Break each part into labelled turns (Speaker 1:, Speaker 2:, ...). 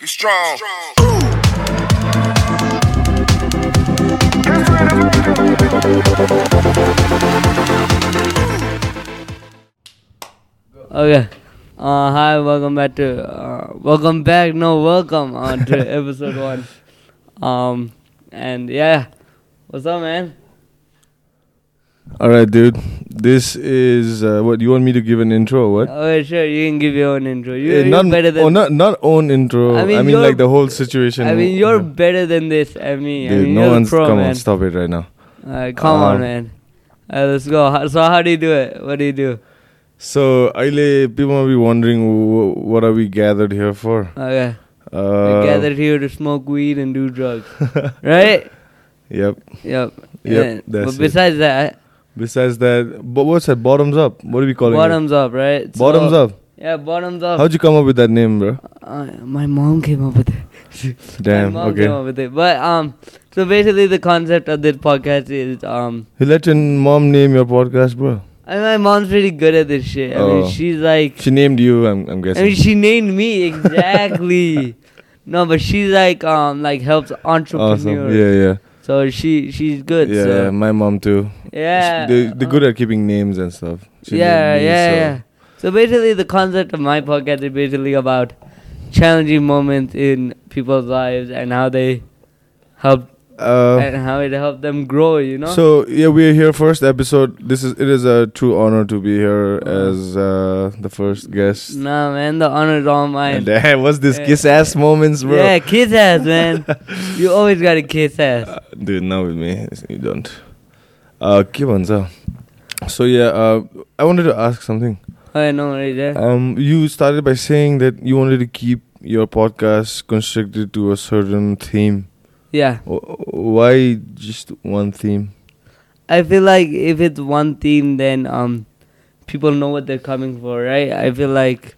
Speaker 1: Be strong.
Speaker 2: Okay. Uh, hi, welcome back to uh, welcome back. No, welcome uh, to episode one. Um, and yeah, what's up, man?
Speaker 3: All right, dude. This is uh, what you want me to give an intro or what?
Speaker 2: Oh, yeah, sure. You can give your own intro. You,
Speaker 3: Eh,
Speaker 2: you're
Speaker 3: not,
Speaker 2: better than.
Speaker 3: oh, not not own intro.
Speaker 2: I
Speaker 3: I
Speaker 2: mean,
Speaker 3: mean,
Speaker 2: you're-
Speaker 3: like the whole situation.
Speaker 2: I mean, you're
Speaker 3: Yeah.
Speaker 2: better than this. I mean, I
Speaker 3: Dude,
Speaker 2: mean
Speaker 3: no
Speaker 2: you're
Speaker 3: one's
Speaker 2: pro,
Speaker 3: come
Speaker 2: man.
Speaker 3: on. Stop it right now.
Speaker 2: Uh, come on,
Speaker 3: Um,
Speaker 2: man. Uh, let's go. How- So, how do you do it? What do you do?
Speaker 3: So, Aile, people might be wondering wh- wh- what are we gathered here for?
Speaker 2: Okay,
Speaker 3: Uh,
Speaker 2: we're gathered here to smoke weed and do drugs, right?
Speaker 3: Yep.
Speaker 2: Yep.
Speaker 3: Yep, that's
Speaker 2: but
Speaker 3: it.
Speaker 2: besides that,
Speaker 3: Besides that, but what's that? Bottoms up. What are we calling
Speaker 2: bottoms up, right?
Speaker 3: it? Bottoms
Speaker 2: So-
Speaker 3: up.
Speaker 2: Yeah, bottoms up.
Speaker 3: How'd you come up with that name, bro?
Speaker 2: Uh, my mom came up with it.
Speaker 3: Damn.
Speaker 2: my mom
Speaker 3: Okay.
Speaker 2: came up with it. But um, so basically the concept of this podcast is um,
Speaker 3: You let your mom name your podcast, bro.
Speaker 2: I mean, my mom's pretty good at this shit. I
Speaker 3: Oh.
Speaker 2: mean, she's like,
Speaker 3: She named you. I'm, I'm
Speaker 2: I
Speaker 3: guessing.
Speaker 2: mean, she named me exactly. no, but she's like um, like helps entrepreneurs.
Speaker 3: awesome. Yeah, yeah.
Speaker 2: So she she's good.
Speaker 3: yeah, yeah,
Speaker 2: so.
Speaker 3: my mom too.
Speaker 2: yeah,
Speaker 3: they, they're good
Speaker 2: uh,
Speaker 3: at keeping names and stuff. She
Speaker 2: yeah,
Speaker 3: named me,
Speaker 2: yeah,
Speaker 3: so-
Speaker 2: yeah. So basically, the concept of my podcast is basically about challenging moments in people's lives and how they help
Speaker 3: Uh,
Speaker 2: and how it helped them grow. You know.
Speaker 3: So yeah, we are here first episode. This is it is a true honor to be here
Speaker 2: Uh.
Speaker 3: as uh, the first guest.
Speaker 2: Nah, man, the honor's all mine.
Speaker 3: And eh, what's this
Speaker 2: Yeah.
Speaker 3: kiss ass moments, bro?
Speaker 2: Yeah, kiss ass, man. you always gotta kiss ass.
Speaker 3: Uh, dude, not with me. You don't. Uh, Kiwanza. So yeah, uh, I wanted to ask something.
Speaker 2: I know right there.
Speaker 3: Um, you started by saying that you wanted to keep your podcast constricted to a certain theme.
Speaker 2: Yeah,
Speaker 3: Wh- Why just one theme?
Speaker 2: I feel like if it's one theme, then um, people know what they're coming for, right? I feel like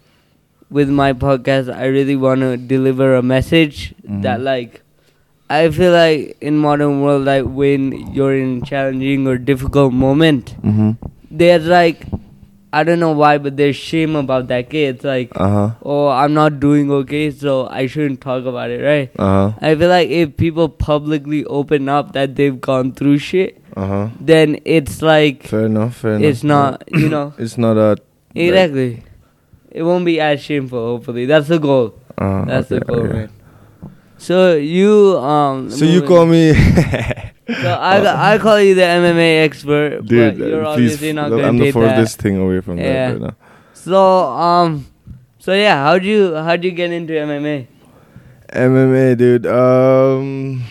Speaker 2: with my podcast, I really wanna deliver a message
Speaker 3: Mhm.
Speaker 2: that like. I feel like in modern world, like when you're in challenging or difficult moment,
Speaker 3: Mm-hmm.
Speaker 2: there's like, I don't know why, but there's shame about that. Okay, it's like
Speaker 3: Uh huh.
Speaker 2: oh, I'm not doing okay, so I shouldn't talk about it, right?
Speaker 3: Uh huh.
Speaker 2: I feel like if people publicly open up that they've gone through shit,
Speaker 3: Uh huh.
Speaker 2: then it's like
Speaker 3: Fair enough. Fair enough.
Speaker 2: it's not, you know,
Speaker 3: It's not a.
Speaker 2: exactly. It won't be as shameful. Hopefully, that's the goal.
Speaker 3: Uh,
Speaker 2: That's the
Speaker 3: okay,
Speaker 2: goal,
Speaker 3: okay.
Speaker 2: man. So you um.
Speaker 3: So you
Speaker 2: moving-
Speaker 3: call me,
Speaker 2: So I I call you the MMA expert,
Speaker 3: dude.
Speaker 2: but you're
Speaker 3: uh, please,
Speaker 2: obviously not
Speaker 3: look,
Speaker 2: gonna
Speaker 3: I'm the
Speaker 2: take that.
Speaker 3: furthest thing away from
Speaker 2: Yeah.
Speaker 3: that right now.
Speaker 2: So um, so yeah, how'd you how'd you get into MMA?
Speaker 3: MMA, dude. Um,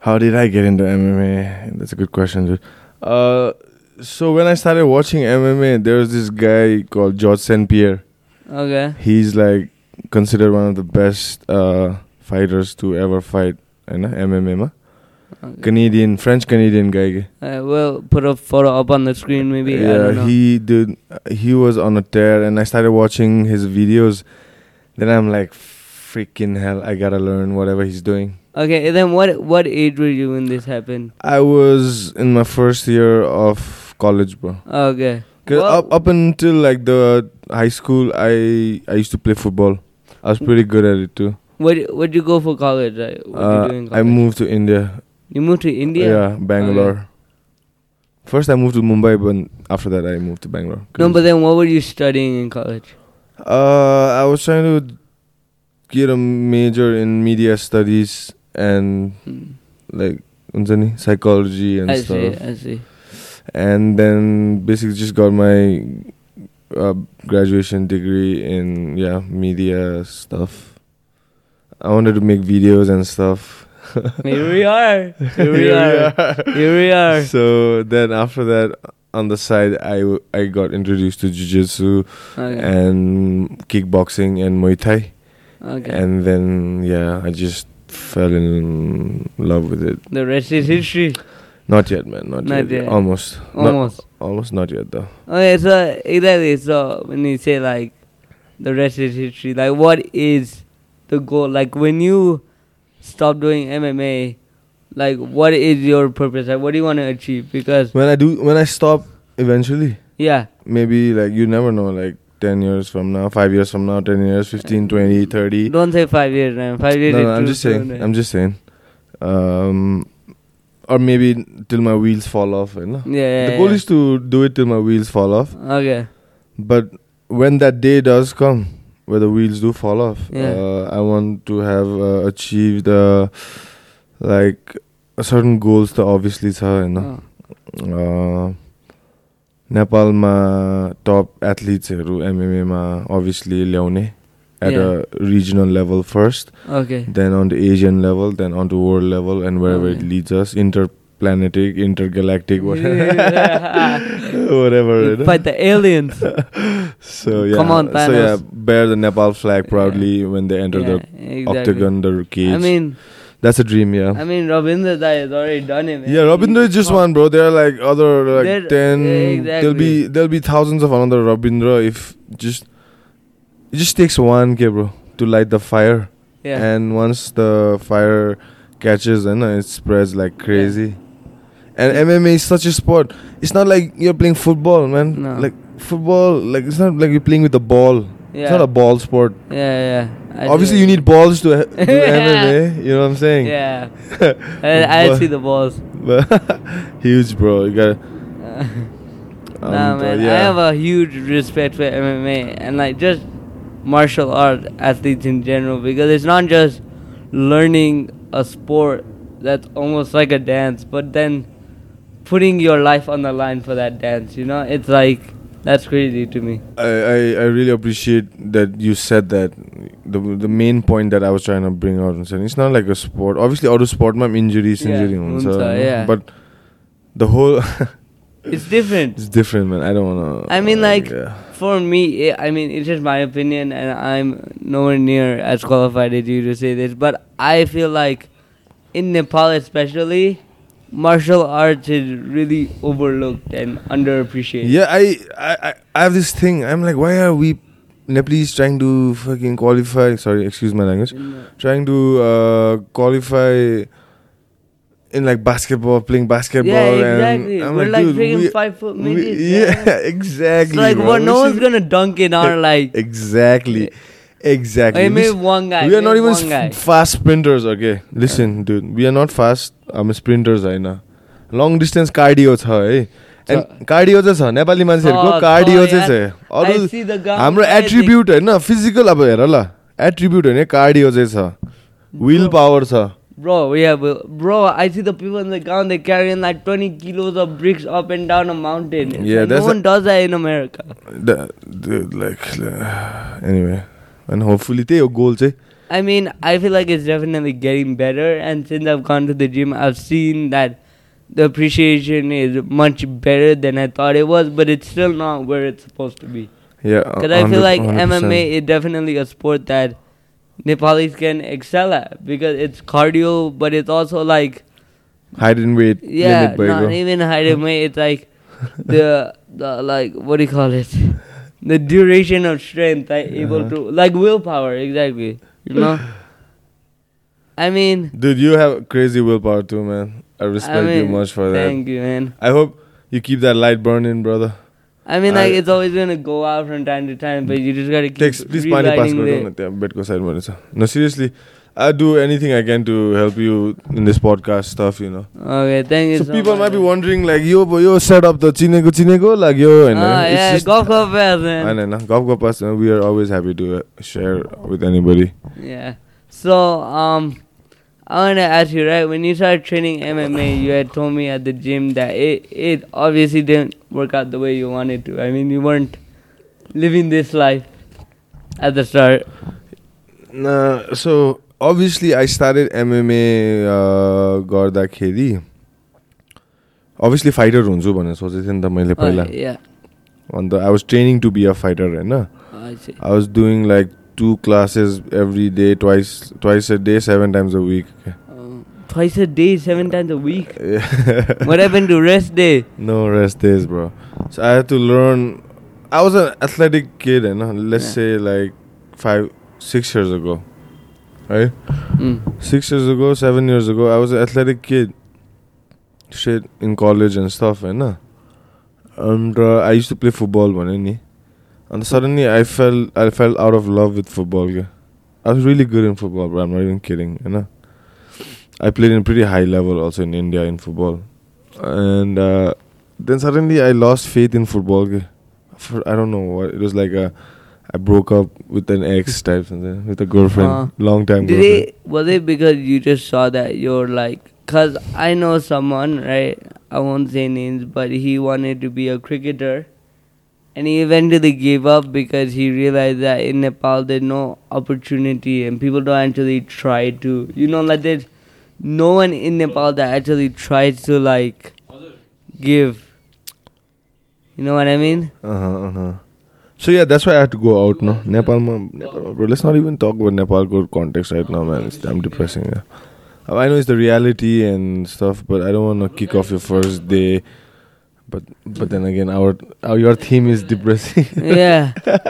Speaker 3: how did I get into MMA? That's a good question, dude. Uh, so when I started watching MMA, there was this guy called George St. Pierre.
Speaker 2: Okay.
Speaker 3: he's like considered one of the best uh, fighters to ever fight eh, in MMA. ma.
Speaker 2: okay.
Speaker 3: Canadian, French Canadian guy. ke.
Speaker 2: Uh, we'll put a photo up on the screen, maybe. I don't know.
Speaker 3: he did. He was on a tear, and I started watching his videos. Then I'm like, freaking hell! I gotta learn whatever he's doing.
Speaker 2: Okay, then what what age were you when this happened?
Speaker 3: I was in my first year of college, bro.
Speaker 2: Okay.
Speaker 3: 'Cause
Speaker 2: Well-
Speaker 3: up up until like the high school, I I used to play football. I was pretty good at it too.
Speaker 2: What would you go for college? Like, what
Speaker 3: Uh,
Speaker 2: you do in
Speaker 3: I
Speaker 2: college?
Speaker 3: moved to India
Speaker 2: You moved to India.
Speaker 3: Yeah, Bangalore. First, I moved to Mumbai, but after that, I moved to Bangalore.
Speaker 2: No, but then what were you studying in college?
Speaker 3: uh, I was trying to get a major in media studies and
Speaker 2: Hmm.
Speaker 3: like हुन्छ नि, psychology and
Speaker 2: I see.
Speaker 3: stuff.
Speaker 2: I see.
Speaker 3: And then basically just got my uh, graduation degree in yeah media stuff. I wanted to make videos and stuff.
Speaker 2: Here we are. Here we are. Here we are.
Speaker 3: So then after that, on the side, I, w- I got introduced to jujitsu
Speaker 2: Okay.
Speaker 3: and kickboxing and Muay Thai,
Speaker 2: Okay.
Speaker 3: and then yeah, I just fell in love with it.
Speaker 2: The rest is history.
Speaker 3: Not yet, man. Not,
Speaker 2: Not
Speaker 3: yet.
Speaker 2: yet.
Speaker 3: Almost. Not-
Speaker 2: Almost.
Speaker 3: almost. Not yet, though.
Speaker 2: Okay. Oh, So exactly. So when you say like, the rest is history. Like, what is the goal? Like, when you stop doing MMA, like, what is your purpose? Like, what do you want to achieve? Because
Speaker 3: When I do, when I stop, eventually,
Speaker 2: yeah.
Speaker 3: maybe like you never know. Like 10 years from now, 5 years from now, 10 years, 15, 20, 30.
Speaker 2: Don't say five years, man. Five years.
Speaker 3: No,
Speaker 2: is
Speaker 3: no, I'm
Speaker 2: too
Speaker 3: just saying.
Speaker 2: soon,
Speaker 3: I'm just saying. Um, or maybe till my wheels fall off. You know?
Speaker 2: man. yeah, yeah.
Speaker 3: the goal
Speaker 2: yeah.
Speaker 3: is to do it till my wheels fall off.
Speaker 2: Okay.
Speaker 3: But when that day does come, where the wheels do fall off,
Speaker 2: Yeah.
Speaker 3: uh, I want to have uh, achieved uh, like a certain goals. that obviously छ होइन
Speaker 2: अँ, Mm.
Speaker 3: अ, नेपालमा टप एथलिट्सहरू एमएमएमा obviously ल्याउने at
Speaker 2: Yeah.
Speaker 3: a regional level first,
Speaker 2: Oh, Okay.
Speaker 3: then on to Asian level, then on to world level, and wherever it
Speaker 2: Okay.
Speaker 3: leads us, interplanetary, intergalactic, whatever, whatever. you know?
Speaker 2: Fight the aliens.
Speaker 3: So yeah,
Speaker 2: Come on,
Speaker 3: so yeah,
Speaker 2: Thanos.
Speaker 3: bear the Nepal flag proudly when they enter
Speaker 2: Yeah,
Speaker 3: the
Speaker 2: exactly.
Speaker 3: octagon, the cage.
Speaker 2: I mean,
Speaker 3: that's a dream, yeah.
Speaker 2: I mean, Robindra Dai has already done it. Man.
Speaker 3: yeah, Rabindra is
Speaker 2: He's
Speaker 3: just
Speaker 2: come-
Speaker 3: one, bro. There are like other like
Speaker 2: There-
Speaker 3: ten.
Speaker 2: yeah,
Speaker 3: There'll be there'll be thousands of another Rabindra if just it just takes one, okay, bro, to light the fire.
Speaker 2: Yeah.
Speaker 3: And once the fire catches, and it spreads like crazy. And MMA is such a sport. It's not like you're playing football, man.
Speaker 2: No.
Speaker 3: Like football, like it's not like you're playing with the ball.
Speaker 2: yeah.
Speaker 3: It's not a ball sport.
Speaker 2: yeah, yeah. I see
Speaker 3: Obviously,
Speaker 2: what
Speaker 3: you need balls to ha- do
Speaker 2: Yeah.
Speaker 3: MMA. You know what I'm saying?
Speaker 2: Yeah. I, I see the balls.
Speaker 3: But huge, bro. You gotta. Um,
Speaker 2: nah,
Speaker 3: but
Speaker 2: man. I
Speaker 3: yeah.
Speaker 2: have a huge respect for MMA and like just martial art athletes in general because it's not just learning a sport that's almost like a dance, but then putting your life on the line for that dance. You know, it's like that's crazy to me.
Speaker 3: I, I I really appreciate that you said that. The the main point that I was trying to bring out and saying it's not like a sport. Obviously, auto sport, my injury,
Speaker 2: Yeah,
Speaker 3: injury,
Speaker 2: हुन्छ, yeah.
Speaker 3: But the whole
Speaker 2: It's different.
Speaker 3: it's different, man. I don't wanna. uh,
Speaker 2: I mean, like,
Speaker 3: Oh, yeah.
Speaker 2: for me, i I mean, it's just my opinion, and I'm nowhere near as qualified as you to say this, but I feel like in Nepal, especially, martial arts is really overlooked and underappreciated.
Speaker 3: Yeah, I, I, I- I have this thing. I'm like, why are we Nepalese trying to fucking qualify? Sorry, excuse my language. Trying to uh, qualify in like basketball, playing basketball.
Speaker 2: Yeah, exactly.
Speaker 3: And I'm
Speaker 2: We're like,
Speaker 3: dude,
Speaker 2: freaking
Speaker 3: we-
Speaker 2: five foot
Speaker 3: we-
Speaker 2: midgets.
Speaker 3: yeah,
Speaker 2: man.
Speaker 3: exactly.
Speaker 2: It's like,
Speaker 3: bro.
Speaker 2: what?
Speaker 3: We
Speaker 2: No one's
Speaker 3: should-
Speaker 2: gonna dunk in our like.
Speaker 3: Exactly. Exactly.
Speaker 2: Hey,
Speaker 3: We
Speaker 2: maybe
Speaker 3: s-
Speaker 2: one guy.
Speaker 3: we are
Speaker 2: maybe
Speaker 3: not even
Speaker 2: one guy.
Speaker 3: s- fast sprinters, okay? Listen, dude, we are not fast. I'm sprinters, I know. Long distance cardio, छ है And cardio चाहिँ छ नेपाली मान्छेहरूको
Speaker 2: छ, छ
Speaker 3: cardio
Speaker 2: यार।
Speaker 3: चाहिँ छ
Speaker 2: Oh, I
Speaker 3: अरू
Speaker 2: see the guy.
Speaker 3: हाम्रो एट्रिब्युट होइन फिजिकल अब हेर ल एट्रिब्युट होइन कार्डियो चाहिँ छ विल पावर छ
Speaker 2: Bro, yeah, but bro, I see the people in the ground, they carrying like 20 kilos of bricks up and down a mountain. It's
Speaker 3: Yeah,
Speaker 2: like,
Speaker 3: that's
Speaker 2: no
Speaker 3: a-
Speaker 2: one does that in America.
Speaker 3: द- dude, like anyway and hopefully त्यही हो गोल चाहिँ
Speaker 2: I mean, I feel like it's definitely getting better, and since I've gone to the gym, I've seen that the appreciation is much better than I thought it was, but it's still not where it's supposed to be.
Speaker 3: Yeah,
Speaker 2: Because I feel
Speaker 3: 100
Speaker 2: like
Speaker 3: 100%.
Speaker 2: MMA is definitely a sport that Nepalis can excel at because it's cardio, but it's also like
Speaker 3: height and weight
Speaker 2: Yeah,
Speaker 3: limit भयो
Speaker 2: not even hiding away. It's like the the like what do you call it? The duration of strength I able
Speaker 3: Uh-huh.
Speaker 2: to like willpower exactly. You know. I mean,
Speaker 3: dude you have crazy willpower too man I respect
Speaker 2: I mean,
Speaker 3: you much for that
Speaker 2: Thank you, man.
Speaker 3: I hope you keep that light burning brother
Speaker 2: I mean, like
Speaker 3: I-
Speaker 2: it's always gonna go out from time to time, but you just gotta keep
Speaker 3: Text, please pani pass
Speaker 2: relighting
Speaker 3: गरिदिनु न
Speaker 2: the-
Speaker 3: त्यहाँ बेडको साइडमा रहेछ no seriously I do anything I can to help you in this podcast stuff you know
Speaker 2: Okay, thank you.
Speaker 3: So
Speaker 2: so
Speaker 3: people
Speaker 2: much,
Speaker 3: might be
Speaker 2: man.
Speaker 3: wondering like yo but yo set up the चिनेको चिनेको like yo and
Speaker 2: Ah, yeah,
Speaker 3: it's just
Speaker 2: golf club fans, man.
Speaker 3: I know golf golf pass and we are always happy to uh, share with anybody.
Speaker 2: Yeah. So, um, I want to ask you, right? When you started training MMA, you had told me at the gym that it, it obviously didn't work out the way you wanted to. I mean, you weren't living this life at the start.
Speaker 3: Nah, so obviously I started MMA uh, गर्दाखेरि obviously fighter हुन्छु भनेर सोचेको थिएँ नि त मैले पहिला
Speaker 2: Okay, Oh, yeah.
Speaker 3: अन्त I was training to be a fighter होइन
Speaker 2: Oh, I see.
Speaker 3: I was doing like two classes every day twice twice a day seven times a week.
Speaker 2: Um, twice a day, seven times a week.
Speaker 3: Yeah.
Speaker 2: What happened to rest day?
Speaker 3: No rest days, bro. So I had to learn. I was an athletic kid, and let's
Speaker 2: Yeah.
Speaker 3: say like five, six years ago, right?
Speaker 2: Mm.
Speaker 3: Six years ago, seven years ago, I was an athletic kid. Shit eh, in college and stuff, and and uh, I used to play football, man. and suddenly I fell I fell out of love with football. Yeah. I was really good in football, bro. I'm not even kidding. You know, I played in pretty high level also in India in football, and uh, then suddenly I lost faith in football. yeah. For, I don't know what it was like. A, I broke up with an ex type something with a girlfriend,
Speaker 2: Ah.
Speaker 3: long time
Speaker 2: Did
Speaker 3: girlfriend.
Speaker 2: it was it because you just saw that you're like? Cause I know someone, right? I won't say names, but he wanted to be a cricketer, and he eventually gave up because he realized that in Nepal there's no opportunity, and people don't actually try to, you know, like there's no one in Nepal that actually tries to like give. You know what I mean?
Speaker 3: Uh-huh, uh-huh. So yeah, that's why I had to go out, no? Nepal, ma- Nepal ma- bro. Let's not even talk about Nepal good context right now, man. It's damn depressing. Yeah. Uh, I know it's the reality and stuff, but I don't want to kick off your first day. But but then again, our, our your theme is depressing.
Speaker 2: yeah, Uh,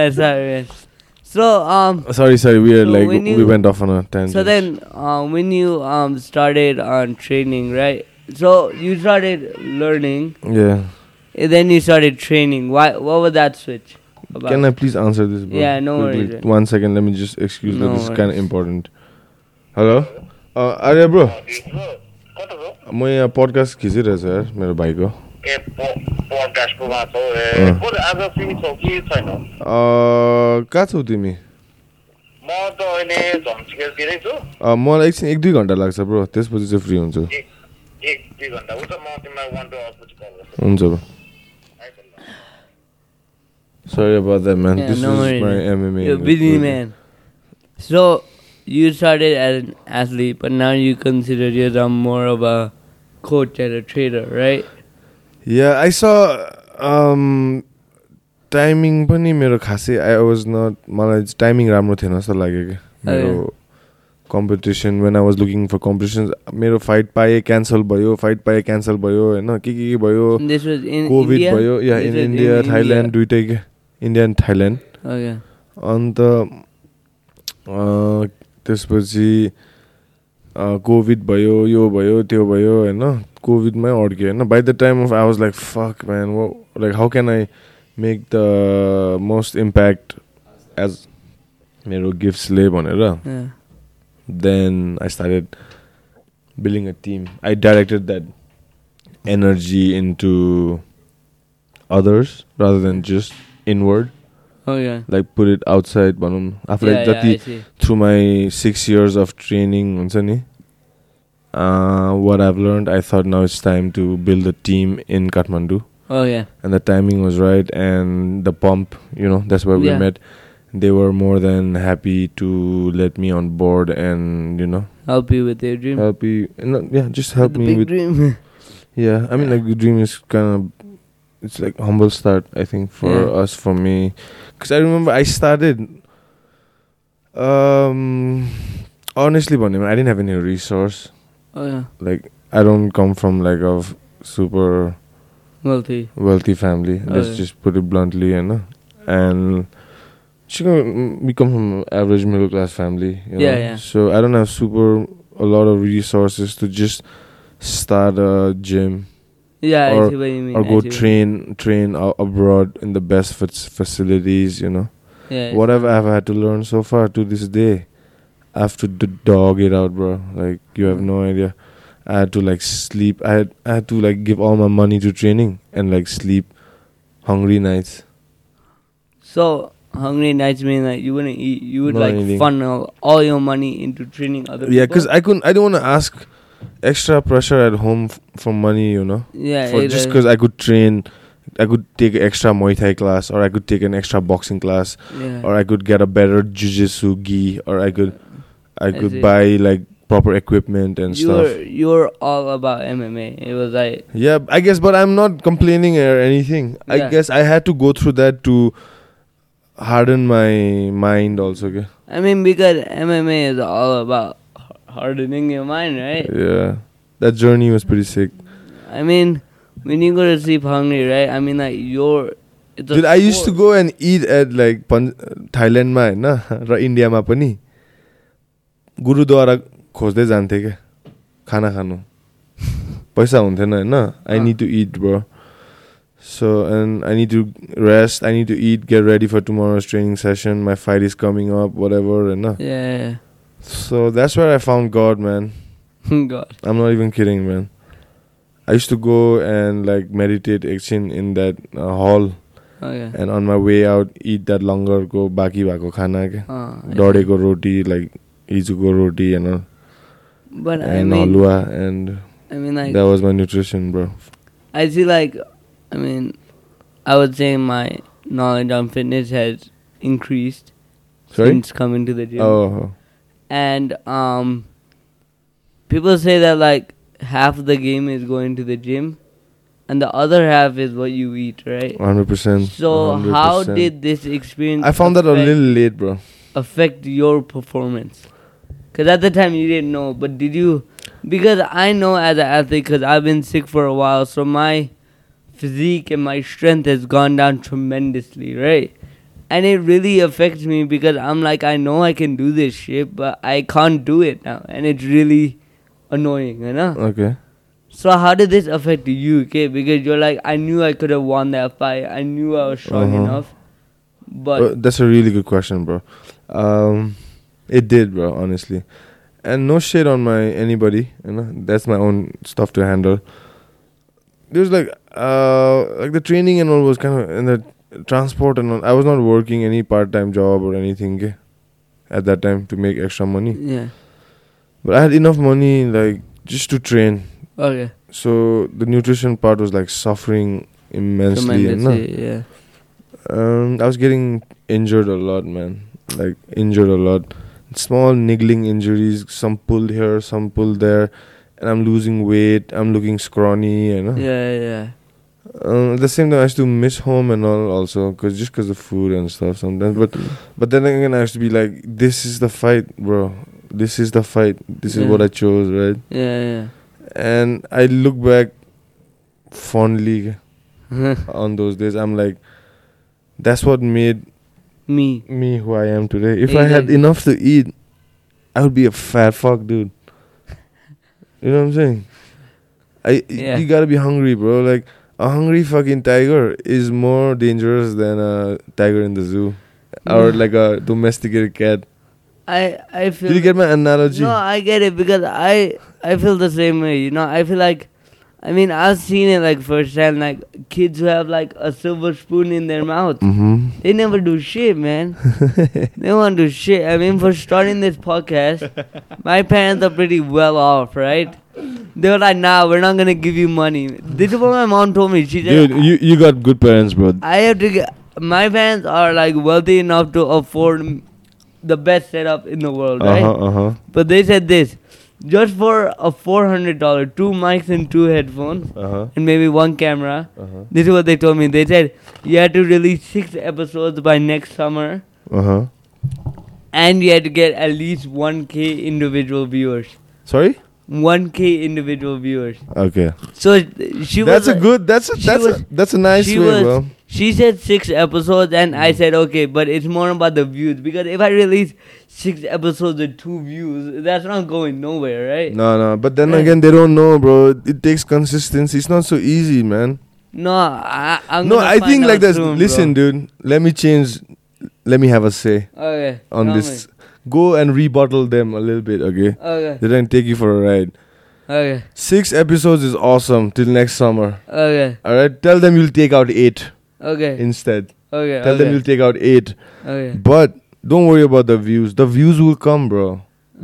Speaker 2: that's how it is. So um.
Speaker 3: sorry, sorry. We are
Speaker 2: So
Speaker 3: like
Speaker 2: when
Speaker 3: we
Speaker 2: you-
Speaker 3: went off on a tangent.
Speaker 2: So then, um, when you um started on training, right? So you started learning,
Speaker 3: yeah.
Speaker 2: and then you started training. Why? What was that switch about?
Speaker 3: Can I please answer this? Bro?
Speaker 2: Yeah, no
Speaker 3: Quickly.
Speaker 2: worries, yeah.
Speaker 3: One second. Let me just excuse.
Speaker 2: No
Speaker 3: that this is kind of
Speaker 2: worries.
Speaker 3: important. Hello. Uh, Arya bro,
Speaker 1: कता छौ
Speaker 3: म यहाँ podcast खिचिरहेछ यार मेरो भाइको
Speaker 1: ए पडकास्टकोमा छौ
Speaker 3: अँ।
Speaker 1: ए बरु आज फ्री छौ कि छैन
Speaker 3: अ, कहाँ छौ तिमी
Speaker 1: म त अहिले झम्सिकेतिरै छु
Speaker 3: अ, मलाई एकछिन एक दुई घन्टा लाग्छ ब्रो त्यसपछि चाहिँ फ्री हुन्छु
Speaker 1: एक एक दुई घन्टा उता म तिमीलाई वान टू आवर्सपछि कल गर्छु
Speaker 3: हुन्छ ब्रो
Speaker 1: है त ल।
Speaker 3: Sorry about that man
Speaker 2: Yeah,
Speaker 3: this
Speaker 2: no
Speaker 3: is
Speaker 2: worries,
Speaker 3: my
Speaker 2: man.
Speaker 3: MMA
Speaker 2: You're busy man. So you started as an athlete, but now you consider yourself more of a coach and a trader, right?
Speaker 3: या I स timing um, पनि मेरो खासै I was not मलाई timing राम्रो थिएन जस्तो लाग्यो कि
Speaker 2: Oh,
Speaker 3: मेरो competition when I was looking for competition मेरो फाइट पाएँ क्यान्सल भयो फाइट पाएँ क्यान्सल भयो होइन के के के भयो
Speaker 2: And this was in
Speaker 3: Covid
Speaker 2: India?
Speaker 3: भयो या
Speaker 2: This
Speaker 3: in
Speaker 2: was Oh,
Speaker 3: India Thailand दुइटै के इन्डिया एन्ड थाइल्यान्ड
Speaker 2: Okay.
Speaker 3: अन्त अ, त्यसपछि अ, कोभिड भयो यो भयो त्यो भयो होइन कोभिडमै अड्क्यो होइन by the time of I was like fuck man like how can I make the most impact as मेरो गिफ्ट्सले भनेर
Speaker 2: Yeah.
Speaker 3: then I started building a team. I directed that energy into others rather than just inward.
Speaker 2: Okay.
Speaker 3: Like put it outside भनौँ आफूलाई
Speaker 2: Oh, Yeah, yeah, I
Speaker 3: जति
Speaker 2: see.
Speaker 3: through my six years of training हुन्छ नि uh, what I've learned I thought now it's time to build a team in Kathmandu
Speaker 2: Oh yeah.
Speaker 3: and the timing was right and the pump you know that's where
Speaker 2: Yeah.
Speaker 3: we met they were more than happy to let me on board and you know
Speaker 2: Help you with your dream.
Speaker 3: help you no, yeah just help
Speaker 2: the
Speaker 3: me
Speaker 2: big
Speaker 3: with
Speaker 2: dream.
Speaker 3: yeah i mean like the dream is kind of it's like humble start i think for
Speaker 2: Yeah.
Speaker 3: us for me because i remember i started um honestly Bonnie, i didn't have any resource
Speaker 2: oh yeah.
Speaker 3: like i don't come from like a f- super
Speaker 2: Wealthy.
Speaker 3: wealthy family. let's
Speaker 2: Oh, yeah.
Speaker 3: just put it bluntly, you know. And she come- we come from average middle class family. You
Speaker 2: Yeah,
Speaker 3: know?
Speaker 2: yeah.
Speaker 3: So I don't have super a lot of resources to just start a gym
Speaker 2: Yeah, I
Speaker 3: Or-
Speaker 2: see what you mean.
Speaker 3: or
Speaker 2: I
Speaker 3: go
Speaker 2: see what-
Speaker 3: train train a- abroad in the best fac facilities. You know,
Speaker 2: Yeah. I
Speaker 3: whatever I've had to learn so far to this day, I have to d- dog it out, bro. Like you
Speaker 2: Mm.
Speaker 3: have no idea. I had to like sleep. I had I had to like give all my money to training and like sleep hungry nights.
Speaker 2: So hungry nights mean like you wouldn't eat. You would
Speaker 3: Not
Speaker 2: like
Speaker 3: anything.
Speaker 2: funnel all your money into training other
Speaker 3: Yeah,
Speaker 2: people.
Speaker 3: because I couldn't. I didn't want to ask extra pressure at home f- for money. You know,
Speaker 2: yeah,
Speaker 3: for
Speaker 2: it,
Speaker 3: just
Speaker 2: uh,
Speaker 3: because I could train, I could take an extra Muay Thai class, or I could take an extra boxing class,
Speaker 2: yeah.
Speaker 3: or I could get a better jujitsu gi, or I could, I
Speaker 2: I see.
Speaker 3: could buy like proper equipment and
Speaker 2: you
Speaker 3: stuff.
Speaker 2: were you were all about MMA. It was like
Speaker 3: Yeah, I guess, but I'm not complaining or anything.
Speaker 2: Yeah.
Speaker 3: I guess I had to go through that to harden my mind also. Okay?
Speaker 2: I mean because MMA is all about har- hardening your mind, right?
Speaker 3: Yeah, that journey was pretty sick.
Speaker 2: I mean when you go to sleep hungry, right? I mean like your it's a
Speaker 3: Dude, I used to
Speaker 2: sport.
Speaker 3: go and eat at like पन थाइल्यान्डमा होइन र इन्डियामा पनि गुरुद्वारा खोज्दै जान्थेँ क्या खाना खानु पैसा हुन्थेन होइन I
Speaker 2: uh.
Speaker 3: Need to eat bro So and I need to rest. I need to eat. Get ready for tomorrow's training session. My fight is coming up. Whatever and uh,
Speaker 2: Yeah.
Speaker 3: so that's where I found God, man.
Speaker 2: God.
Speaker 3: I'm not even kidding, man. I used to go and like meditate action in that uh, hall,
Speaker 2: Okay.
Speaker 3: and on my way out, eat that longer go baki bako khana ke.
Speaker 2: Uh,
Speaker 3: डढेको रोटी like हिजोको रोटी होइन
Speaker 2: But I
Speaker 3: and
Speaker 2: mean,
Speaker 3: halwa and
Speaker 2: I mean, like,
Speaker 3: that was my nutrition bro
Speaker 2: I see, like, I mean, I would say my knowledge on fitness has increased
Speaker 3: sorry
Speaker 2: since coming to the gym.
Speaker 3: हो
Speaker 2: And um, people say that like half the game is going to the gym, and the other half is what you eat, right?
Speaker 3: Hundred percent
Speaker 2: So how did this experience
Speaker 3: I found that a
Speaker 2: affect,
Speaker 3: little late, bro.
Speaker 2: affect your performance? Because at the time you didn't know, but did you? Because I know as an athlete, because I've been sick for a while, so my physique and my strength has gone down tremendously, right? And it really affects me because I'm like, I know I can do this shit, but I can't do it now, and it's really annoying, you know.
Speaker 3: Okay.
Speaker 2: So how did this affect you, okay? Because you're like, I knew I could have won that fight. I knew I was strong
Speaker 3: Uh-huh.
Speaker 2: enough. But
Speaker 3: Uh, that's a really good question, bro. Um, it did, bro, honestly. And no shit on my anybody, you know. That's my own stuff to handle. There's like uh like the training and all was kind of and the transport and all. I was not working any part-time job or anything eh, at that time to make extra money.
Speaker 2: yeah,
Speaker 3: But I had enough money like just to train.
Speaker 2: okay,
Speaker 3: So the nutrition part was like suffering immensely. you know.
Speaker 2: tremendously, yeah.
Speaker 3: Um, I was getting injured a lot, man. Like injured a lot. Small niggling injuries. Some pulled here, some pulled there, and I'm losing weight. I'm looking scrawny, you know.
Speaker 2: yeah, yeah,
Speaker 3: Um, at the same time, I used to miss home and all, also, cause just cause of food and stuff sometimes. But
Speaker 2: Mm.
Speaker 3: but then again, I used to be like, this is the fight, bro. This is the fight. This is
Speaker 2: Yeah.
Speaker 3: what I chose, right?
Speaker 2: yeah,
Speaker 3: And I look back fondly
Speaker 2: yeah.
Speaker 3: on those days. I'm like, that's what made
Speaker 2: Me,
Speaker 3: me who I am today. If I had
Speaker 2: Exactly.
Speaker 3: enough to eat, I would be a fat fuck, dude. you know what I'm saying? I
Speaker 2: Yeah.
Speaker 3: you gotta be hungry, bro. Like a hungry fucking tiger is more dangerous than a tiger in the zoo, or like a domesticated cat.
Speaker 2: I, I feel.
Speaker 3: Did you get my analogy?
Speaker 2: No, I get it because I, I feel the same way. You know, I feel like, I mean, I've seen it like firsthand. Like kids who have like a silver spoon in their mouth.
Speaker 3: mm-hmm.
Speaker 2: They never do shit, man. they won't do shit. I mean, for starting this podcast, my parents are pretty well off, right? They were like, nah, we're not gonna give you money. This is what my mom told me. She said,
Speaker 3: Dude, you you got good parents, bro.
Speaker 2: I have to get. My parents are like wealthy enough to afford m- the best setup in the world,
Speaker 3: Uh huh.
Speaker 2: right?
Speaker 3: Uh huh.
Speaker 2: But they said this just for a $400, two mics and two headphones,
Speaker 3: Uh huh.
Speaker 2: and maybe one camera.
Speaker 3: Uh huh.
Speaker 2: This is what they told me. They said you had to release six episodes by next summer.
Speaker 3: Uh huh.
Speaker 2: and you had to get at least 1k individual viewers
Speaker 3: Sorry.
Speaker 2: 1k individual viewers
Speaker 3: Okay.
Speaker 2: so th- she
Speaker 3: that's
Speaker 2: was
Speaker 3: a good. That's a
Speaker 2: she
Speaker 3: that's
Speaker 2: was-
Speaker 3: a that's a nice way,
Speaker 2: she was
Speaker 3: bro. Mm.
Speaker 2: she said six episodes and i said okay but it's more about the views because if i release six episodes with two views that's not going nowhere right
Speaker 3: No, no, but then
Speaker 2: Yeah.
Speaker 3: again, they don't know, bro. It takes consistency. It's not so easy, man.
Speaker 2: no i I'm
Speaker 3: no,
Speaker 2: gonna
Speaker 3: I
Speaker 2: find
Speaker 3: think like
Speaker 2: out
Speaker 3: that.
Speaker 2: soon,
Speaker 3: Listen, dude, let me change. Let me have a say
Speaker 2: bro. okay
Speaker 3: on
Speaker 2: tell
Speaker 3: this. Go and rebottle them a little bit, okay?
Speaker 2: me. okay
Speaker 3: They don't take you for a ride.
Speaker 2: okay
Speaker 3: Six episodes is awesome till next summer.
Speaker 2: okay
Speaker 3: All right, tell them you'll take out eight
Speaker 2: okay
Speaker 3: instead.
Speaker 2: okay
Speaker 3: Tell them
Speaker 2: okay,
Speaker 3: you'll take out eight,
Speaker 2: okay
Speaker 3: but don't worry about the views. The views will come, bro.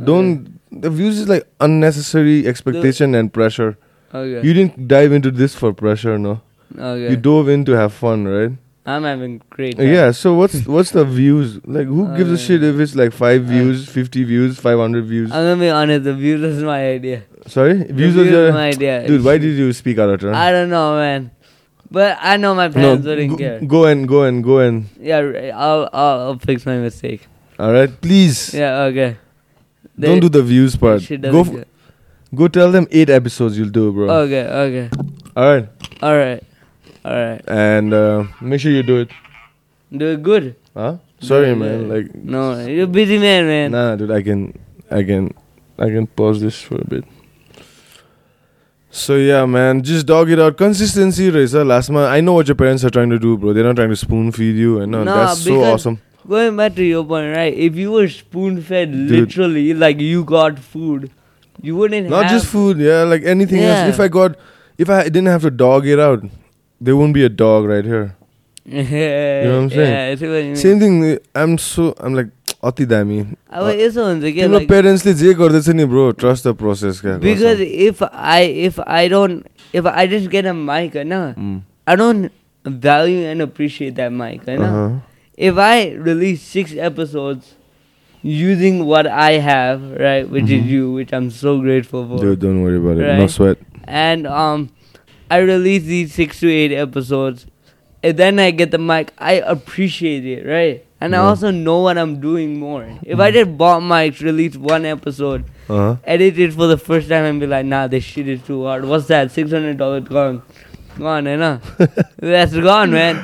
Speaker 3: Don't. The views is like unnecessary expectation and pressure.
Speaker 2: okay
Speaker 3: You didn't dive into this for pressure, no.
Speaker 2: okay
Speaker 3: You dove in to have fun, right?
Speaker 2: i'm having great time.
Speaker 3: Yeah. So what's what's the views? Like, who gives
Speaker 2: Uh,
Speaker 3: a shit if it's like five views, fifty views, five hundred views?
Speaker 2: i'm gonna be honest the views is my idea
Speaker 3: Sorry,
Speaker 2: uh, The
Speaker 3: views are
Speaker 2: was my
Speaker 3: your.
Speaker 2: idea.
Speaker 3: Dude, why did you speak out of turn?
Speaker 2: I don't know, man. But I know my
Speaker 3: no,
Speaker 2: parents wouldn't care.
Speaker 3: go, go and go and go and.
Speaker 2: Yeah, r- I'll, I'll I'll fix my mistake.
Speaker 3: All right, please.
Speaker 2: Yeah, okay.
Speaker 3: don't do the views part.
Speaker 2: She
Speaker 3: Go
Speaker 2: doesn't Oh.
Speaker 3: f- go tell them eight episodes you'll do,
Speaker 2: care.
Speaker 3: bro.
Speaker 2: Okay, okay.
Speaker 3: All right,
Speaker 2: All right, all right.
Speaker 3: and uh, make sure you do it.
Speaker 2: Do it good.
Speaker 3: Huh? Sorry,
Speaker 2: Yeah,
Speaker 3: man.
Speaker 2: yeah.
Speaker 3: Like,
Speaker 2: No, you're busy man, man.
Speaker 3: nah, dude. I can, I can, I can pause this for a bit. So yeah, man, just dog it out. Consistency, Reza. Last month, I know what your parents are trying to do, bro. They're not trying to spoon feed you, and uh,
Speaker 2: Nah,
Speaker 3: that's so
Speaker 2: because-
Speaker 3: awesome.
Speaker 2: Going back to your point, right? If you were spoon fed,
Speaker 3: Dude.
Speaker 2: literally, like you got food, you wouldn't
Speaker 3: Not
Speaker 2: have.
Speaker 3: just food, yeah, like anything
Speaker 2: Yeah.
Speaker 3: else. If I got, if I didn't have to dog it out, there wouldn't be a dog right here.
Speaker 2: yeah,
Speaker 3: know what I'm saying?
Speaker 2: Yeah, I see what you mean.
Speaker 3: Same thing. I'm so I'm like Uh, अति दामी
Speaker 2: अब यसो हुन्छ कि
Speaker 3: तिम्रो
Speaker 2: like-
Speaker 3: पेरेन्ट्सले जे गर्दैछ नि bro trust the process क्या
Speaker 2: because if I if I don't if I just get a mic, you know,
Speaker 3: Mm.
Speaker 2: I don't value and appreciate that mic, you know.
Speaker 3: Uh-huh.
Speaker 2: If I release six episodes using what I have, right, which is you, which I'm so grateful for,
Speaker 3: Mm-hmm. dude don't worry about it no
Speaker 2: Right.
Speaker 3: sweat
Speaker 2: and um, I release these six to eight episodes, and then I get the mic, I appreciate it, right. And I
Speaker 3: Yeah. Mm-hmm.
Speaker 2: also know what I'm doing more. If I just bought mics, released one episode,
Speaker 3: uh-huh.
Speaker 2: edit it for the first time and be like, nah, this shit is too hard. What's that? Six hundred dollars gone, gone, you know? That's gone, man.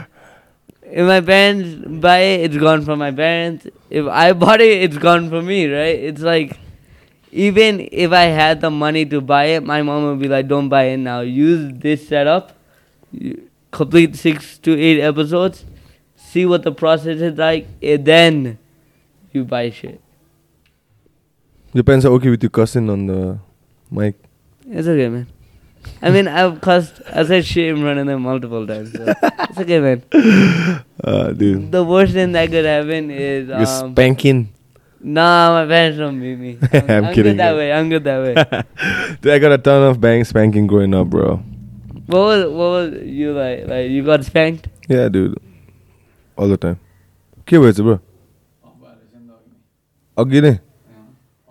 Speaker 2: If my parents buy it, it's gone from my parents. If I bought it, it's gone from me, right? It's like, even if I had the money to buy it, my mom would be like, don't buy it now. Use this setup, you- complete six to eight episodes, see what the process is like, and then you buy shit.
Speaker 3: your parents are okay with you cussing on the mic
Speaker 2: It's okay, man. I mean, I've cussed, I said shit in front of them multiple times. So it's okay, man.
Speaker 3: uh, dude
Speaker 2: The worst thing that could happen is
Speaker 3: you're
Speaker 2: um,
Speaker 3: spanking
Speaker 2: nah, my parents don't beat me.
Speaker 3: I'm kidding,
Speaker 2: good that
Speaker 3: yeah.
Speaker 2: way. I'm good that way.
Speaker 3: dude I got a ton of bang spanking growing up bro
Speaker 2: what was what was you like? Like you got spanked?
Speaker 3: yeah dude all the time के भएछ bro अघि नै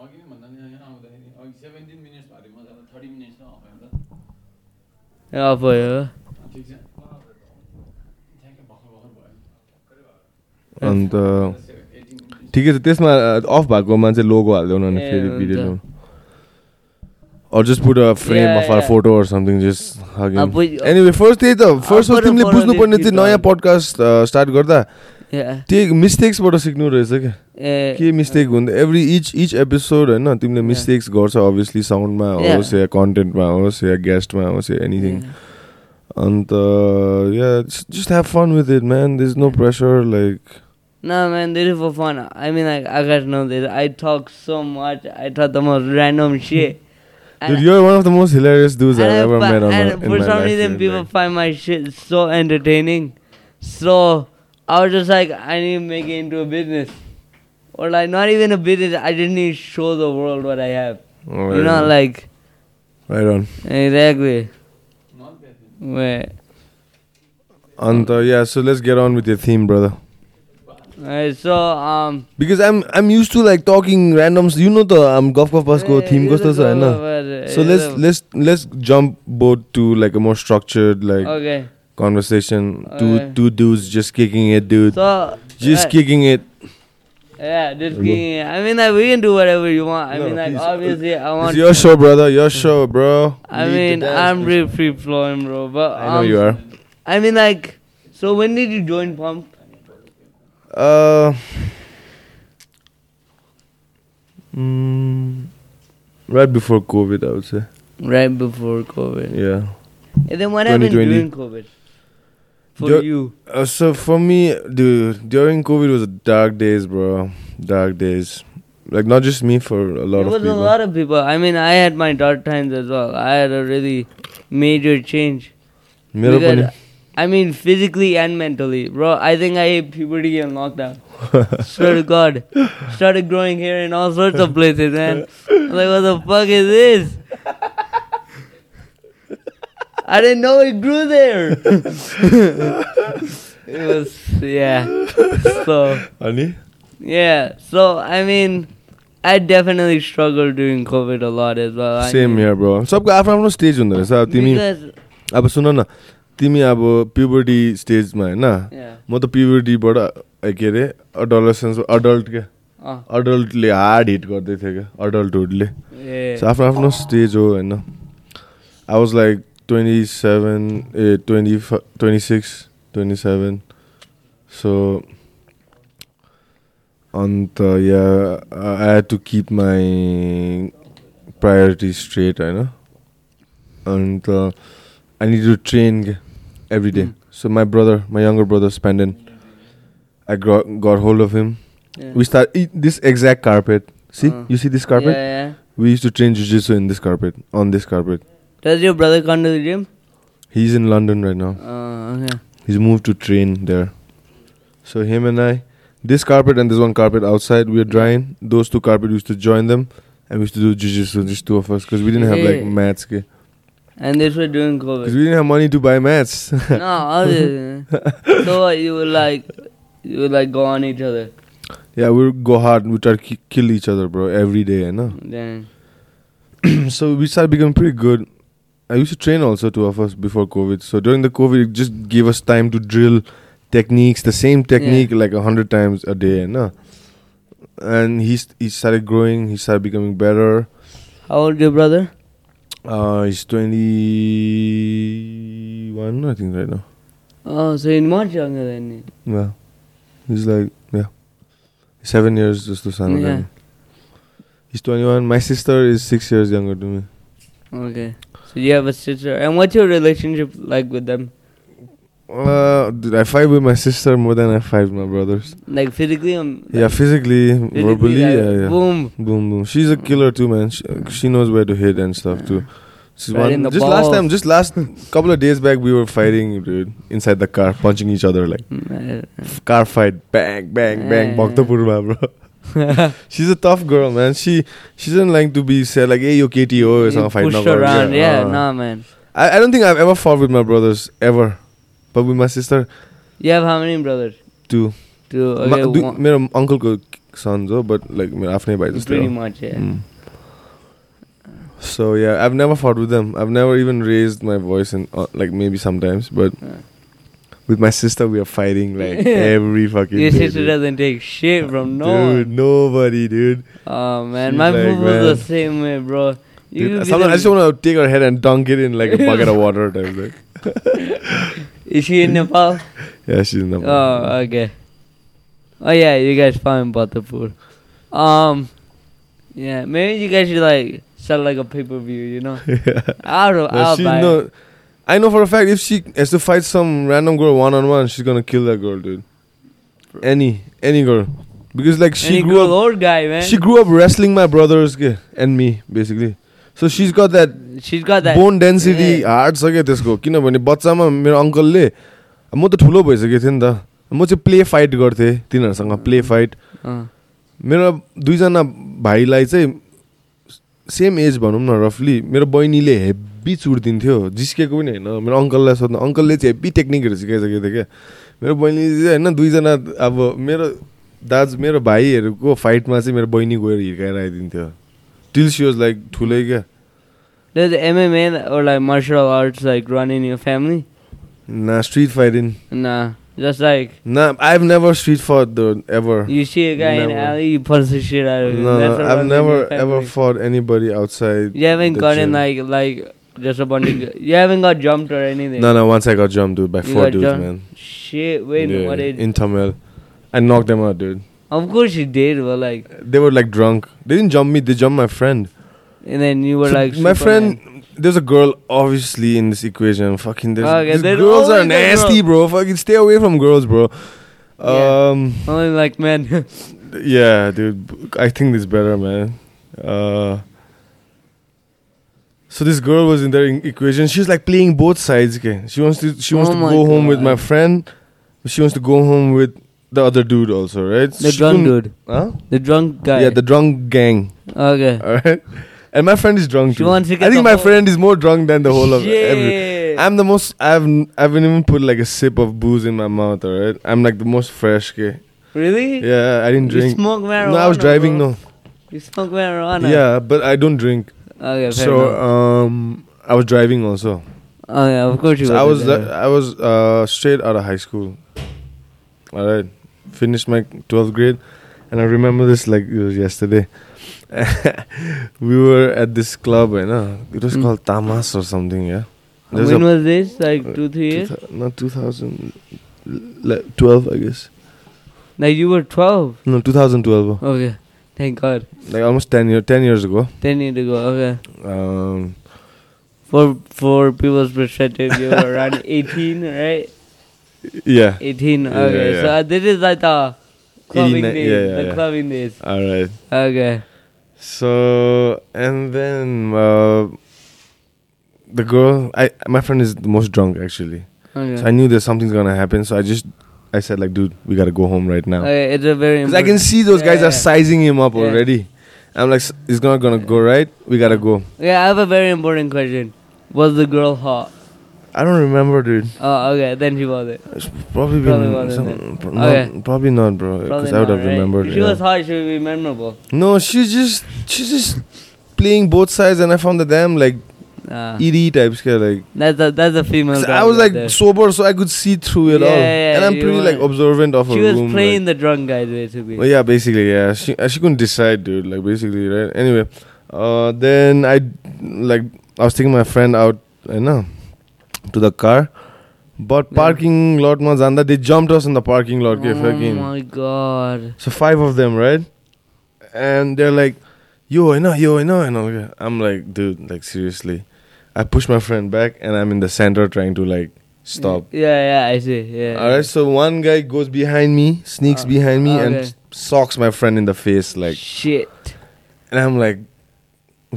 Speaker 4: अघि नै भन्दा नि यहाँ आउँदाखेरि अघि सेभेन्टिन मिनट्स भयो म जाँदा थर्टी मिनट्स नै अफ हेर्दा
Speaker 2: Oh boy, uh,
Speaker 4: ठिक छ ठ्याक्कै भर्खर भर्खर भयो
Speaker 3: अन्त
Speaker 4: एटिन
Speaker 3: ठिकै छ त्यसमा uh, अफ भएकोमा चाहिँ लोगो हालिदेऊ न अनि
Speaker 2: ए,
Speaker 3: फेरि
Speaker 2: हुन्छ।
Speaker 3: भिडियो ल्याउनु Or just put a frame
Speaker 2: Yeah,
Speaker 3: of our
Speaker 2: yeah.
Speaker 3: photo or something, just hug him.
Speaker 2: I'll put-
Speaker 3: anyway, first त्यही त first
Speaker 2: I'll
Speaker 3: first
Speaker 2: put a
Speaker 3: तिमीले
Speaker 2: photo
Speaker 3: बुझ्नुपर्ने
Speaker 2: with
Speaker 3: त्यो
Speaker 2: you,
Speaker 3: नयाँ
Speaker 2: dog.
Speaker 3: पडकास्ट स्टार्ट गर्दा
Speaker 2: yeah.
Speaker 3: त्यही मिस्टेक्सबाट सिक्नु रहेछ क्या
Speaker 2: Uh,
Speaker 3: के मिस्टेक हुन्छ एभ्री इच इच एपिसोड होइन तिमीले
Speaker 2: Yeah.
Speaker 3: मिस्टेक्स गर्छ अभियसली साउन्डमा
Speaker 2: Yeah.
Speaker 3: होस् या कन्टेन्टमा होस् या गेस्टमा होस् या एनिथिङ अन्त या just have fun with it man the is no pressure like
Speaker 2: No, man, this is for fun. I mean, like I guys know this. I talk so much. I talk the most random shit.
Speaker 3: Dude, you're one of the most hilarious dudes I've
Speaker 2: And I
Speaker 3: ever
Speaker 2: fi-
Speaker 3: met on
Speaker 2: and
Speaker 3: my, in
Speaker 2: for
Speaker 3: my
Speaker 2: some
Speaker 3: life,
Speaker 2: reason,
Speaker 3: dude,
Speaker 2: people
Speaker 3: like-
Speaker 2: find my shit so entertaining. So I was just like, I need to make it into a business, or like not even a business. I just need to show the world what I have.
Speaker 3: Oh,
Speaker 2: You know,
Speaker 3: right.
Speaker 2: like
Speaker 3: Right on.
Speaker 2: exactly.
Speaker 4: Not bad
Speaker 2: Wait,
Speaker 3: And uh, yeah, so let's get on with your theme, brother.
Speaker 2: Alright, so um.
Speaker 3: Because I'm I'm used to like talking randoms. You know the um golf golf basco
Speaker 2: eh,
Speaker 3: theme
Speaker 2: you
Speaker 3: kosto
Speaker 2: just go
Speaker 3: cha हैन?
Speaker 2: over, eh,
Speaker 3: So
Speaker 2: you
Speaker 3: let's
Speaker 2: just-
Speaker 3: let's let's jump board to like a more structured like
Speaker 2: Okay.
Speaker 3: conversation.
Speaker 2: Okay.
Speaker 3: Two two dudes just kicking it, dude.
Speaker 2: So
Speaker 3: just
Speaker 2: right,
Speaker 3: kicking it.
Speaker 2: Yeah, just
Speaker 3: Hello.
Speaker 2: kicking. I mean, like we can do whatever you want. I
Speaker 3: No,
Speaker 2: mean, like
Speaker 3: please, uh,
Speaker 2: obviously, I want.
Speaker 3: It's your show, brother. Your show, bro.
Speaker 2: Hmm. I
Speaker 3: Lead the
Speaker 2: mean,
Speaker 3: dance,
Speaker 2: I'm
Speaker 3: please.
Speaker 2: real free flowing, bro. But um,
Speaker 3: I know you are.
Speaker 2: I mean, like, so when did you join Pump?
Speaker 3: Uh. Mm, right before COVID, I would say.
Speaker 2: Right before COVID.
Speaker 3: Yeah.
Speaker 2: And then what happened
Speaker 3: 2020.
Speaker 2: during COVID? For
Speaker 3: Dur-
Speaker 2: you.
Speaker 3: Uh, so for me, dude, during COVID was dark days, bro. Dark days. Like not just me, for a lot
Speaker 2: It
Speaker 3: of
Speaker 2: was
Speaker 3: people.
Speaker 2: a lot of people. I mean, I had my dark times as well. I had a really major change.
Speaker 3: मेरो पनि
Speaker 2: Because, I mean, physically and mentally. Bro, I think I hit puberty in lockdown. Swear to God. Started growing hair in all sorts of places, man. I'm like, what the fuck is this? I didn't know it grew there. it was, yeah. So,
Speaker 3: अनि
Speaker 2: yeah. So, I mean, I definitely struggled during COVID a lot as well. I
Speaker 3: same
Speaker 2: mean,
Speaker 3: here bro सबको आफ्नो आफ्नो stage हुँदो रहेछ अब तिमी
Speaker 2: Because,
Speaker 3: अब सुन न तिमी अब प्युबर्टी स्टेजमा होइन
Speaker 2: yeah.
Speaker 3: म त प्युबर्टीबाट के अरे अडोलसेन्स अडल्ट क्या
Speaker 2: Oh,
Speaker 3: अडल्टले हार्ड हिट गर्दै थियो क्या अडल्टहुडले
Speaker 2: yeah.
Speaker 3: So आफ्नो आफ्नो स्टेज हो होइन I was like twenty seven a twenty twenty six twenty seven so अन्त या uh, I had to keep my priority straight होइन and uh, I need to train every day.
Speaker 2: Mm.
Speaker 3: So my brother, my younger brother, Spandin, I got got hold of him.
Speaker 2: Yeah.
Speaker 3: We start eat this exact carpet. See,
Speaker 2: Uh.
Speaker 3: you see this carpet?
Speaker 2: Yeah, yeah.
Speaker 3: We used to train jujitsu in this carpet, on this carpet.
Speaker 2: Does your brother come to the gym?
Speaker 3: He's in London right now.
Speaker 2: Uh, okay.
Speaker 3: He's moved to train there. So him and I, this carpet and this one carpet outside, we are drying. Those two carpet we used to join them, and we used to do jujitsu, just two of us, because we didn't have like
Speaker 2: Shit.
Speaker 3: mats, because
Speaker 2: And this was during COVID.
Speaker 3: we didn't have money to buy mats.
Speaker 2: no, other than So what, you would like, you would like go on each other.
Speaker 3: yeah, we would go hard. We try to ki- kill each other, bro, every day, you know.
Speaker 2: Then
Speaker 3: so we started becoming pretty good. I used to train also two of us before COVID. So during the COVID, it just gave us time to drill techniques, the same technique like a hundred times a day, no. And he st- he started growing. He started becoming better.
Speaker 2: how old your brother?
Speaker 3: Uh, he's twenty one, I think, right now.
Speaker 2: Oh, so he's much younger than you.
Speaker 3: Yeah, he's like yeah, seven years just to sound
Speaker 2: Yeah.
Speaker 3: yeah. He's twenty one. My sister is six years younger to me.
Speaker 2: Okay. So you have a sister. And what's your relationship like with them?
Speaker 3: Uh, dude, I fight with my sister more than I fight with my brothers.
Speaker 2: Like physically? Um,
Speaker 3: Yeah,
Speaker 2: like
Speaker 3: physically,
Speaker 2: physically,
Speaker 3: verbally,
Speaker 2: like,
Speaker 3: yeah, yeah.
Speaker 2: Boom.
Speaker 3: Boom, boom. She's a killer too, man. She, uh, she knows where to hit and stuff too. She's
Speaker 2: Right in
Speaker 3: one,
Speaker 2: the
Speaker 3: just last
Speaker 2: balls.
Speaker 3: time, just last couple of days back, we were fighting, dude, inside the car, punching each other like
Speaker 2: Mm,
Speaker 3: f- car fight, bang, bang, bang,
Speaker 2: Yeah.
Speaker 3: Bhaktapurma, bro. she's a tough girl, man. She she doesn't like to be said like, hey, you KTO or
Speaker 2: You
Speaker 3: something.
Speaker 2: pushed around. Yeah,
Speaker 3: uh,
Speaker 2: nah, man.
Speaker 3: I, I don't think I've ever fought with my brothers ever, but with my sister
Speaker 2: You have how many brothers?
Speaker 3: too.
Speaker 2: Two.
Speaker 3: Ma-
Speaker 2: Okay,
Speaker 3: dude,
Speaker 2: one-
Speaker 3: मेरा uncle को son जो, but like मेरा आफ्नै भाइ जस्तै
Speaker 2: pretty
Speaker 3: हो।
Speaker 2: much. Yeah.
Speaker 3: Mm. So yeah, I've never fought with them. I've never even raised my voice, and uh, like maybe sometimes, but
Speaker 2: Yeah.
Speaker 3: with my sister we are fighting like every fucking
Speaker 2: Your
Speaker 3: day,
Speaker 2: sister
Speaker 3: dude.
Speaker 2: doesn't take shit from no
Speaker 3: dude,
Speaker 2: one.
Speaker 3: nobody, dude.
Speaker 2: Oh man,
Speaker 3: She's
Speaker 2: my
Speaker 3: like,
Speaker 2: mom was the
Speaker 3: man.
Speaker 2: same way, bro. You
Speaker 3: dude
Speaker 2: be
Speaker 3: sometimes I just
Speaker 2: the-
Speaker 3: want to take her head and dunk it in like a bucket of water type thing.
Speaker 2: Is she in Nepal?
Speaker 3: Yeah, she's not.
Speaker 2: Oh, okay. Oh yeah, you guys found Bhattapur. Um, yeah, maybe you guys should like sell like a pay per view, you know? Out of
Speaker 3: No,
Speaker 2: out
Speaker 3: she
Speaker 2: by.
Speaker 3: no. I know for a fact if she has to fight some random girl one on one, she's gonna kill that girl, dude. Any any girl, because like she
Speaker 2: Any
Speaker 3: grew
Speaker 2: girl
Speaker 3: up,
Speaker 2: or guy, man.
Speaker 3: she grew up wrestling my brothers ge- and me basically. So she's got that
Speaker 2: she's got that.
Speaker 3: Bone density
Speaker 2: Yeah.
Speaker 3: Hard छ क्या त्यसको किनभने बच्चामा मेरो अङ्कलले म त ठुलो भइसकेको थिएँ नि त म चाहिँ प्ले फाइट गर्थेँ तिनीहरूसँग प्ले फाइट
Speaker 2: Uh,
Speaker 3: मेरो दुईजना भाइलाई चाहिँ सेम एज भनौँ न रफली मेरो बहिनीले हेब्बी चुड दिन्थ्यो जिस्केको पनि होइन मेरो अङ्कललाई सोध्नु अङ्कलले चाहिँ हेब्बी टेक्निकहरू सिकाइसकेको थियो क्या मेरो बहिनीले चाहिँ होइन दुईजना अब मेरो दाज मेरो भाइहरूको फाइटमा चाहिँ मेरो बहिनी गएर हिर्काएर आइदिन्थ्यो टिल सी वाज लाइक ठुलै क्या
Speaker 2: does MMA or like martial arts like run in your family?
Speaker 3: ना street fighting
Speaker 2: Nah, just like
Speaker 3: No, I've never street fought though ever.
Speaker 2: you see a guy in
Speaker 3: Never.
Speaker 2: alley, you punch the shit out of him.
Speaker 3: no,
Speaker 2: That's
Speaker 3: no,
Speaker 2: what
Speaker 3: I've
Speaker 2: runs in your
Speaker 3: never ever
Speaker 2: family.
Speaker 3: fought anybody outside.
Speaker 2: You haven't
Speaker 3: the
Speaker 2: gotten
Speaker 3: gym.
Speaker 2: like like just a bunch of. g- You haven't got jumped or anything.
Speaker 3: No, no. Once I got jumped, dude, by
Speaker 2: You
Speaker 3: four
Speaker 2: got
Speaker 3: dudes,
Speaker 2: jumped?
Speaker 3: man.
Speaker 2: Shit, wait,
Speaker 3: Yeah,
Speaker 2: what age?
Speaker 3: In Tamil, I knocked them out, dude.
Speaker 2: of course you did, but like,
Speaker 3: They were like drunk. They didn't jump me. They jumped my friend.
Speaker 2: and then you were
Speaker 3: So
Speaker 2: like,
Speaker 3: my
Speaker 2: Superman.
Speaker 3: friend. There's a girl, obviously, in this equation. Fucking, there's,
Speaker 2: Okay,
Speaker 3: these
Speaker 2: there's
Speaker 3: girls are
Speaker 2: always a girl.
Speaker 3: nasty, bro. Fucking, stay away from girls, bro.
Speaker 2: Yeah.
Speaker 3: Um,
Speaker 2: Only Oh, like man.
Speaker 3: Yeah, dude. I think this better, man. Uh, so this girl was in their e- equation. She's like playing both sides. Okay, she wants to. She wants
Speaker 2: Oh
Speaker 3: to
Speaker 2: my
Speaker 3: go home with
Speaker 2: God.
Speaker 3: my friend. but She wants to go home with the other dude also, right?
Speaker 2: the
Speaker 3: She
Speaker 2: drunk
Speaker 3: couldn't-
Speaker 2: dude,
Speaker 3: Huh?
Speaker 2: the drunk guy.
Speaker 3: Yeah, the drunk gang.
Speaker 2: okay.
Speaker 3: All right. And my friend is drunk
Speaker 2: She
Speaker 3: too.
Speaker 2: wants to
Speaker 3: I
Speaker 2: get
Speaker 3: think
Speaker 2: the
Speaker 3: my
Speaker 2: whole-
Speaker 3: friend is more drunk than the whole of every.
Speaker 2: Shit.
Speaker 3: I'm the most. I've. n- I haven't even put like a sip of booze in my mouth. All right. I'm like the most fresh. Okay.
Speaker 2: really.
Speaker 3: Yeah, I didn't
Speaker 2: You
Speaker 3: drink.
Speaker 2: smoke marijuana.
Speaker 3: No, I was driving.
Speaker 2: bro.
Speaker 3: No.
Speaker 2: You smoke marijuana.
Speaker 3: Yeah, but I don't drink.
Speaker 2: Okay. Fair
Speaker 3: so
Speaker 2: enough.
Speaker 3: um, I was driving also.
Speaker 2: oh yeah, of course you.
Speaker 3: So
Speaker 2: were
Speaker 3: I was
Speaker 2: there.
Speaker 3: I was uh, straight out of high school. All right, finished my 12th grade, and I remember this like it was yesterday. we were at this club, you know, it was
Speaker 2: Mm.
Speaker 3: called Tamas or something. Yeah, There's
Speaker 2: when
Speaker 3: a
Speaker 2: was this? Like two, three years?
Speaker 3: 2000 not 2012, I guess.
Speaker 2: Like you were twelve.
Speaker 3: No, 2012.
Speaker 2: Okay. Thank God.
Speaker 3: Like almost 10 year, 10 years ago.
Speaker 2: Ten years ago. Okay.
Speaker 3: um,
Speaker 2: for for people's perspective, you're around 18, right?
Speaker 3: Yeah.
Speaker 2: 18.
Speaker 3: Yeah,
Speaker 2: Okay,
Speaker 3: yeah.
Speaker 2: so uh, this is like the clubbing
Speaker 3: 89
Speaker 2: days.
Speaker 3: yeah, yeah,
Speaker 2: the
Speaker 3: yeah.
Speaker 2: clubbing days.
Speaker 3: All right.
Speaker 2: Okay.
Speaker 3: So and then uh, the girl, I my friend is the most drunk actually.
Speaker 2: Okay.
Speaker 3: So I knew there's something's gonna happen. So I just, I said like, dude, we gotta go home right now.
Speaker 2: okay. It's a very.
Speaker 3: Because I can
Speaker 2: important-
Speaker 3: see those guys
Speaker 2: Yeah.
Speaker 3: are sizing him up
Speaker 2: Yeah.
Speaker 3: already. I'm like, "S- it's not gonna go right. We gotta go.
Speaker 2: Yeah, I have a very important question. Was the girl hot?
Speaker 3: I don't remember, dude.
Speaker 2: Oh, okay. Then she was it.
Speaker 3: It's probably
Speaker 2: Probably
Speaker 3: been
Speaker 2: wasn't
Speaker 3: some, pro-
Speaker 2: Okay.
Speaker 3: not, probably not, bro.
Speaker 2: Probably
Speaker 3: Because I would
Speaker 2: not,
Speaker 3: have
Speaker 2: right?
Speaker 3: remembered.
Speaker 2: If she
Speaker 3: yeah.
Speaker 2: was hot, she would be memorable.
Speaker 3: no, she's just she's just playing both sides, and I found the damn like
Speaker 2: Ah.
Speaker 3: ED types guy like.
Speaker 2: that's a that's a female.
Speaker 3: 'cause
Speaker 2: guy
Speaker 3: E I was
Speaker 2: right
Speaker 3: like
Speaker 2: there.
Speaker 3: sober, so I could see through it
Speaker 2: Yeah,
Speaker 3: all,
Speaker 2: yeah,
Speaker 3: and I'm
Speaker 2: you
Speaker 3: pretty like
Speaker 2: were-
Speaker 3: observant of
Speaker 2: she
Speaker 3: her
Speaker 2: was
Speaker 3: room.
Speaker 2: playing
Speaker 3: like-
Speaker 2: the drunk guys basically.
Speaker 3: Well, yeah, basically, yeah. She uh, she couldn't decide, dude. Like basically, right? Anyway, uh, then I like I was taking my friend out, you know, to the car, but
Speaker 2: Yeah.
Speaker 3: parking lot ma zanda they jumped us in the parking lot. Okay,
Speaker 2: oh
Speaker 3: fucking.
Speaker 2: my god.
Speaker 3: So five of them, right? And they're like, "Yo, I know, yo, I know," and I'm like- I'm like, "Dude, like seriously." I push my friend back, and I'm in the center trying to like stop.
Speaker 2: Yeah, yeah, I see. Yeah.
Speaker 3: All right, so one guy goes behind me, sneaks
Speaker 2: Uh,
Speaker 3: behind me, and
Speaker 2: okay.
Speaker 3: s- socks my friend in the face, like.
Speaker 2: shit.
Speaker 3: And I'm like,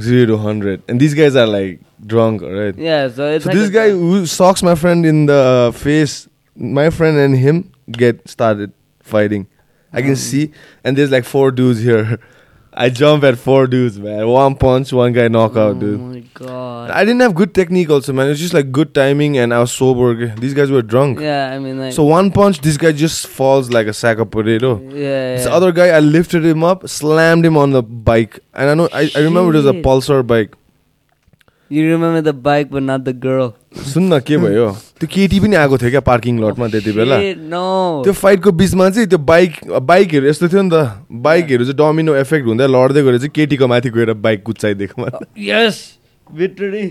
Speaker 3: zero to 100. And these guys are like drunk, alright?
Speaker 2: Yeah, so it's
Speaker 3: so
Speaker 2: like
Speaker 3: this
Speaker 2: a-
Speaker 3: guy who socks my friend in the uh, face, my friend and him get started fighting. I can
Speaker 2: Mm.
Speaker 3: see. And there's like four dudes here. I jump at four dudes, man. One punch, one guy knockout,
Speaker 2: oh
Speaker 3: dude.
Speaker 2: my god.
Speaker 3: I didn't have good technique also, man. It was just like good timing and I was sober. These guys were drunk.
Speaker 2: yeah, I mean like.
Speaker 3: So one punch, this guy just falls like a sack of potato.
Speaker 2: Yeah. yeah.
Speaker 3: This other guy, I lifted him up, slammed him on the bike, and I know I, I remember it was a
Speaker 2: Shit.
Speaker 3: pulsar bike.
Speaker 2: You remember the bike, but not the girl.
Speaker 3: सुन न के भयो त्यो केटी पनि आएको थियो क्या parking लटमा त्यति बेला
Speaker 2: Shit, no.
Speaker 3: त्यो फाइटको बिचमा चाहिँ त्यो बाइक बाइकहरू यस्तो थियो नि त बाइकहरू चाहिँ डोमिनो इफेक्ट हुँदै लड्दै गएर चाहिँ केटीको माथि गएर bike कुच्चाइदिएको
Speaker 2: Yes, victory.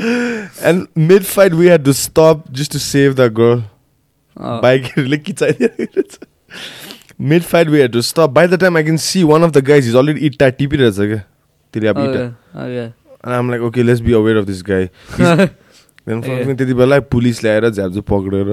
Speaker 3: And mid fight we had to stop just to save the girl
Speaker 2: Oh.
Speaker 3: बाइकहरूले किचाइदिएको रहेछ mid fight we had to stop by the time I can see one of the guys is already इट्टा टिपिरहेछ
Speaker 2: Oh,
Speaker 3: क्या त्यसले अब इट्टा
Speaker 2: Okay. Okay.
Speaker 3: And I'm like, okay, let's be aware of this guy. Then
Speaker 2: Yeah.
Speaker 3: fucking त्यति बेला police ल्याएर झ्याप्जो पक्रेर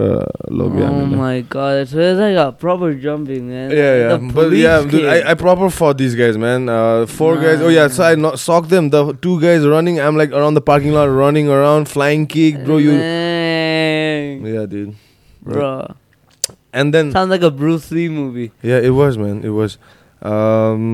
Speaker 3: लग्यो
Speaker 2: oh
Speaker 3: हामीलाई।
Speaker 2: my god, so it's like a proper jumping, man.
Speaker 3: Yeah, yeah,
Speaker 2: The
Speaker 3: but
Speaker 2: police
Speaker 3: yeah, dude,
Speaker 2: came.
Speaker 3: I, I proper fought these guys, man. Uh, four guys. Oh yeah, so I no- socked them. The two guys running. I'm like around the parking lot, running around, flying kick, bro. You.
Speaker 2: Dang,
Speaker 3: Yeah, dude.
Speaker 2: bro.
Speaker 3: And then
Speaker 2: Mm. Sounds like a Bruce Lee movie.
Speaker 3: yeah, it was, man. It was. Um,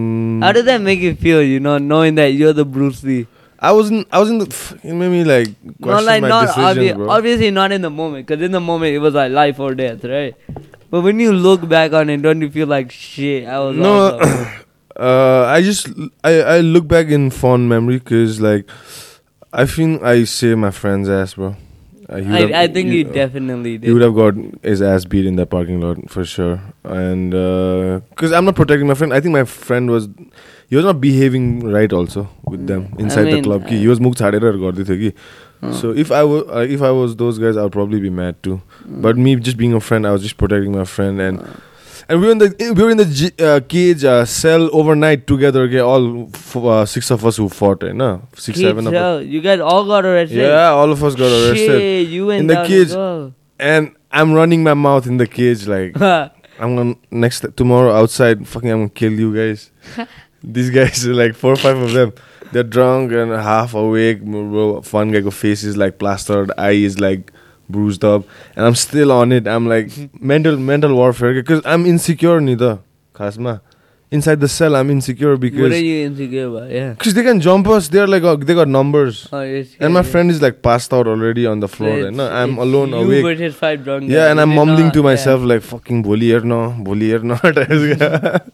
Speaker 2: How did that make you feel? You know, knowing that you're the Bruce Lee.
Speaker 3: I wasn't. I wasn't. It made me like question
Speaker 2: Not like
Speaker 3: my
Speaker 2: not
Speaker 3: decisions,
Speaker 2: obvi-
Speaker 3: bro.
Speaker 2: obviously not in the moment, because in the moment it was like life or death, right? But when you look back on it, don't you feel like shit? I was
Speaker 3: No,
Speaker 2: awesome.
Speaker 3: uh, I just I, I look back in fond memory because like I think I saved my friend's ass, bro. Uh, he would have-
Speaker 2: I, I think
Speaker 3: he-
Speaker 2: you definitely
Speaker 3: He would
Speaker 2: did.
Speaker 3: have got his ass beat in that parking lot for sure, and because I'm not protecting my friend, I think my friend was he was not behaving right also with them
Speaker 2: Mm. I
Speaker 3: inside the
Speaker 2: mean,
Speaker 3: club. ki
Speaker 2: I-
Speaker 3: he was mukh chhader gardai थियो ki.
Speaker 2: Oh.
Speaker 3: So if I was uh, if I was those guys, I'd probably be mad too.
Speaker 2: Hmm.
Speaker 3: But me just being a friend, I was just protecting my friend and. And we were in the we were in the j- uh, cage uh, cell overnight together. Okay, all f- uh, six of us who fought, eh, no, six
Speaker 2: Kids,
Speaker 3: seven of us.
Speaker 2: hell, you guys all got arrested.
Speaker 3: Yeah, all of us got arrested.
Speaker 2: Shit, you went
Speaker 3: In the
Speaker 2: down as
Speaker 3: cage.
Speaker 2: well.
Speaker 3: And I'm running my mouth in the cage like I'm gonna next tomorrow outside. Fucking, I'm gonna kill you guys. These guys are like four or five of them. They're drunk and half awake. Bro, one guy go face is like plastered, eye is like bruised up, and I'm still on it. I'm like mental mental warfare because I'm insecure, neither Kasma. Inside the cell, I'm insecure
Speaker 2: what are
Speaker 3: because
Speaker 2: you insecure about? Yeah.
Speaker 3: because they can jump us. They're like uh, they got numbers,
Speaker 2: Oh, yes,
Speaker 3: and
Speaker 2: yeah,
Speaker 3: my
Speaker 2: yeah.
Speaker 3: friend is like passed out already on the floor.
Speaker 2: It's-
Speaker 3: and no, I'm
Speaker 2: it's
Speaker 3: alone
Speaker 2: you
Speaker 3: awake.
Speaker 2: versus five drunk guys.
Speaker 3: Yeah, and
Speaker 2: You
Speaker 3: I'm
Speaker 2: did
Speaker 3: mumbling
Speaker 2: not-
Speaker 3: to
Speaker 2: yeah.
Speaker 3: myself like fucking bully or no, bully or not.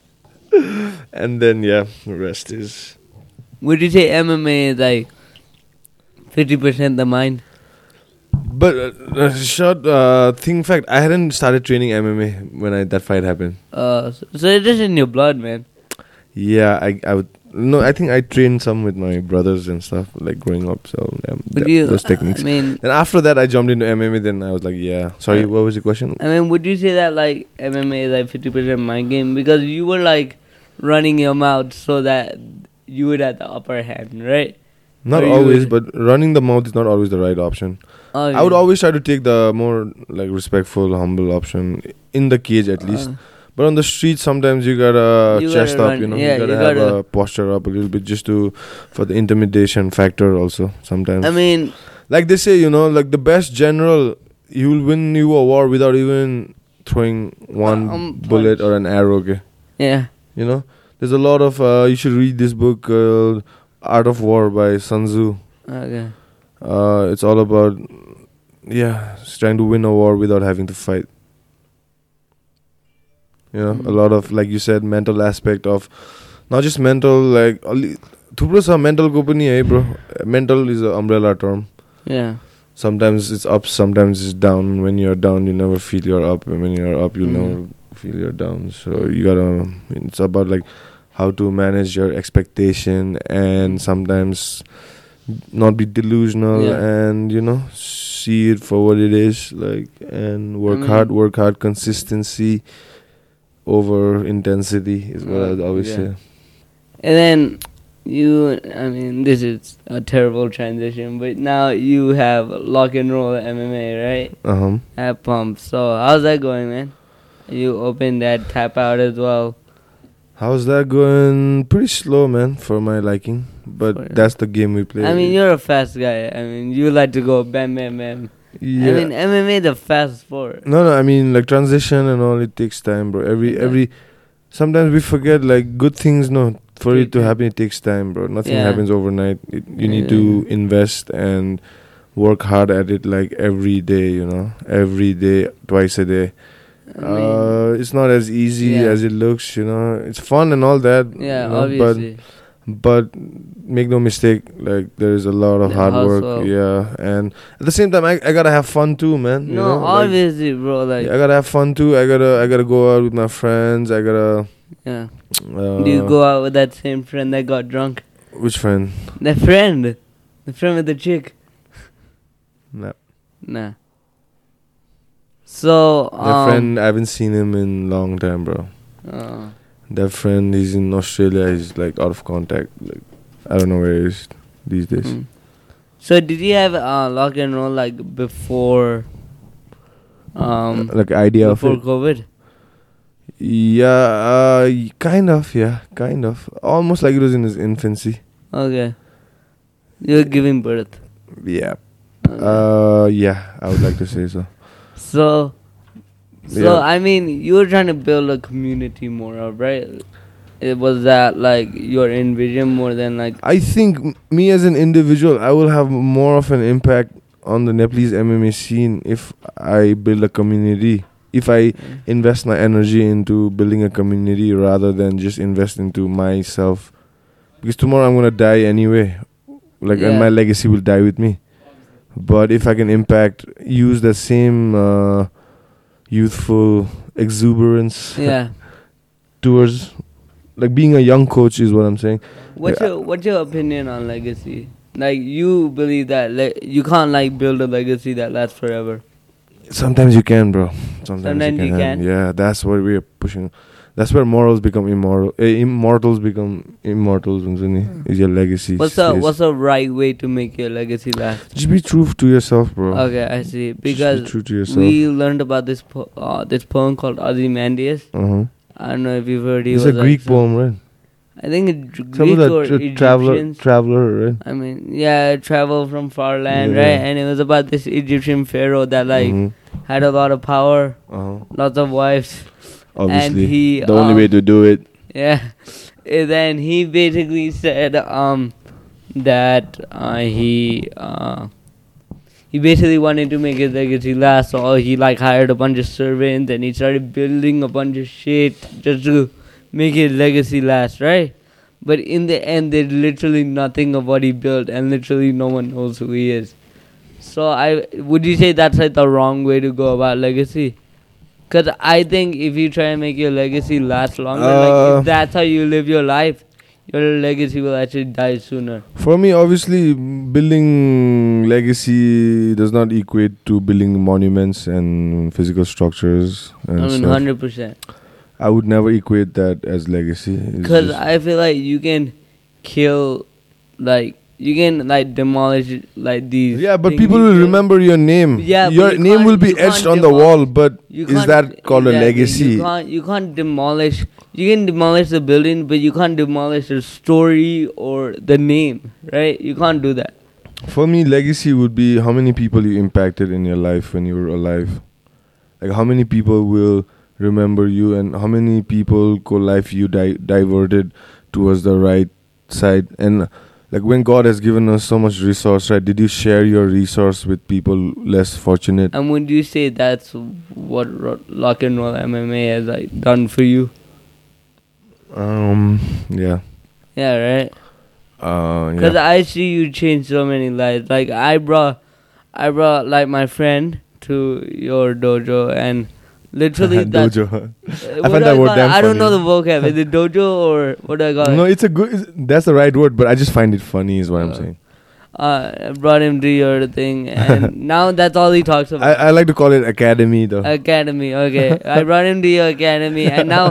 Speaker 3: and then yeah, rest is
Speaker 2: Would you say MMA is like fifty percent the mind?
Speaker 3: but uh, uh, short uh, thing fact, I hadn't started training MMA when I, that fight happened.
Speaker 2: Uh, so, so it is in your blood, man.
Speaker 3: Yeah, I I would no, I think I trained some with my brothers and stuff like growing up. So um,
Speaker 2: Would
Speaker 3: that-
Speaker 2: you? uh,
Speaker 3: those techniques.
Speaker 2: I mean, Uh,
Speaker 3: Then after that, I jumped into MMA. Then I was like, yeah. Sorry, what was your question?
Speaker 2: I mean, would you say that like MMA is like fifty percent mind game because you were like running your mouth so that you would have the upper hand, right?
Speaker 3: Not
Speaker 2: Or you
Speaker 3: always,
Speaker 2: would-
Speaker 3: but running the mouth is not always the right option.
Speaker 2: Oh,
Speaker 3: I would
Speaker 2: yeah.
Speaker 3: always try to take the more like respectful, humble option in the cage at least.
Speaker 2: Uh,
Speaker 3: But on the street, sometimes you gotta
Speaker 2: You
Speaker 3: chest
Speaker 2: gotta
Speaker 3: up,
Speaker 2: run-
Speaker 3: you know.
Speaker 2: yeah,
Speaker 3: you gotta
Speaker 2: you
Speaker 3: have
Speaker 2: gotta-
Speaker 3: a posture up a little bit just to for the intimidation factor also sometimes.
Speaker 2: I mean,
Speaker 3: like they say, you know, like the best general, he will win you a war without even throwing one
Speaker 2: Uh, um,
Speaker 3: bullet
Speaker 2: punch.
Speaker 3: or an arrow. Okay?
Speaker 2: yeah.
Speaker 3: You know, there's a lot of. Uh, you should read this book, uh, Art of War by Sun Tzu.
Speaker 2: Okay.
Speaker 3: Uh, it's all about, yeah, it's trying to win a war without having to fight. You know, a
Speaker 2: Mm.
Speaker 3: lot of like you said, mental aspect of, not just mental like. only- थुप्रो छ mental को पनि है bro. Mental is an umbrella term.
Speaker 2: Yeah.
Speaker 3: Sometimes it's up, sometimes it's down. When you're down, you never feel you're up, and when you're up, you
Speaker 2: Mhm.
Speaker 3: never feel you're down. So you gotta. It's about like how to manage your expectation and sometimes not be delusional
Speaker 2: Yeah.
Speaker 3: and you know see it for what it is like and work
Speaker 2: mean-
Speaker 3: hard work hard consistency over intensity is what
Speaker 2: Uh,
Speaker 3: i'd always
Speaker 2: yeah.
Speaker 3: say
Speaker 2: And then you, I mean, this is a terrible transition, but now you have lock and roll MMA, right?
Speaker 3: uh-huh
Speaker 2: At Pump. So how's that going, man? You opened that tap out as well.
Speaker 3: how's that going pretty slow man for my liking but
Speaker 2: For-
Speaker 3: that's the game we play
Speaker 2: I mean, you're a fast guy. I mean, you like to go bam, bam, bam. I mean, MMA the fast sport.
Speaker 3: No, no. I mean, like transition and all. It takes time, bro. Every
Speaker 2: Yeah.
Speaker 3: every. Sometimes we forget like good things. No, for it
Speaker 2: Take
Speaker 3: to
Speaker 2: time.
Speaker 3: happen, it takes time, bro. Nothing
Speaker 2: Yeah.
Speaker 3: happens overnight. It, you need
Speaker 2: Yeah.
Speaker 3: to invest and work hard at it, like every day. You know, every day, twice a day.
Speaker 2: I mean,
Speaker 3: uh, it's not as easy
Speaker 2: Yeah.
Speaker 3: as it looks. You know, it's fun and all that.
Speaker 2: yeah,
Speaker 3: you know,
Speaker 2: obviously.
Speaker 3: But but make no mistake, like there is a lot of
Speaker 2: The
Speaker 3: hard work.
Speaker 2: hustle.
Speaker 3: Yeah, and at the same time, I, I gotta have fun too, man. you
Speaker 2: no,
Speaker 3: know, like-
Speaker 2: obviously, bro. Like,
Speaker 3: I gotta have fun too. I gotta I gotta go out with my friends. I gotta.
Speaker 2: yeah.
Speaker 3: Uh,
Speaker 2: Do you go out with that same friend that got drunk?
Speaker 3: Which friend?
Speaker 2: The friend, the friend with the chick.
Speaker 3: No,
Speaker 2: Nah. So
Speaker 3: that
Speaker 2: um,
Speaker 3: friend. I haven't seen him in long time, bro.
Speaker 2: uh,
Speaker 3: That friend. He's in Australia. He's like out of contact. Like I don't know where he is these days.
Speaker 2: mm. So did you have uh, lock and roll like before? Um,
Speaker 3: like idea of
Speaker 2: before
Speaker 3: it.
Speaker 2: COVID.
Speaker 3: Yeah, uh, y- kind of. Yeah, kind of. Almost like it was in his infancy.
Speaker 2: Okay. You were giving birth.
Speaker 3: Yeah.
Speaker 2: Okay.
Speaker 3: Uh, yeah. I would like to say so.
Speaker 2: so. So
Speaker 3: yeah.
Speaker 2: I mean, you were trying to build a community more of, right? It was that like your envision more than like
Speaker 3: I think m- me as an individual, I will have more of an impact on the Nepalese MMA scene if I build a community. If I
Speaker 2: Mm.
Speaker 3: invest my energy into building a community rather than just invest into myself, because tomorrow I'm gonna die anyway, like
Speaker 2: Yeah.
Speaker 3: and my legacy will die with me. But if I can impact, use the same uh, youthful exuberance
Speaker 2: yeah.
Speaker 3: towards, like being a young coach is what I'm saying.
Speaker 2: What's
Speaker 3: Yeah.
Speaker 2: your What's your opinion on legacy? Like you believe that le- you can't like build a legacy that lasts forever.
Speaker 3: Sometimes you can, bro. Sometimes,
Speaker 2: Sometimes
Speaker 3: you,
Speaker 2: you
Speaker 3: can.
Speaker 2: can.
Speaker 3: Yeah, that's what we're pushing. That's where morals become immoral. Uh, immortals become immortals. Mm. Is your legacy?
Speaker 2: What's the
Speaker 3: stays.
Speaker 2: What's the right way to make your legacy last?
Speaker 3: Just be true to yourself, bro.
Speaker 2: Okay, I see.
Speaker 3: Oh. Just be
Speaker 2: Because
Speaker 3: true to yourself.
Speaker 2: we learned about this po- uh, this poem called Ozymandias.
Speaker 3: uh-huh.
Speaker 2: I don't know if you've heard. He
Speaker 3: It's a
Speaker 2: was like
Speaker 3: Greek
Speaker 2: some-
Speaker 3: poem, right?
Speaker 2: I think it's Greek
Speaker 3: Some of
Speaker 2: or
Speaker 3: the tra- traveler,
Speaker 2: Egyptians.
Speaker 3: traveler, right?
Speaker 2: I mean, yeah, travel from far land,
Speaker 3: Yeah.
Speaker 2: right? And it was about this Egyptian pharaoh that like
Speaker 3: Mhm.
Speaker 2: had a lot of power,
Speaker 3: Uh-huh.
Speaker 2: lots of wives.
Speaker 3: obviously,
Speaker 2: he,
Speaker 3: the only
Speaker 2: um,
Speaker 3: way to do it.
Speaker 2: Yeah. And then he basically said um that uh, he uh he basically wanted to make his legacy last, so he like hired a bunch of servants and he started building a bunch of shit just to make his legacy last, right? But in the end, there's literally nothing of what he built, and literally no one knows who he is. So I would you say that's like the wrong way to go about legacy? Cause I think if you try and make your legacy last longer, like
Speaker 3: Uh,
Speaker 2: if that's how you live your life, your legacy will actually die sooner.
Speaker 3: For me, obviously, building legacy does not equate to building monuments and physical structures.
Speaker 2: I
Speaker 3: And
Speaker 2: mean,
Speaker 3: stuff.
Speaker 2: hundred percent.
Speaker 3: I would never equate that as legacy. It's
Speaker 2: Because
Speaker 3: just-
Speaker 2: I feel like you can kill, like you can like demolish like these.
Speaker 3: Yeah, but
Speaker 2: things
Speaker 3: people
Speaker 2: you
Speaker 3: will
Speaker 2: do.
Speaker 3: remember your name.
Speaker 2: Yeah, but
Speaker 3: your
Speaker 2: you
Speaker 3: name
Speaker 2: can't-
Speaker 3: will be
Speaker 2: you can't
Speaker 3: etched on the
Speaker 2: demol-
Speaker 3: wall, but
Speaker 2: You
Speaker 3: is
Speaker 2: can't-
Speaker 3: that called a
Speaker 2: exactly,
Speaker 3: legacy?
Speaker 2: You can't you can't demolish. You can demolish the building, but you can't demolish the story or the name, right? You can't do that.
Speaker 3: For me, legacy would be how many people you impacted in your life when you were alive. Like how many people will remember you, and how many people co life you di- diverted towards the right side. And like when God has given us so much resource, right? Did you share your resource with people less fortunate?
Speaker 2: And would you say that's what ro- rock and roll MMA has like done for you?
Speaker 3: Um, yeah.
Speaker 2: Yeah, right.
Speaker 3: Uh,
Speaker 2: Because
Speaker 3: yeah.
Speaker 2: I see you change so many lives. Like I brought, I brought like my friend to your dojo, and literally that.
Speaker 3: Dojo.
Speaker 2: Uh,
Speaker 3: I
Speaker 2: what
Speaker 3: find
Speaker 2: do
Speaker 3: that word
Speaker 2: call it?
Speaker 3: damn
Speaker 2: I don't know the
Speaker 3: funny.
Speaker 2: vocab. Is it dojo or what do I call
Speaker 3: No,
Speaker 2: it?
Speaker 3: it's a good. is- That's the right word, but I just find it funny, is what I'm
Speaker 2: Uh,
Speaker 3: saying.
Speaker 2: Uh, I brought him to your thing, and now that's all he talks
Speaker 3: I,
Speaker 2: about.
Speaker 3: I like to call it academy, though.
Speaker 2: academy. Okay, I brought him to your academy, and now,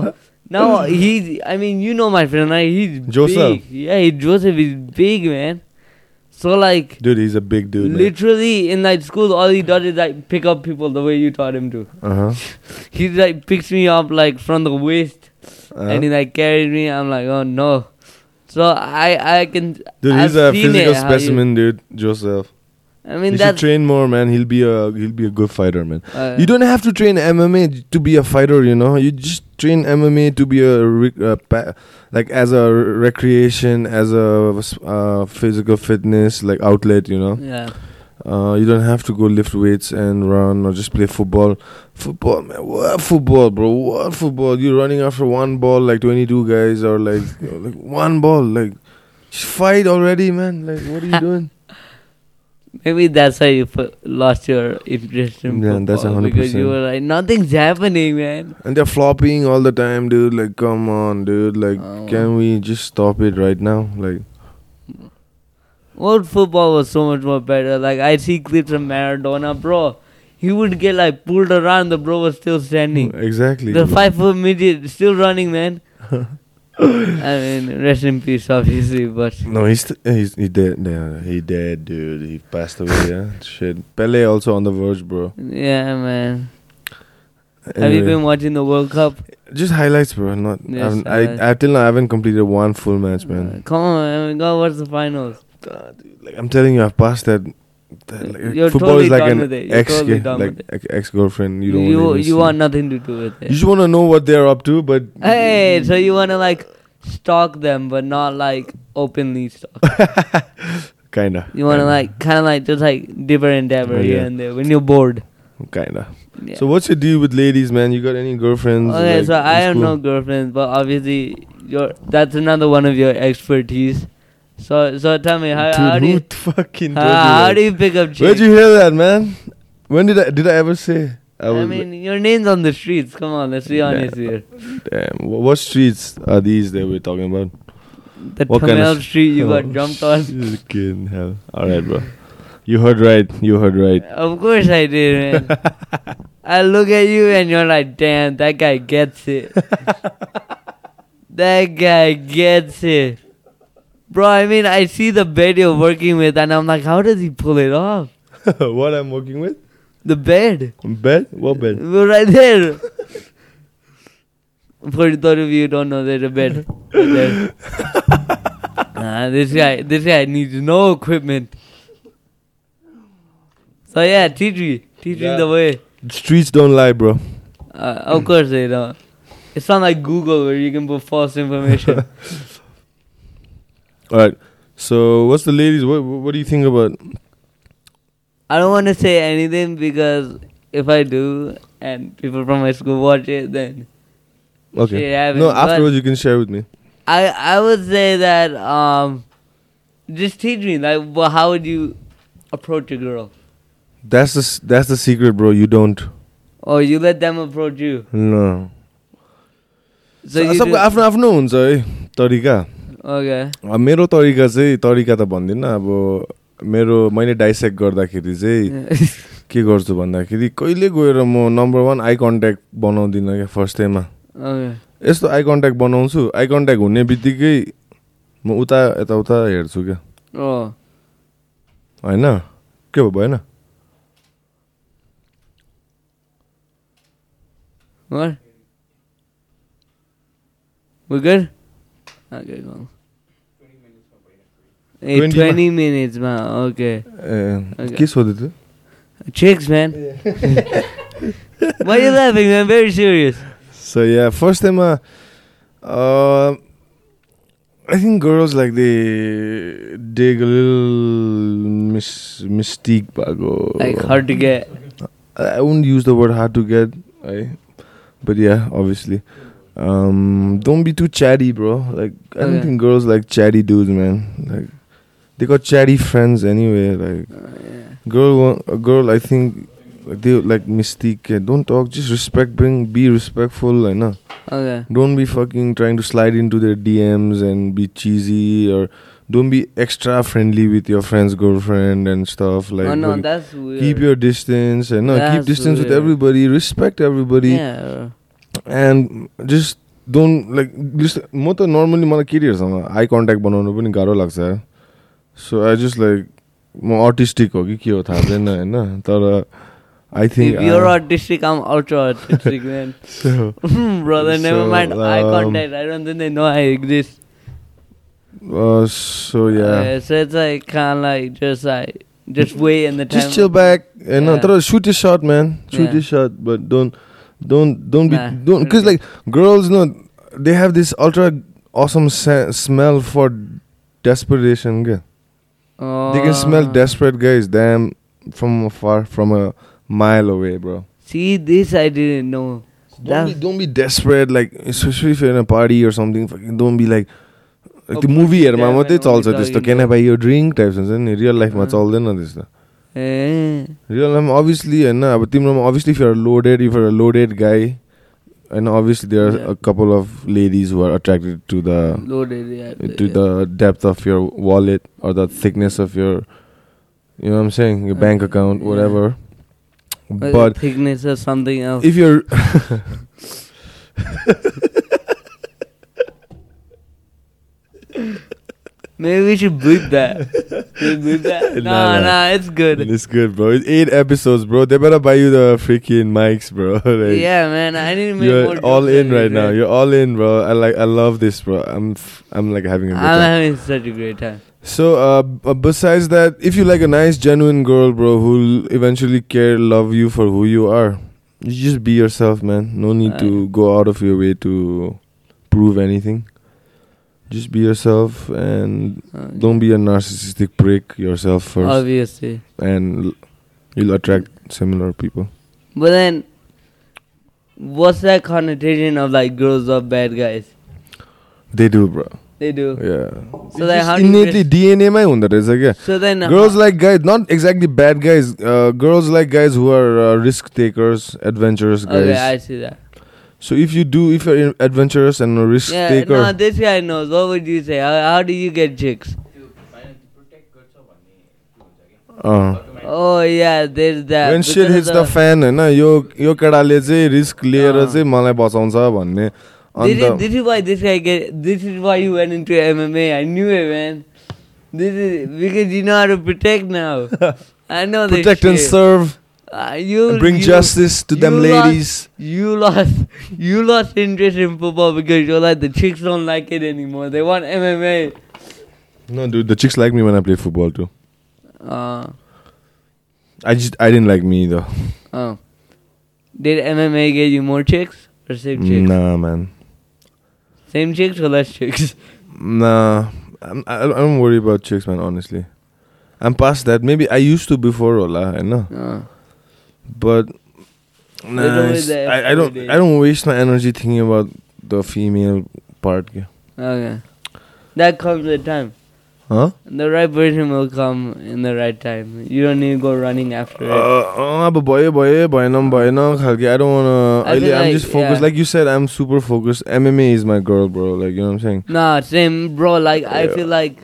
Speaker 2: now he's. I mean, you know my friend, right? He's
Speaker 3: Joseph.
Speaker 2: Big. Yeah, he, Joseph is big, man. So like,
Speaker 3: dude, he's a big dude. Like,
Speaker 2: literally in like school, all he does is like pick up people the way you taught him to.
Speaker 3: uh-huh.
Speaker 2: He like picks me up like from the waist,
Speaker 3: Uh-huh.
Speaker 2: and he like carries me. I'm like, oh no. So I I can.
Speaker 3: Dude,
Speaker 2: I've
Speaker 3: he's a
Speaker 2: seen
Speaker 3: physical
Speaker 2: it, how you-
Speaker 3: specimen, dude. Joseph,
Speaker 2: I mean
Speaker 3: you should
Speaker 2: that's.
Speaker 3: train more, man. He'll be a he'll be a good fighter, man.
Speaker 2: uh,
Speaker 3: you don't have to train MMA to be a fighter, you know. You just train MMA to be a re- uh, pa- like as a recreation, as a uh, physical fitness like outlet, you know.
Speaker 2: Yeah.
Speaker 3: Uh, you don't have to go lift weights and run or just play football. Football, man. What football, bro? What football? You're running after one ball like 22 guys or like, you know, like one ball. Like, just fight already, man. Like, what are you doing?
Speaker 2: Maybe that's how you fu- lost your interest in
Speaker 3: Yeah,
Speaker 2: football
Speaker 3: that's a hundred
Speaker 2: because you
Speaker 3: percent.
Speaker 2: were like, nothing's happening, man.
Speaker 3: And they're flopping all the time, dude. Like, come on, dude. Like,
Speaker 2: Oh.
Speaker 3: can we just stop it right now? Like,
Speaker 2: World football was so much more better. Like I see clips of Maradona, bro. He would get like pulled around, the bro was still standing.
Speaker 3: exactly.
Speaker 2: The five foot midget still running, man. I mean, rest in peace, obviously, but
Speaker 3: No, he's, th- he's he dead. Yeah, he dead, dude. He passed away. Yeah, shit. Pele also on the verge, bro.
Speaker 2: yeah, man. Have you
Speaker 3: Anyway.
Speaker 2: been watching the World Cup?
Speaker 3: Just highlights, bro. Not
Speaker 2: Yes,
Speaker 3: I haven't-
Speaker 2: highlights.
Speaker 3: I, I till now I haven't completed one full match, man.
Speaker 2: Uh, come on, man. Go watch the finals.
Speaker 3: Like I'm telling you, I've passed that. that like,
Speaker 2: You're
Speaker 3: football
Speaker 2: totally
Speaker 3: is like
Speaker 2: done
Speaker 3: an
Speaker 2: with it. You're
Speaker 3: ex,
Speaker 2: totally
Speaker 3: ga-
Speaker 2: done
Speaker 3: like
Speaker 2: with
Speaker 3: ex girlfriend.
Speaker 2: You
Speaker 3: You don't.
Speaker 2: you,
Speaker 3: wanna even see.
Speaker 2: want nothing to do with it.
Speaker 3: You just want to know what they're up to, but
Speaker 2: Hey, so you wanna like stalk them, but not like openly stalk.
Speaker 3: kinda.
Speaker 2: You wanna
Speaker 3: kinda,
Speaker 2: like kind of like just like dibber and dabber
Speaker 3: Oh,
Speaker 2: here
Speaker 3: yeah.
Speaker 2: and there when you're bored.
Speaker 3: kinda.
Speaker 2: Yeah.
Speaker 3: So what's your deal with ladies, man? You got any girlfriends?
Speaker 2: okay,
Speaker 3: like,
Speaker 2: so
Speaker 3: in
Speaker 2: I have
Speaker 3: school?
Speaker 2: no girlfriend, but obviously your that's another one of your expertise. So so tell me how,
Speaker 3: Dude,
Speaker 2: how do
Speaker 3: who
Speaker 2: you
Speaker 3: t- fucking
Speaker 2: how,
Speaker 3: told you
Speaker 2: how
Speaker 3: that?
Speaker 2: do you pick up
Speaker 3: Where'd
Speaker 2: chicks?
Speaker 3: you hear that, man? When did I did I ever say?
Speaker 2: I,
Speaker 3: was-
Speaker 2: mean, your name's on the streets. Come on, let's be
Speaker 3: Nah.
Speaker 2: honest here.
Speaker 3: damn. Um, wh- What streets are these that we're talking about?
Speaker 2: The
Speaker 3: What kind of
Speaker 2: Tamil
Speaker 3: s-
Speaker 2: street you
Speaker 3: Oh,
Speaker 2: got jumped on.
Speaker 3: Fucking hell. Alright, bro. You heard right. You heard right.
Speaker 2: Of course I did, man. I look at you and you're like, damn, that guy gets it. that guy gets it. Bro, I mean, I see the bed you're working with and I'm like, how does he pull it off?
Speaker 3: what I'm working with?
Speaker 2: The bed.
Speaker 3: Bed? What bed?
Speaker 2: We're right there. For those of you who don't know, there's a bed. right there. Ah, this guy, this guy needs no equipment. So yeah, teach me, teach me
Speaker 3: Yeah.
Speaker 2: the way.
Speaker 3: Streets don't lie, bro.
Speaker 2: Uh, of course they don't. It's not like Google where you can put false information.
Speaker 3: Alright. So, what's the ladies? What What do you think about?
Speaker 2: I don't want to say anything because if I do and people from my school watch it, then
Speaker 3: Okay.
Speaker 2: Shit happens,
Speaker 3: no,
Speaker 2: but-
Speaker 3: afterwards you can share with me.
Speaker 2: I I would say that um, just teach me like wh- how would you approach a girl?
Speaker 3: That's the s- That's the secret, bro. You don't.
Speaker 2: Or you let them approach you.
Speaker 3: No.
Speaker 2: So you
Speaker 3: सबको
Speaker 2: do-
Speaker 3: आफ्नो आफ्नो हुन्छ है तरिका
Speaker 2: okay.
Speaker 3: अब Uh, मेरो तरिका चाहिँ तरिका त भन्दिनँ अब मेरो मैले डाइसेक्ट गर्दाखेरि चाहिँ के गर्छु भन्दाखेरि कहिले गएर म नम्बर वान आई कन्ट्याक्ट बनाउँदिनँ क्या फर्स्ट टाइममा
Speaker 2: okay.
Speaker 3: यस्तो आई कन्ट्याक्ट बनाउँछु आई कन्ट्याक्ट हुने बित्तिकै म उता यताउता हेर्छु क्या
Speaker 2: Oh,
Speaker 3: होइन के भयो भएन
Speaker 2: What? We good? Okay, go. Hey,
Speaker 3: 20
Speaker 2: 20,
Speaker 3: ma-
Speaker 2: minutes, ma. Okay.
Speaker 3: A
Speaker 2: Okay.
Speaker 3: के सोध्दै थियो
Speaker 2: Chicks, man. Why are you laughing, man? Very serious.
Speaker 3: So yeah, first time, uh, uh, I think girls like they dig a little mis- mystique bago.
Speaker 2: Like, hard to get.
Speaker 3: I I wouldn't use the word hard to get, I, but yeah, obviously. Um, don't be too chatty, bro. Like I don't
Speaker 2: Okay.
Speaker 3: think girls like chatty dudes, man. Like they got chatty friends anyway. Like
Speaker 2: Oh,
Speaker 3: girl, wa- a girl, I think like they like mystique. eh, Don't talk, just respect. Bring, be respectful, I know.
Speaker 2: Okay.
Speaker 3: Don't be fucking trying to slide into their DMs and be cheesy or don't be extra friendly with your friend's girlfriend and stuff like
Speaker 2: oh, no,
Speaker 3: fuck-
Speaker 2: that's weird.
Speaker 3: keep your distance and no keep
Speaker 2: That's
Speaker 3: distance with
Speaker 2: weird.
Speaker 3: everybody, respect everybody
Speaker 2: Yeah.
Speaker 3: and just don't like just म त normally मलाई केटीहरूसँग आई contact बनाउनु पनि गाह्रो लाग्छ so I just like म artistic हो कि के हो थाहा छैन होइन तर uh, I think
Speaker 2: If you're autistic, I'm ultra autistic, man. Hmm, Brother, never
Speaker 3: So,
Speaker 2: mind. Eye
Speaker 3: um,
Speaker 2: contact. I don't think they know I exist.
Speaker 3: uh, so yeah
Speaker 2: Okay, so it's like kind of like just like just wait in the time.
Speaker 3: just chill back and no,
Speaker 2: Yeah.
Speaker 3: throw, shoot your shot man shoot
Speaker 2: Yeah.
Speaker 3: your shot but don't don't don't be
Speaker 2: Nah,
Speaker 3: don't because like girls you know they have this ultra awesome sa- smell for desperation yeah.
Speaker 2: Oh.
Speaker 3: they can smell desperate guys damn from afar from a mile away bro
Speaker 2: See, this I didn't know.
Speaker 3: don't
Speaker 2: That's
Speaker 3: be, don't be desperate like especially if you're in a party or something fucking don't be like like the movie
Speaker 2: Oh, yeah,
Speaker 3: हेरमा
Speaker 2: man,
Speaker 3: मात्रै
Speaker 2: don't be
Speaker 3: चल्छ त्यस्तो
Speaker 2: talking Uh-huh.
Speaker 3: Can I
Speaker 2: to-
Speaker 3: buy यो drink types हुन्छ नि real लाइफमा
Speaker 2: अँ।
Speaker 3: चल्दैन त्यस्तो
Speaker 2: Eh.
Speaker 3: रियल लाइफमा अभियसली होइन अब तिम्रोमा obviously if are loaded if are loaded guy होइन obviously there are a
Speaker 2: Yeah.
Speaker 3: Couple of ladies who are attracted to the
Speaker 2: loaded. Yeah.
Speaker 3: To the depth of your wallet or the thickness of your you know सेङ यो bank account whatever
Speaker 2: Or
Speaker 3: but
Speaker 2: thickness or something else.
Speaker 3: If your
Speaker 2: Maybe we should bleep that. Should we bleep that? No, no,
Speaker 3: Nah, nah.
Speaker 2: it's good.
Speaker 3: It's good, bro. It's eight episodes, bro. They better buy you the freaking mics, bro. like,
Speaker 2: Yeah, man. I need to make more
Speaker 3: you're
Speaker 2: jokes
Speaker 3: all in
Speaker 2: like
Speaker 3: right
Speaker 2: this,
Speaker 3: now.
Speaker 2: man.
Speaker 3: You're all in, bro. I like, I love this, bro. I'm, f- I'm like having a good
Speaker 2: I'm
Speaker 3: time.
Speaker 2: having such a great time.
Speaker 3: So, uh, b- besides that, if you like a nice, genuine girl, bro, who'll eventually care, love you for who you are, you just be yourself, man. No need to go out of your way to prove anything. Just be yourself and
Speaker 2: Uh,
Speaker 3: don't be a narcissistic prick yourself first,
Speaker 2: Obviously.
Speaker 3: and l- you'll attract similar people.
Speaker 2: But then, what's that connotation of like girls are bad guys?
Speaker 3: They do, bro.
Speaker 2: They do.
Speaker 3: Yeah.
Speaker 2: So then, how do you
Speaker 3: innately DNA my hunda रहेछ क्या
Speaker 2: So then,
Speaker 3: girls like guys not exactly bad guys uh, girls like guys who are uh, risk takers adventurous guys
Speaker 2: Okay, I see that.
Speaker 3: so if you do if you're adventurous and a risk
Speaker 2: Yeah,
Speaker 3: taker
Speaker 2: no, this guy knows. What would you say? How, how do you get chicks?
Speaker 3: uh,
Speaker 2: Oh yeah, there's that.
Speaker 3: when shit
Speaker 2: because
Speaker 3: hits
Speaker 2: of
Speaker 3: the fan eh, होइन यो यो केटाले चाहिँ risk लिएर
Speaker 2: अँ।
Speaker 3: चाहिँ मलाई बचाउँछ भन्ने
Speaker 2: This is,
Speaker 3: अन्त
Speaker 2: this is why this guy get. This is why you went into MMA. I knew it, man. This is because you know how to protect now. I know this.
Speaker 3: protect and
Speaker 2: shit.
Speaker 3: serve
Speaker 2: Uh, you
Speaker 3: bring
Speaker 2: you-
Speaker 3: justice to them
Speaker 2: you lost-
Speaker 3: ladies
Speaker 2: You lost. You lost interest in football because you're like the chicks don't like it anymore. They want MMA.
Speaker 3: no dude the chicks like me when I play football too
Speaker 2: Uh,
Speaker 3: I just I didn't like me though
Speaker 2: oh. Did MMA get you more chicks or same chicks?
Speaker 3: nah man
Speaker 2: Same chicks or less chicks?
Speaker 3: Nah, I'm, I, I don't worry about chicks, man. Honestly, I'm past that. Maybe I used to before, Ola, I know,
Speaker 2: Uh,
Speaker 3: but
Speaker 2: don't
Speaker 3: nah, it's-
Speaker 2: waste the
Speaker 3: I, I don't.
Speaker 2: effort,
Speaker 3: I don't waste my energy thinking about the female part. yeah.
Speaker 2: okay. That comes with time.
Speaker 3: Huh?
Speaker 2: The right person will come in the right time. You don't need to go running after it.
Speaker 3: Uh, uh, but boy, boy, boy, no, boy, no, Khalki, I don't wanna.
Speaker 2: I
Speaker 3: I
Speaker 2: feel
Speaker 3: I'm
Speaker 2: like-
Speaker 3: just focused.
Speaker 2: yeah.
Speaker 3: Like you said, I'm super focused. MMA is my girl, bro. Like you know what I'm saying.
Speaker 2: Nah, same, bro. Like, I
Speaker 3: Yeah.
Speaker 2: feel like.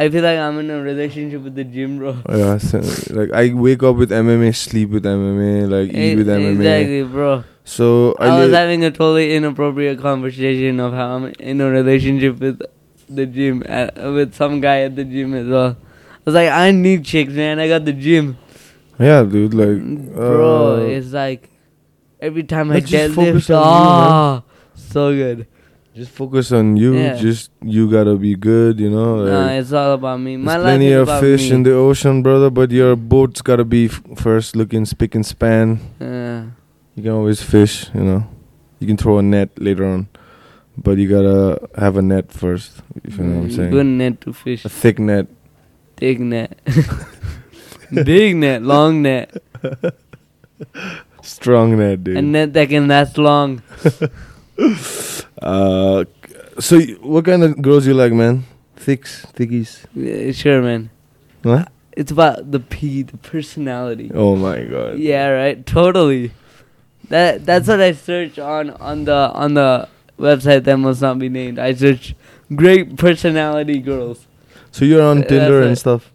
Speaker 2: I feel like I'm in a relationship with the gym, bro.
Speaker 3: Yeah, so, like I wake up with MMA, sleep with MMA, like eat with
Speaker 2: E-
Speaker 3: MMA.
Speaker 2: Exactly, bro.
Speaker 3: So
Speaker 2: I, was
Speaker 3: lay-
Speaker 2: having a totally inappropriate conversation of how I'm in a relationship with the gym, at, with some guy at the gym as well. was like, I need chicks, man. I got the gym,
Speaker 3: Yeah, dude. Like,
Speaker 2: bro.
Speaker 3: uh,
Speaker 2: It's like every time I
Speaker 3: let's just
Speaker 2: deadlift,
Speaker 3: focus on
Speaker 2: ah, so good.
Speaker 3: just focus on you.
Speaker 2: Yeah.
Speaker 3: Just you gotta be good. You know. Like,
Speaker 2: No, it's all about me. My
Speaker 3: Oh, there's
Speaker 2: life
Speaker 3: plenty
Speaker 2: is
Speaker 3: of
Speaker 2: about
Speaker 3: fish
Speaker 2: me.
Speaker 3: in the ocean, brother. But your boat's gotta be f- first looking spick and span.
Speaker 2: Yeah.
Speaker 3: You can always fish. You know. You can throw a net later on, but you gotta have a net first. If you know what I'm saying.
Speaker 2: Good net to fish.
Speaker 3: A thick net.
Speaker 2: Big net. Big net. Long net.
Speaker 3: Strong net, dude.
Speaker 2: A net that can last long.
Speaker 3: Uh, so y- what kind of girls you like, man? Thicks, thickies.
Speaker 2: Yeah, sure, man. Uh,
Speaker 3: Huh?
Speaker 2: It's about the P, the personality.
Speaker 3: Oh my god.
Speaker 2: Yeah, right. Totally. That that's what I search on on the on the website that must not be named. I search great personality girls.
Speaker 3: So you're on
Speaker 2: Uh, That's
Speaker 3: Tinder and
Speaker 2: it.
Speaker 3: stuff.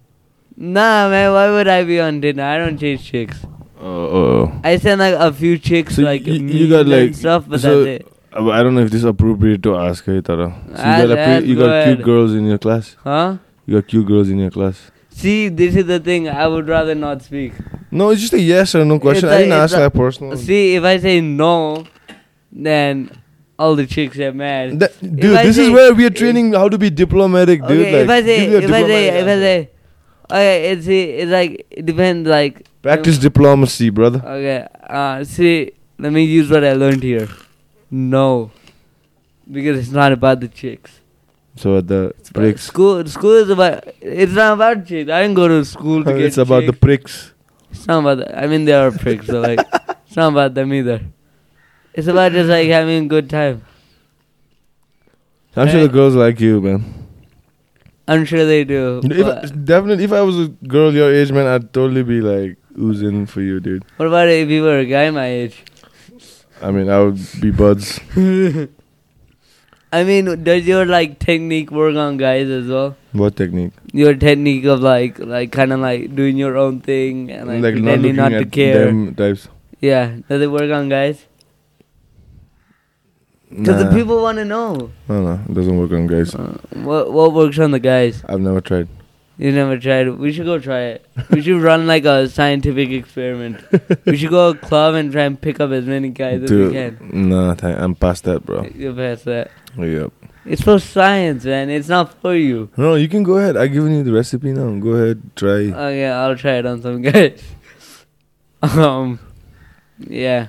Speaker 2: Nah, man. Why would I be on Tinder? I don't chase chicks.
Speaker 3: Oh.
Speaker 2: I send like a few chicks
Speaker 3: So
Speaker 2: like
Speaker 3: you- you
Speaker 2: mean
Speaker 3: got,
Speaker 2: and
Speaker 3: like-
Speaker 2: stuff, but
Speaker 3: so-
Speaker 2: that's it.
Speaker 3: Uh, I don't know if this is appropriate to ask, hey, Tara.
Speaker 2: Ah,
Speaker 3: So you got, a
Speaker 2: that's
Speaker 3: pre- you got cute
Speaker 2: good.
Speaker 3: girls in your class.
Speaker 2: Huh?
Speaker 3: You got cute girls in your class.
Speaker 2: See, this is the thing. I would rather not speak.
Speaker 3: No, it's just a yes or no question.
Speaker 2: It's a-
Speaker 3: I didn't
Speaker 2: it's
Speaker 3: ask
Speaker 2: a-
Speaker 3: that personal.
Speaker 2: See, if I say no, then all the chicks get mad.
Speaker 3: That- dude,
Speaker 2: I
Speaker 3: this is
Speaker 2: say-
Speaker 3: where we are training how to be diplomatic, dude.
Speaker 2: okay, if
Speaker 3: like,
Speaker 2: I say,
Speaker 3: give me a
Speaker 2: if I say,
Speaker 3: diplomatic
Speaker 2: if I
Speaker 3: answer.
Speaker 2: say, okay, it's it's like it depends. Like
Speaker 3: practice diplomacy, brother.
Speaker 2: Okay, uh, see, let me use what I learned here. No, because it's not about the chicks.
Speaker 3: So at the
Speaker 2: It's about-
Speaker 3: pricks,
Speaker 2: School, school is about. It's not about chicks. I didn't go to school to get.
Speaker 3: it's about the
Speaker 2: chicks.
Speaker 3: pricks.
Speaker 2: It's not about that. I mean, they are pricks, so like, it's not about them either. It's about just like having a good time.
Speaker 3: I'm sure the
Speaker 2: Eh.
Speaker 3: girls like you, man.
Speaker 2: I'm sure they do. but
Speaker 3: If, definitely, if I was a girl your age, man, I'd totally be like oozing for you, dude.
Speaker 2: what about if you were a guy my age?
Speaker 3: I mean, I would be buds.
Speaker 2: I mean, does your like technique work on guys as well?
Speaker 3: What technique?
Speaker 2: Your technique of like, like kind of like doing your own thing and like, pretending not, to care.
Speaker 3: them types.
Speaker 2: Yeah, does it work on guys? Because
Speaker 3: Nah.
Speaker 2: the people want to know
Speaker 3: No, no, it doesn't work on guys.
Speaker 2: Uh, what what works on the guys.
Speaker 3: I've never tried.
Speaker 2: You never tried. it. We should go try it. We should run like a scientific experiment. we should go to a club and try and pick up as many guys as we
Speaker 3: Dude,
Speaker 2: can.
Speaker 3: nah, th- I'm past that, bro.
Speaker 2: You pass that.
Speaker 3: Yeah.
Speaker 2: It's for science, man. It's not for you.
Speaker 3: No, you can go ahead. I've given you the recipe now. Go ahead, try.
Speaker 2: Okay, Oh, I'll try it on some guys. um, yeah.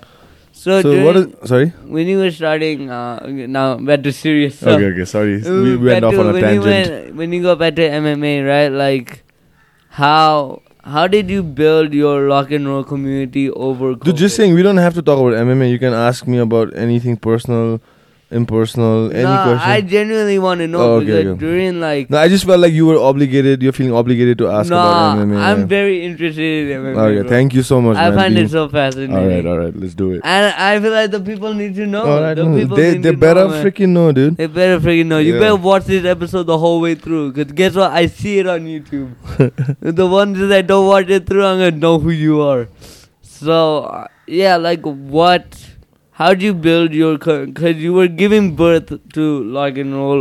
Speaker 2: So,
Speaker 3: so
Speaker 2: during-
Speaker 3: what is? Sorry.
Speaker 2: when you were starting uh, okay, now back to serious stuff.
Speaker 3: Okay, okay. Sorry,
Speaker 2: Uh,
Speaker 3: we
Speaker 2: back
Speaker 3: went off
Speaker 2: to
Speaker 3: on a
Speaker 2: when
Speaker 3: tangent.
Speaker 2: You went, when you go back to MMA, right? Like, how how did you build your rock and roll community over?
Speaker 3: Dude, just
Speaker 2: COVID?
Speaker 3: saying, we don't have to talk about MMA. You can ask me about anything personal, impersonal, any
Speaker 2: no,
Speaker 3: question.
Speaker 2: I genuinely want to know
Speaker 3: Oh, okay,
Speaker 2: because
Speaker 3: okay.
Speaker 2: during like
Speaker 3: No, I just felt like you were obligated. You're feeling obligated to ask about MMA.
Speaker 2: I'm
Speaker 3: man.
Speaker 2: very interested in MMA.
Speaker 3: Okay,
Speaker 2: bro.
Speaker 3: thank you so much,
Speaker 2: I
Speaker 3: man.
Speaker 2: find
Speaker 3: Being-
Speaker 2: it so fascinating.
Speaker 3: all right, all right, let's do it.
Speaker 2: And I feel like the people need to know.
Speaker 3: all right,
Speaker 2: Oh, the
Speaker 3: no,
Speaker 2: people
Speaker 3: they
Speaker 2: need
Speaker 3: they
Speaker 2: to
Speaker 3: better
Speaker 2: know, man.
Speaker 3: freaking know, dude.
Speaker 2: They better freaking know. You
Speaker 3: Yeah.
Speaker 2: better watch this episode the whole way through. Cause guess what? I see it on YouTube. the ones that I don't watch it through, I'm gonna know who you are. So uh, yeah, like what? How'd you build your? co- Cause you were giving birth to rock and roll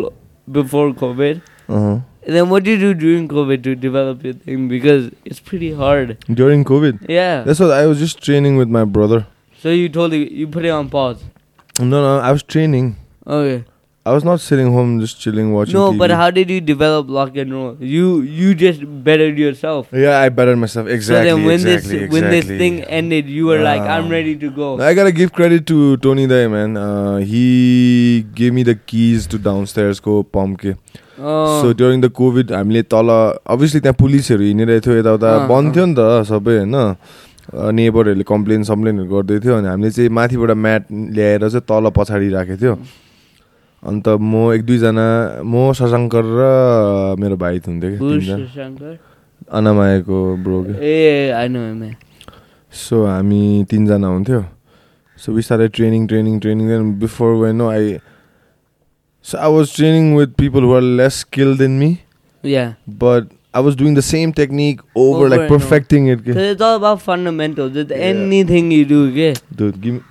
Speaker 2: before COVID.
Speaker 3: Uh-huh.
Speaker 2: And then what did you do during COVID to develop your thing? Because it's pretty hard.
Speaker 3: During COVID,
Speaker 2: Yeah.
Speaker 3: that's what I was just training with my brother.
Speaker 2: so you totally you put it on pause.
Speaker 3: No, no, I was training.
Speaker 2: Okay.
Speaker 3: I was not sitting home just chilling watching.
Speaker 2: No,
Speaker 3: TV.
Speaker 2: but how did you develop rock and roll? You you just bettered yourself.
Speaker 3: Yeah, I bettered myself exactly.
Speaker 2: so then when
Speaker 3: exactly,
Speaker 2: this when this
Speaker 3: exactly.
Speaker 2: thing ended, you were like, I'm
Speaker 3: Um,
Speaker 2: ready to go.
Speaker 3: I gotta give credit to Tony there, man. Uh, he gave me the keys to downstairs को pump के
Speaker 2: Oh,
Speaker 3: so during the covid हामीले तल obviously त्यहाँ पुलिसहरू हिँडिरहेको थियो यताउता
Speaker 2: अँ,
Speaker 3: बन्द थियो नि त सबै होइन नेबरहरूले कम्प्लेन सम्प्लेनहरू गर्दै थियो अनि हामीले चाहिँ माथिबाट म्याट ल्याएर चाहिँ तल पछाडि राखेको थियो अन्त म एक दुईजना म शशाङ्कर र मेरो भाइ हुन्थ्यो कि
Speaker 2: who's
Speaker 3: तिनजना
Speaker 2: Shankar?
Speaker 3: अनामायाको ब्रो के
Speaker 2: Yeah, I know him. Man.
Speaker 3: So हामी तिनजना हुन्थ्यो सो बिस्तारै training training training then before when no I so I was training with people who are less skill than me
Speaker 2: Yeah,
Speaker 3: but I was doing the same technique over,
Speaker 2: Over
Speaker 3: like
Speaker 2: and over.
Speaker 3: perfecting it.
Speaker 2: because it's all about fundamentals. It's
Speaker 3: Yeah.
Speaker 2: anything you do. Okay,
Speaker 3: Dude, give me.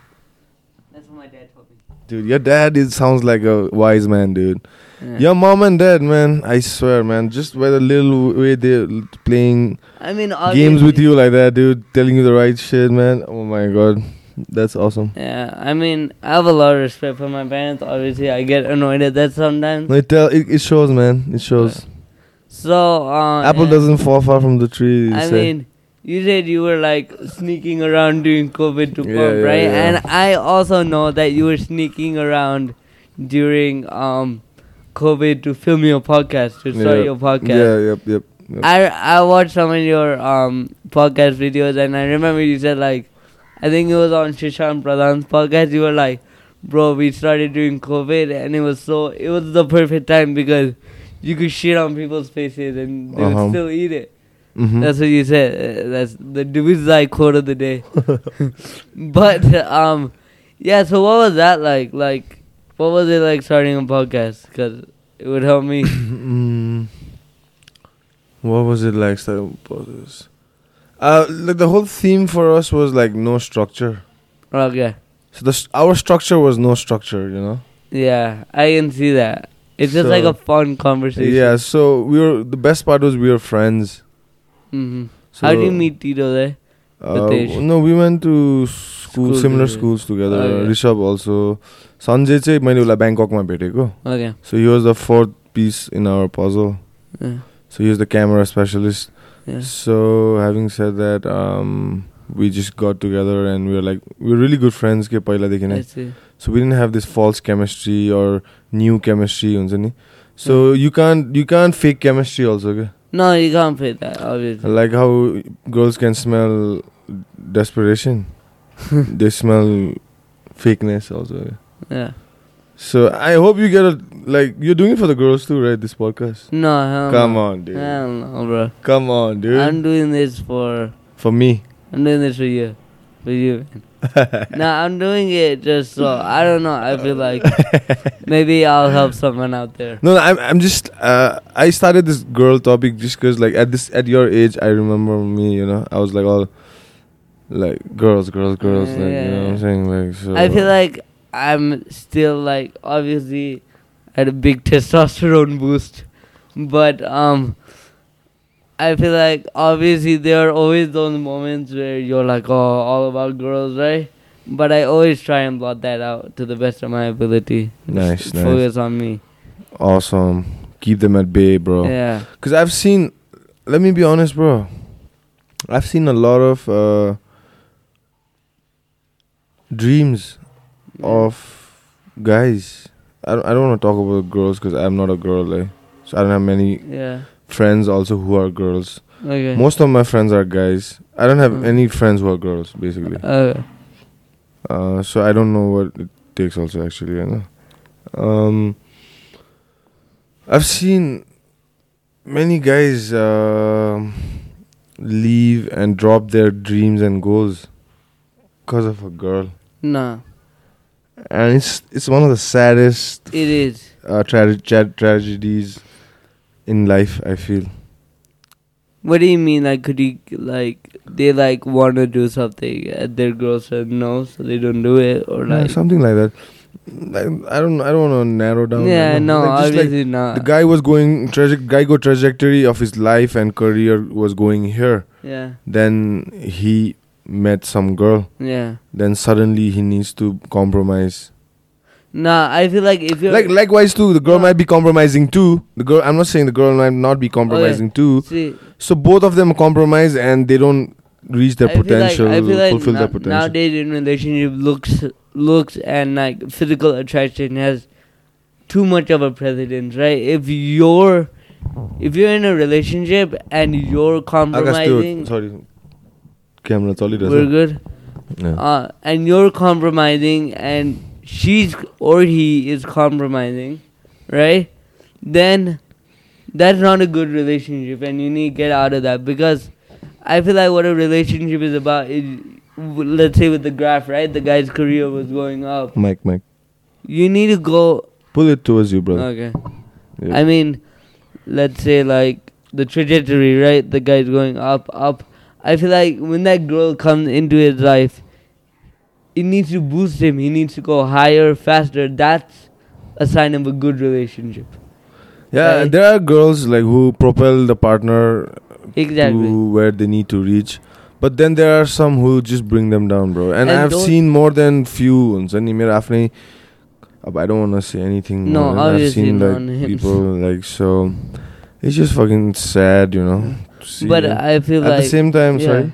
Speaker 2: that's what my dad told me.
Speaker 3: Dude, your dad is, sounds like a wise man, dude.
Speaker 2: Yeah.
Speaker 3: Your mom and dad, man, I swear, man, just by the little way they're playing
Speaker 2: I mean,
Speaker 3: games with
Speaker 2: obviously-
Speaker 3: you like that, dude, telling you the right shit, man. Oh my god, that's awesome.
Speaker 2: Yeah, I mean, I have a lot of respect for my parents. Obviously, I get annoyed at that sometimes.
Speaker 3: No, it, tell, it, it shows, man. It shows.
Speaker 2: So, uh,
Speaker 3: Apple
Speaker 2: yeah.
Speaker 3: doesn't fall far from the tree. you
Speaker 2: I
Speaker 3: say.
Speaker 2: mean, you said you were like sneaking around during COVID to
Speaker 3: Yeah,
Speaker 2: pump,
Speaker 3: yeah,
Speaker 2: right?
Speaker 3: yeah.
Speaker 2: And I also know that you were sneaking around during um COVID to film your podcast, to start
Speaker 3: Yeah.
Speaker 2: your podcast.
Speaker 3: Yeah, yep, yep. yep.
Speaker 2: I I watched some of your um podcast videos and I remember you said like I think it was on Shishant Pradhan's podcast you were like bro we started during COVID and it was so it was the perfect time because you could shit on people's faces and they
Speaker 3: Uh-huh.
Speaker 2: would still eat it.
Speaker 3: Mhm.
Speaker 2: That's what you said. Uh, That's the Dubizai quote of the day. but um yeah, so what was that like? Like what was it like starting a podcast? Because it would help me.
Speaker 3: Mm, what was it like starting pauses? Uh, like the whole theme for us was like no structure.
Speaker 2: okay.
Speaker 3: So the st- our structure was no structure, you know.
Speaker 2: Yeah, I can see that. It's just like
Speaker 3: So-
Speaker 2: a fun conversation.
Speaker 3: Yeah. So we were the best part was we were friends.
Speaker 2: hmm
Speaker 3: So,
Speaker 2: How do you meet Tito there?
Speaker 3: Uh,
Speaker 2: Ritesh?
Speaker 3: no, we went to school,
Speaker 2: School
Speaker 3: similar
Speaker 2: together. Oh,
Speaker 3: schools together.
Speaker 2: Okay.
Speaker 3: Rishabh also. Sanjay चाहिँ मैले उसलाई ब्याङ्ककमा भेटेको
Speaker 2: Okay.
Speaker 3: So he was the fourth piece in our puzzle.
Speaker 2: Yeah.
Speaker 3: So he was the camera specialist.
Speaker 2: yeah.
Speaker 3: So having said that, um, we just got together and we were like we were really good friends. के पहिलादेखि
Speaker 2: I
Speaker 3: नै.
Speaker 2: see.
Speaker 3: So we didn't have this false chemistry or new chemistry हुन्छ नि. So you can't you can't fake chemistry also. के.
Speaker 2: No, you can't play that, obviously.
Speaker 3: Like how girls can smell desperation, they smell fakeness also. के.
Speaker 2: Yeah.
Speaker 3: So I hope you get a like you're doing it for the girls too, right? This podcast.
Speaker 2: No, hell
Speaker 3: Come
Speaker 2: no.
Speaker 3: on, dude.
Speaker 2: Hell no, bro.
Speaker 3: Come on, dude.
Speaker 2: I'm doing this for.
Speaker 3: for me.
Speaker 2: I'm doing this for you. For you. no, I'm doing it just so. I don't know. I feel like maybe I'll help someone out there.
Speaker 3: No, no, I'm I'm just uh, I started this girl topic just because like at this at your age I remember me you know I was like all like girls girls girls like you know what I'm
Speaker 2: Yeah.
Speaker 3: saying like so
Speaker 2: I feel like I'm still like obviously at a big testosterone boost, but um, I feel like obviously there are always those moments where you're like, oh, all about girls, right? But I always try and blot that out to the best of my ability.
Speaker 3: Nice,
Speaker 2: Just
Speaker 3: nice.
Speaker 2: Focus on me.
Speaker 3: awesome keep them at bay bro
Speaker 2: Yeah.
Speaker 3: because I've seen let me be honest bro I've seen a lot of uh, dreams of guys I don't, I don't want to talk about girls because I'm not a girl like so I don't have many
Speaker 2: Yeah.
Speaker 3: friends also who are girls.
Speaker 2: Okay.
Speaker 3: Most of my friends are guys. I don't have
Speaker 2: Mm.
Speaker 3: any friends who are girls, basically.
Speaker 2: Okay.
Speaker 3: Uh, so I don't know what it takes. Also, actually, you know, um, I've seen many guys um leave and drop their dreams and goals because of a girl,
Speaker 2: Nah.
Speaker 3: and it's it's one of the saddest
Speaker 2: It is.
Speaker 3: uh, tra- tra- tragedies in life. I feel.
Speaker 2: What do you mean? Like, could you like they like want to do something and their girl said no, so they don't do it, or
Speaker 3: Yeah,
Speaker 2: like
Speaker 3: something like that. Like, I don't. I don't want to narrow down.
Speaker 2: yeah,
Speaker 3: you
Speaker 2: no,
Speaker 3: know. Like, just like
Speaker 2: obviously not.
Speaker 3: the guy was going traje- guy go trajectory of his life and career was going here.
Speaker 2: yeah,
Speaker 3: Then he met some girl.
Speaker 2: yeah.
Speaker 3: Then suddenly he needs to compromise.
Speaker 2: Nah, I feel like if you're
Speaker 3: Like likewise too, the girl might be compromising too. The girl. I'm not saying the girl might not be compromising
Speaker 2: Oh,
Speaker 3: too.
Speaker 2: see,
Speaker 3: So both of them compromise and they don't reach their
Speaker 2: I
Speaker 3: potential,
Speaker 2: Feel like, I feel like
Speaker 3: fulfill their
Speaker 2: no-
Speaker 3: potential.
Speaker 2: Nowadays, in relationship, looks, looks, and like physical attraction has too much of a precedence, right? If you're if you're in a relationship and you're
Speaker 3: Akash, dude,
Speaker 2: compromising,
Speaker 3: sorry. Camera solid.
Speaker 2: we're good.
Speaker 3: Yeah.
Speaker 2: uh, and you're compromising and she's or he is compromising, right? Then that's not a good relationship and you need to get out of that because I feel like what a relationship is about is w- let's say with the graph, right? The guy's career was going up.
Speaker 3: Mike, Mike,
Speaker 2: You need to go
Speaker 3: pull it towards you, brother.
Speaker 2: okay.
Speaker 3: Yeah.
Speaker 2: I mean, let's say like the trajectory, right? The guy's going up, up. I feel like when that girl comes into his life, it needs to boost him. He needs to go higher, faster. That's a sign of a good relationship.
Speaker 3: Yeah,
Speaker 2: Right.
Speaker 3: there are girls like who propel the partner
Speaker 2: Exactly.
Speaker 3: to where they need to reach, but then there are some who just bring them down, bro. And,
Speaker 2: And
Speaker 3: I've
Speaker 2: those-
Speaker 3: seen more than few. ones. अनि मेरो आफ्नै अब I don't want to say anything.
Speaker 2: No,
Speaker 3: more, and I've
Speaker 2: obviously
Speaker 3: seen
Speaker 2: not
Speaker 3: like
Speaker 2: on him.
Speaker 3: people like so. It's just fucking sad, you know. to see
Speaker 2: but
Speaker 3: that.
Speaker 2: I feel
Speaker 3: at
Speaker 2: like
Speaker 3: the same time,
Speaker 2: yeah.
Speaker 3: sorry.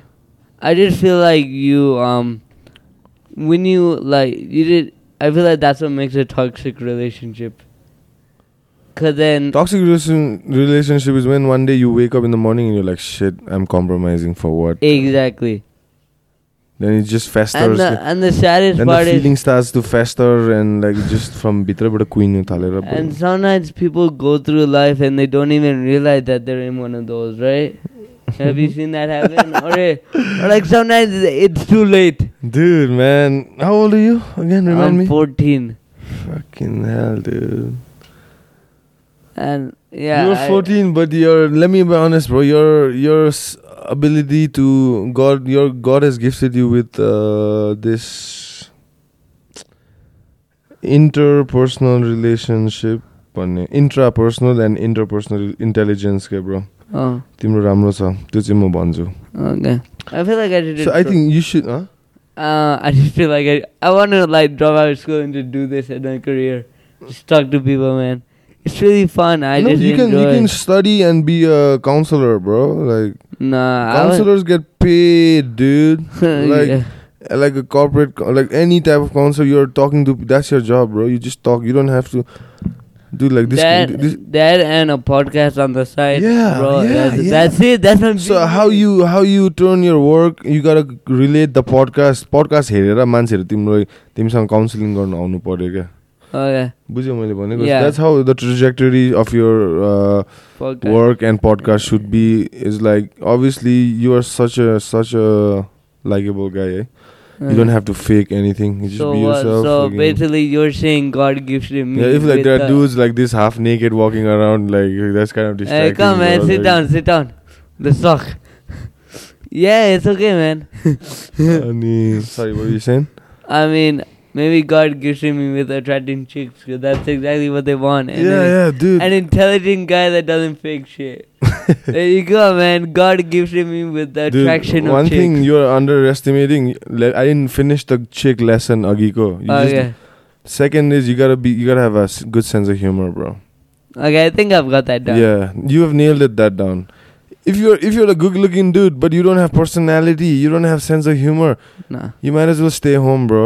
Speaker 2: I did feel like you um when you like you did I feel like that's what makes a toxic relationship. Cause then
Speaker 3: Toxic relation- relationship is when one day you wake up in the morning and you're like, shit, I'm compromising for what?
Speaker 2: exactly,
Speaker 3: Then it just
Speaker 2: and uh,
Speaker 3: festers.
Speaker 2: the and the saddest
Speaker 3: then the
Speaker 2: part
Speaker 3: feeling
Speaker 2: is,
Speaker 3: starts to fester and like just from भित्रबाट कुहिनु थालेर बो-
Speaker 2: and sometimes people go through life and they don't even realize that they're in one of those, right? Have you seen that happen? or, eh, or like sometimes it's too late.
Speaker 3: Dude, man, how old are you again? Remind
Speaker 2: I'm
Speaker 3: me.
Speaker 2: 14,
Speaker 3: Fucking hell, dude.
Speaker 2: and yeah,
Speaker 3: you're
Speaker 2: I-
Speaker 3: 14, but you're. Let me be honest, bro. Your your s- ability to God, your God has gifted you with uh, this interpersonal relationship, भन्ने, intrapersonal and interpersonal intelligence, के bro.
Speaker 2: Oh,
Speaker 3: तिम्रो राम्रो छ त्यो चाहिँ म भन्छु.
Speaker 2: okay. I feel like I did. it
Speaker 3: So I
Speaker 2: pro-
Speaker 3: think you should. Huh?
Speaker 2: Uh, I just feel like I, I want to like drop out of school and just do this as my career. Just talk to people, man. It's really fun. I
Speaker 3: no,
Speaker 2: just
Speaker 3: you can
Speaker 2: enjoy.
Speaker 3: you can study and be a counselor, bro. Like
Speaker 2: nah, I was-
Speaker 3: counselors get paid, dude. like
Speaker 2: Yeah.
Speaker 3: like a corporate, co- like any type of counselor you're talking to. That's your job, bro. You just talk. You don't have to do like this.
Speaker 2: that,
Speaker 3: this
Speaker 2: that and a podcast on the side.
Speaker 3: Yeah,
Speaker 2: bro.
Speaker 3: yeah,
Speaker 2: that's,
Speaker 3: yeah.
Speaker 2: that's it. That's what I'm
Speaker 3: so
Speaker 2: doing.
Speaker 3: how you how you turn your work? You gotta relate the podcast. Podcast हेरेर मान्छेहरू तिम्रो तिमीसँग counselling गर्न आउनु पर्यो क्या
Speaker 2: Okay,
Speaker 3: बुझ्यो मैले भनेको
Speaker 2: Yeah.
Speaker 3: That's how the trajectory of your
Speaker 2: podcast.
Speaker 3: work and podcast should be is like obviously you are such a such a likable guy eh? you don't
Speaker 2: Okay.
Speaker 3: have to fake anything you just
Speaker 2: So
Speaker 3: be
Speaker 2: what-
Speaker 3: yourself
Speaker 2: so
Speaker 3: fucking-
Speaker 2: basically, you're saying God gifted me.
Speaker 3: yeah, if like
Speaker 2: with
Speaker 3: there are
Speaker 2: the-
Speaker 3: dudes like this half naked walking around like that's kind of
Speaker 2: Hey,
Speaker 3: distracting
Speaker 2: come man,
Speaker 3: bro,
Speaker 2: sit
Speaker 3: like-
Speaker 2: down, sit down. The sock. yeah, it's okay, man.
Speaker 3: Ani- sorry what were you saying
Speaker 2: I mean, maybe God gives me with attracting chicks 'cause that's exactly what they want. And
Speaker 3: yeah
Speaker 2: an,
Speaker 3: yeah dude
Speaker 2: An intelligent guy that doesn't fake shit. there you go, man. God gives me with the
Speaker 3: Dude,
Speaker 2: attraction
Speaker 3: one
Speaker 2: of chicks.
Speaker 3: thing you're underestimating le- i didn't finish the chick lesson agiko you just-
Speaker 2: okay.
Speaker 3: second is you gotta be you gotta have a s- good sense of humor bro
Speaker 2: Okay, I think I've got that down.
Speaker 3: Yeah, you have nailed it that down. If you're if you're a good looking dude but you don't have personality, you don't have sense of humor,
Speaker 2: Nah.
Speaker 3: you might as well stay home, bro.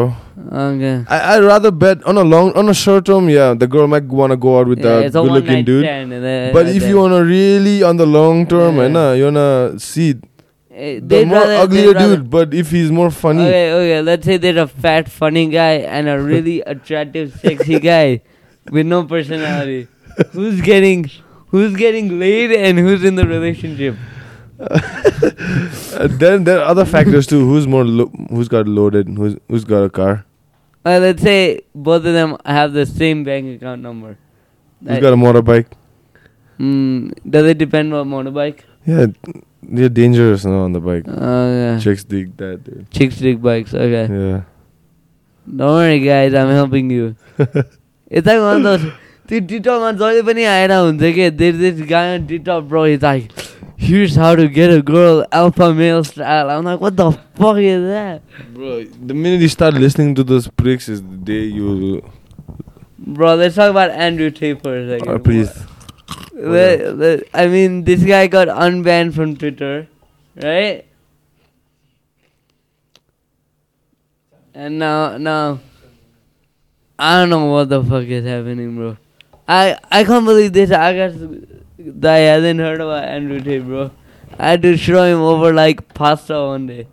Speaker 2: Okay.
Speaker 3: I I'd rather bet on a long on a short term, yeah, the girl might wanna go out with
Speaker 2: yeah,
Speaker 3: a
Speaker 2: it's a
Speaker 3: good
Speaker 2: one
Speaker 3: looking
Speaker 2: night
Speaker 3: dude.
Speaker 2: stand. And uh, then,
Speaker 3: But if you wanna really on the long term,
Speaker 2: Yeah.
Speaker 3: and uh, you wanna see the
Speaker 2: they
Speaker 3: more
Speaker 2: rather, Eh,
Speaker 3: uglier
Speaker 2: they'd rather-
Speaker 3: dude, but if he's more funny,
Speaker 2: Okay, okay. Let's say there's a fat, funny guy and a really attractive, sexy guy with no personality. Who's getting who's getting laid and who's in the relationship?
Speaker 3: uh, then there are other factors too. Who's more lo- who's got loaded, who's who's got a car,
Speaker 2: Uh, let's say both of them have the same bank account number.
Speaker 3: who's
Speaker 2: Like,
Speaker 3: got a motorbike.
Speaker 2: mm, does it depend on motorbike?
Speaker 3: Yeah, they're dangerous no, on the bike.
Speaker 2: Uh,
Speaker 3: Chicks dig that, dude.
Speaker 2: Chicks dig bikes. Okay.
Speaker 3: Yeah.
Speaker 2: Don't worry, guys. I'm helping you. it's like one of those. Dude, TikTokमा जहिले पनि आएर हुन्छ कि there this guy on TikTok, bro. He's like, here's how to get a girl alpha male style. I'm like, what the fuck is that?
Speaker 3: Bro, the minute you start listening to those pricks is the day you
Speaker 2: Bro, let's talk about Andrew Tate for a second.
Speaker 3: are pleased.
Speaker 2: Le- le- I mean, this guy got unbanned from Twitter, right? And now, now, I don't know what the fuck is happening, bro. I I can't believe this. I guess that I hadn't heard about Andrew Tate, bro. I had to throw him over like pasta one day.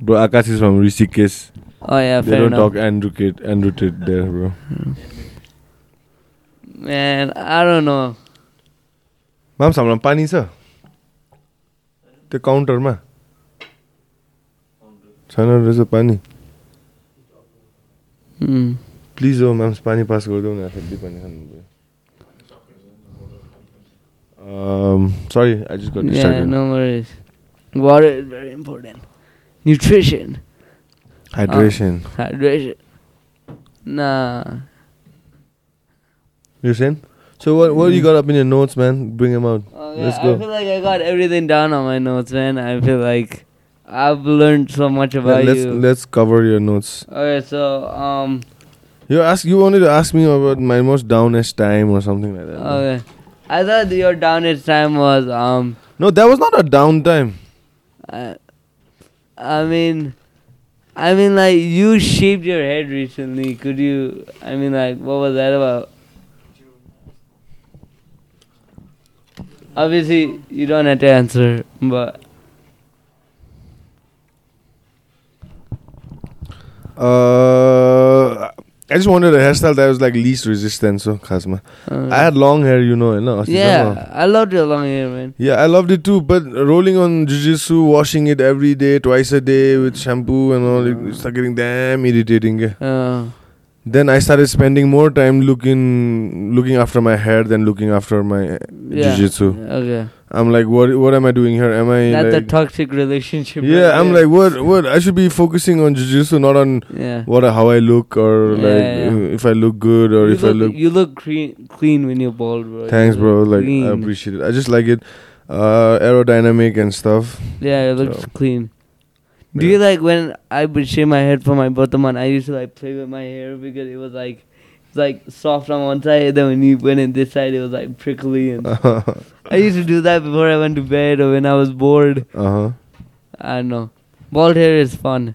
Speaker 3: Bro, Akash is from Rishikesh.
Speaker 2: Oh yeah,
Speaker 3: they
Speaker 2: fair
Speaker 3: don't
Speaker 2: enough.
Speaker 3: talk Andrew Tate, Andrew Tate there, bro.
Speaker 2: Man, I don't know.
Speaker 3: Ma'am, samlam pani cha? त्यो काउन्टरमा छैन रहेछ पानी
Speaker 2: Hmm.
Speaker 3: Please हो ma'am पानी पास गरिदेऊ न फेरि पानी खानु Um, sorry I just got
Speaker 2: Yeah,
Speaker 3: distracted
Speaker 2: no worries. Water is very important. Nutrition.
Speaker 3: Hydration.
Speaker 2: Uh, Hydration. Nah.
Speaker 3: You're saying? So what what you got up in your notes, man? Bring them out.
Speaker 2: Mm. Oh, yeah,
Speaker 3: Let's
Speaker 2: I
Speaker 3: go.
Speaker 2: feel like I got everything down on my notes, man. I feel like I've learned so much
Speaker 3: Yeah,
Speaker 2: about
Speaker 3: let's
Speaker 2: you.
Speaker 3: let's cover your notes.
Speaker 2: okay, so um,
Speaker 3: You ask you wanted to ask me about my most downest time or something like that. man.
Speaker 2: okay. I thought your downest time was um,
Speaker 3: No, that was not a down time.
Speaker 2: I, I mean, I mean like you shaved your head recently. Could you? I mean like what was that about? Obviously, you don't have to answer, but
Speaker 3: Uh, I just wanted a hairstyle that was like least resistance. So, Khasma.
Speaker 2: uh,
Speaker 3: I had long hair, you know. No,
Speaker 2: yeah, I loved your long hair, man.
Speaker 3: Yeah, I loved it too. But rolling on jujitsu, washing it every day, twice a day with shampoo and all, it started getting damn irritating. yeah.
Speaker 2: Uh,
Speaker 3: Then I started spending more time looking, looking after my hair than looking after my
Speaker 2: yeah.
Speaker 3: jujitsu.
Speaker 2: Okay.
Speaker 3: I'm like, what? What am I doing here? Am I?
Speaker 2: That's a
Speaker 3: like,
Speaker 2: toxic relationship.
Speaker 3: yeah,
Speaker 2: right
Speaker 3: I'm
Speaker 2: there.
Speaker 3: like, what? What? I should be focusing on jujitsu, not on
Speaker 2: Yeah.
Speaker 3: what how I look or
Speaker 2: Yeah,
Speaker 3: like
Speaker 2: yeah, yeah.
Speaker 3: if I look good or
Speaker 2: you
Speaker 3: if
Speaker 2: look,
Speaker 3: I look.
Speaker 2: You look clean, clean when you're bald, bro. You
Speaker 3: Thanks,
Speaker 2: look
Speaker 3: bro. Like I
Speaker 2: clean.
Speaker 3: appreciate it. I just like it, uh, aerodynamic and stuff.
Speaker 2: Yeah, it looks
Speaker 3: So,
Speaker 2: clean. Do
Speaker 3: yeah.
Speaker 2: you like when I would shave my head for my Botaman? I used to like play with my hair because it was like, it's like soft on one side, and then when you went in this side, it was like prickly. And
Speaker 3: uh
Speaker 2: I used to do that before I went to bed or when I was bored.
Speaker 3: huh.
Speaker 2: I don't know. Bald hair is fun.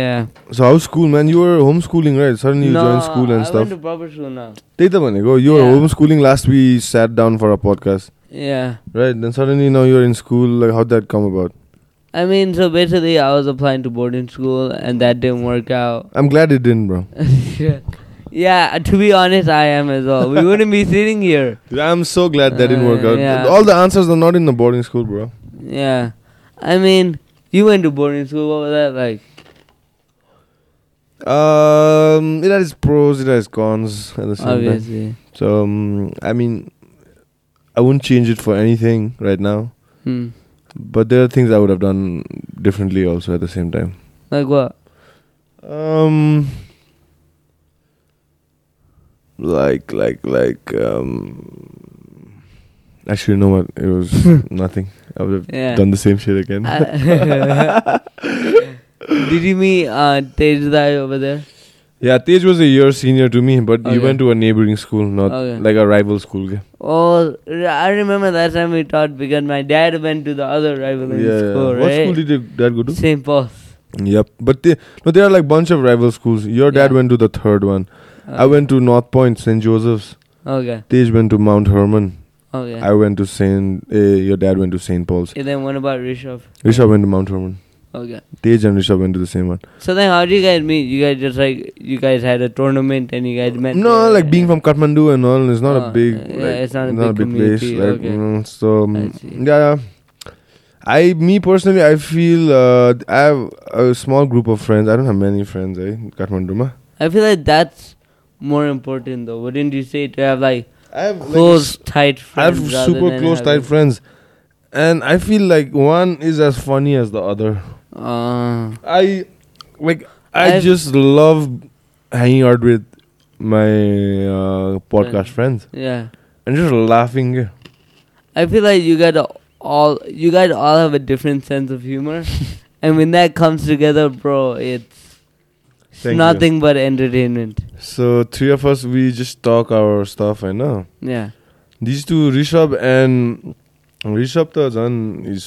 Speaker 2: Yeah.
Speaker 3: So how's school, man? You were homeschooling, right? Suddenly you
Speaker 2: no,
Speaker 3: joined school and
Speaker 2: I
Speaker 3: stuff.
Speaker 2: went to proper school now.
Speaker 3: Data go. You were
Speaker 2: Yeah.
Speaker 3: homeschooling last. We sat down for a podcast,
Speaker 2: Yeah.
Speaker 3: right? Then suddenly now you're in school. Like how'd that come about?
Speaker 2: I mean, so basically, I was applying to boarding school, and that didn't work out.
Speaker 3: I'm glad it didn't, bro.
Speaker 2: yeah, to be honest, I am as well. We wouldn't be sitting here.
Speaker 3: I'm so glad that didn't work
Speaker 2: Uh,
Speaker 3: out.
Speaker 2: yeah.
Speaker 3: All the answers are not in the boarding school, bro.
Speaker 2: Yeah, I mean, you went to boarding school. What was that like?
Speaker 3: Um, it has pros, it has cons at the same time.
Speaker 2: Obviously.
Speaker 3: So um, I mean, I wouldn't change it for anything right now.
Speaker 2: Hmm.
Speaker 3: But there are things I would have done differently also at the same time.
Speaker 2: Like what?
Speaker 3: Um, like like like um. Actually, you know what? It was nothing. I would have
Speaker 2: Yeah.
Speaker 3: done the same shit again.
Speaker 2: I- Did you meet uh, Tejdai over there?
Speaker 3: yeah, Tej was a year senior to me, but he
Speaker 2: Okay.
Speaker 3: went to a neighboring school, not
Speaker 2: Okay.
Speaker 3: like a rival school. Yeah,
Speaker 2: Oh, re- I remember last time we talked because my dad went to the other rivaling school,
Speaker 3: What
Speaker 2: right?
Speaker 3: school did you- dad go to?
Speaker 2: St. Paul's.
Speaker 3: Yep. But they, no, there are like bunch of rival schools. Your dad
Speaker 2: Yeah. Oh,
Speaker 3: went to the third one. I went to North Point, St. Joseph's.
Speaker 2: Okay.
Speaker 3: Tej went to Mount Hermon.
Speaker 2: Okay.
Speaker 3: I went to St. Uh, your dad went to St. Paul's.
Speaker 2: And then what about Rishabh?
Speaker 3: Rishabh went to Mount Hermon.
Speaker 2: Okay.
Speaker 3: Tej and Rishabh went to the same one.
Speaker 2: So then how did you guys meet? You guys just like you guys had a tournament and you guys met.
Speaker 3: No,
Speaker 2: there.
Speaker 3: like being from Kathmandu and all, it's not
Speaker 2: Oh,
Speaker 3: a big,
Speaker 2: yeah,
Speaker 3: like,
Speaker 2: it's not a big
Speaker 3: place.
Speaker 2: community,
Speaker 3: Like,
Speaker 2: okay.
Speaker 3: mm, so
Speaker 2: I
Speaker 3: mm,
Speaker 2: see.
Speaker 3: yeah, yeah. I, me personally, I feel uh, I have a small group of friends. I don't have many friends, eh? in Kathmandu, ma.
Speaker 2: I feel like that's more important though. Wouldn't you say to have like
Speaker 3: I have like,
Speaker 2: close tight
Speaker 3: I have
Speaker 2: friends? rather
Speaker 3: super
Speaker 2: than
Speaker 3: close tight
Speaker 2: having-
Speaker 3: friends, and I feel like one is as funny as the other.
Speaker 2: Uh,
Speaker 3: I like I
Speaker 2: I've-
Speaker 3: just love hanging out with my uh, podcast friends
Speaker 2: yeah.
Speaker 3: and just laughing.
Speaker 2: I feel like you guys are all you guys all have a different sense of humor, and when that comes together, bro, it's
Speaker 3: Thank you.
Speaker 2: nothing but entertainment.
Speaker 3: So three of us we just talk our stuff. I know
Speaker 2: Yeah.
Speaker 3: these two Rishabh and Rishabh the Jan is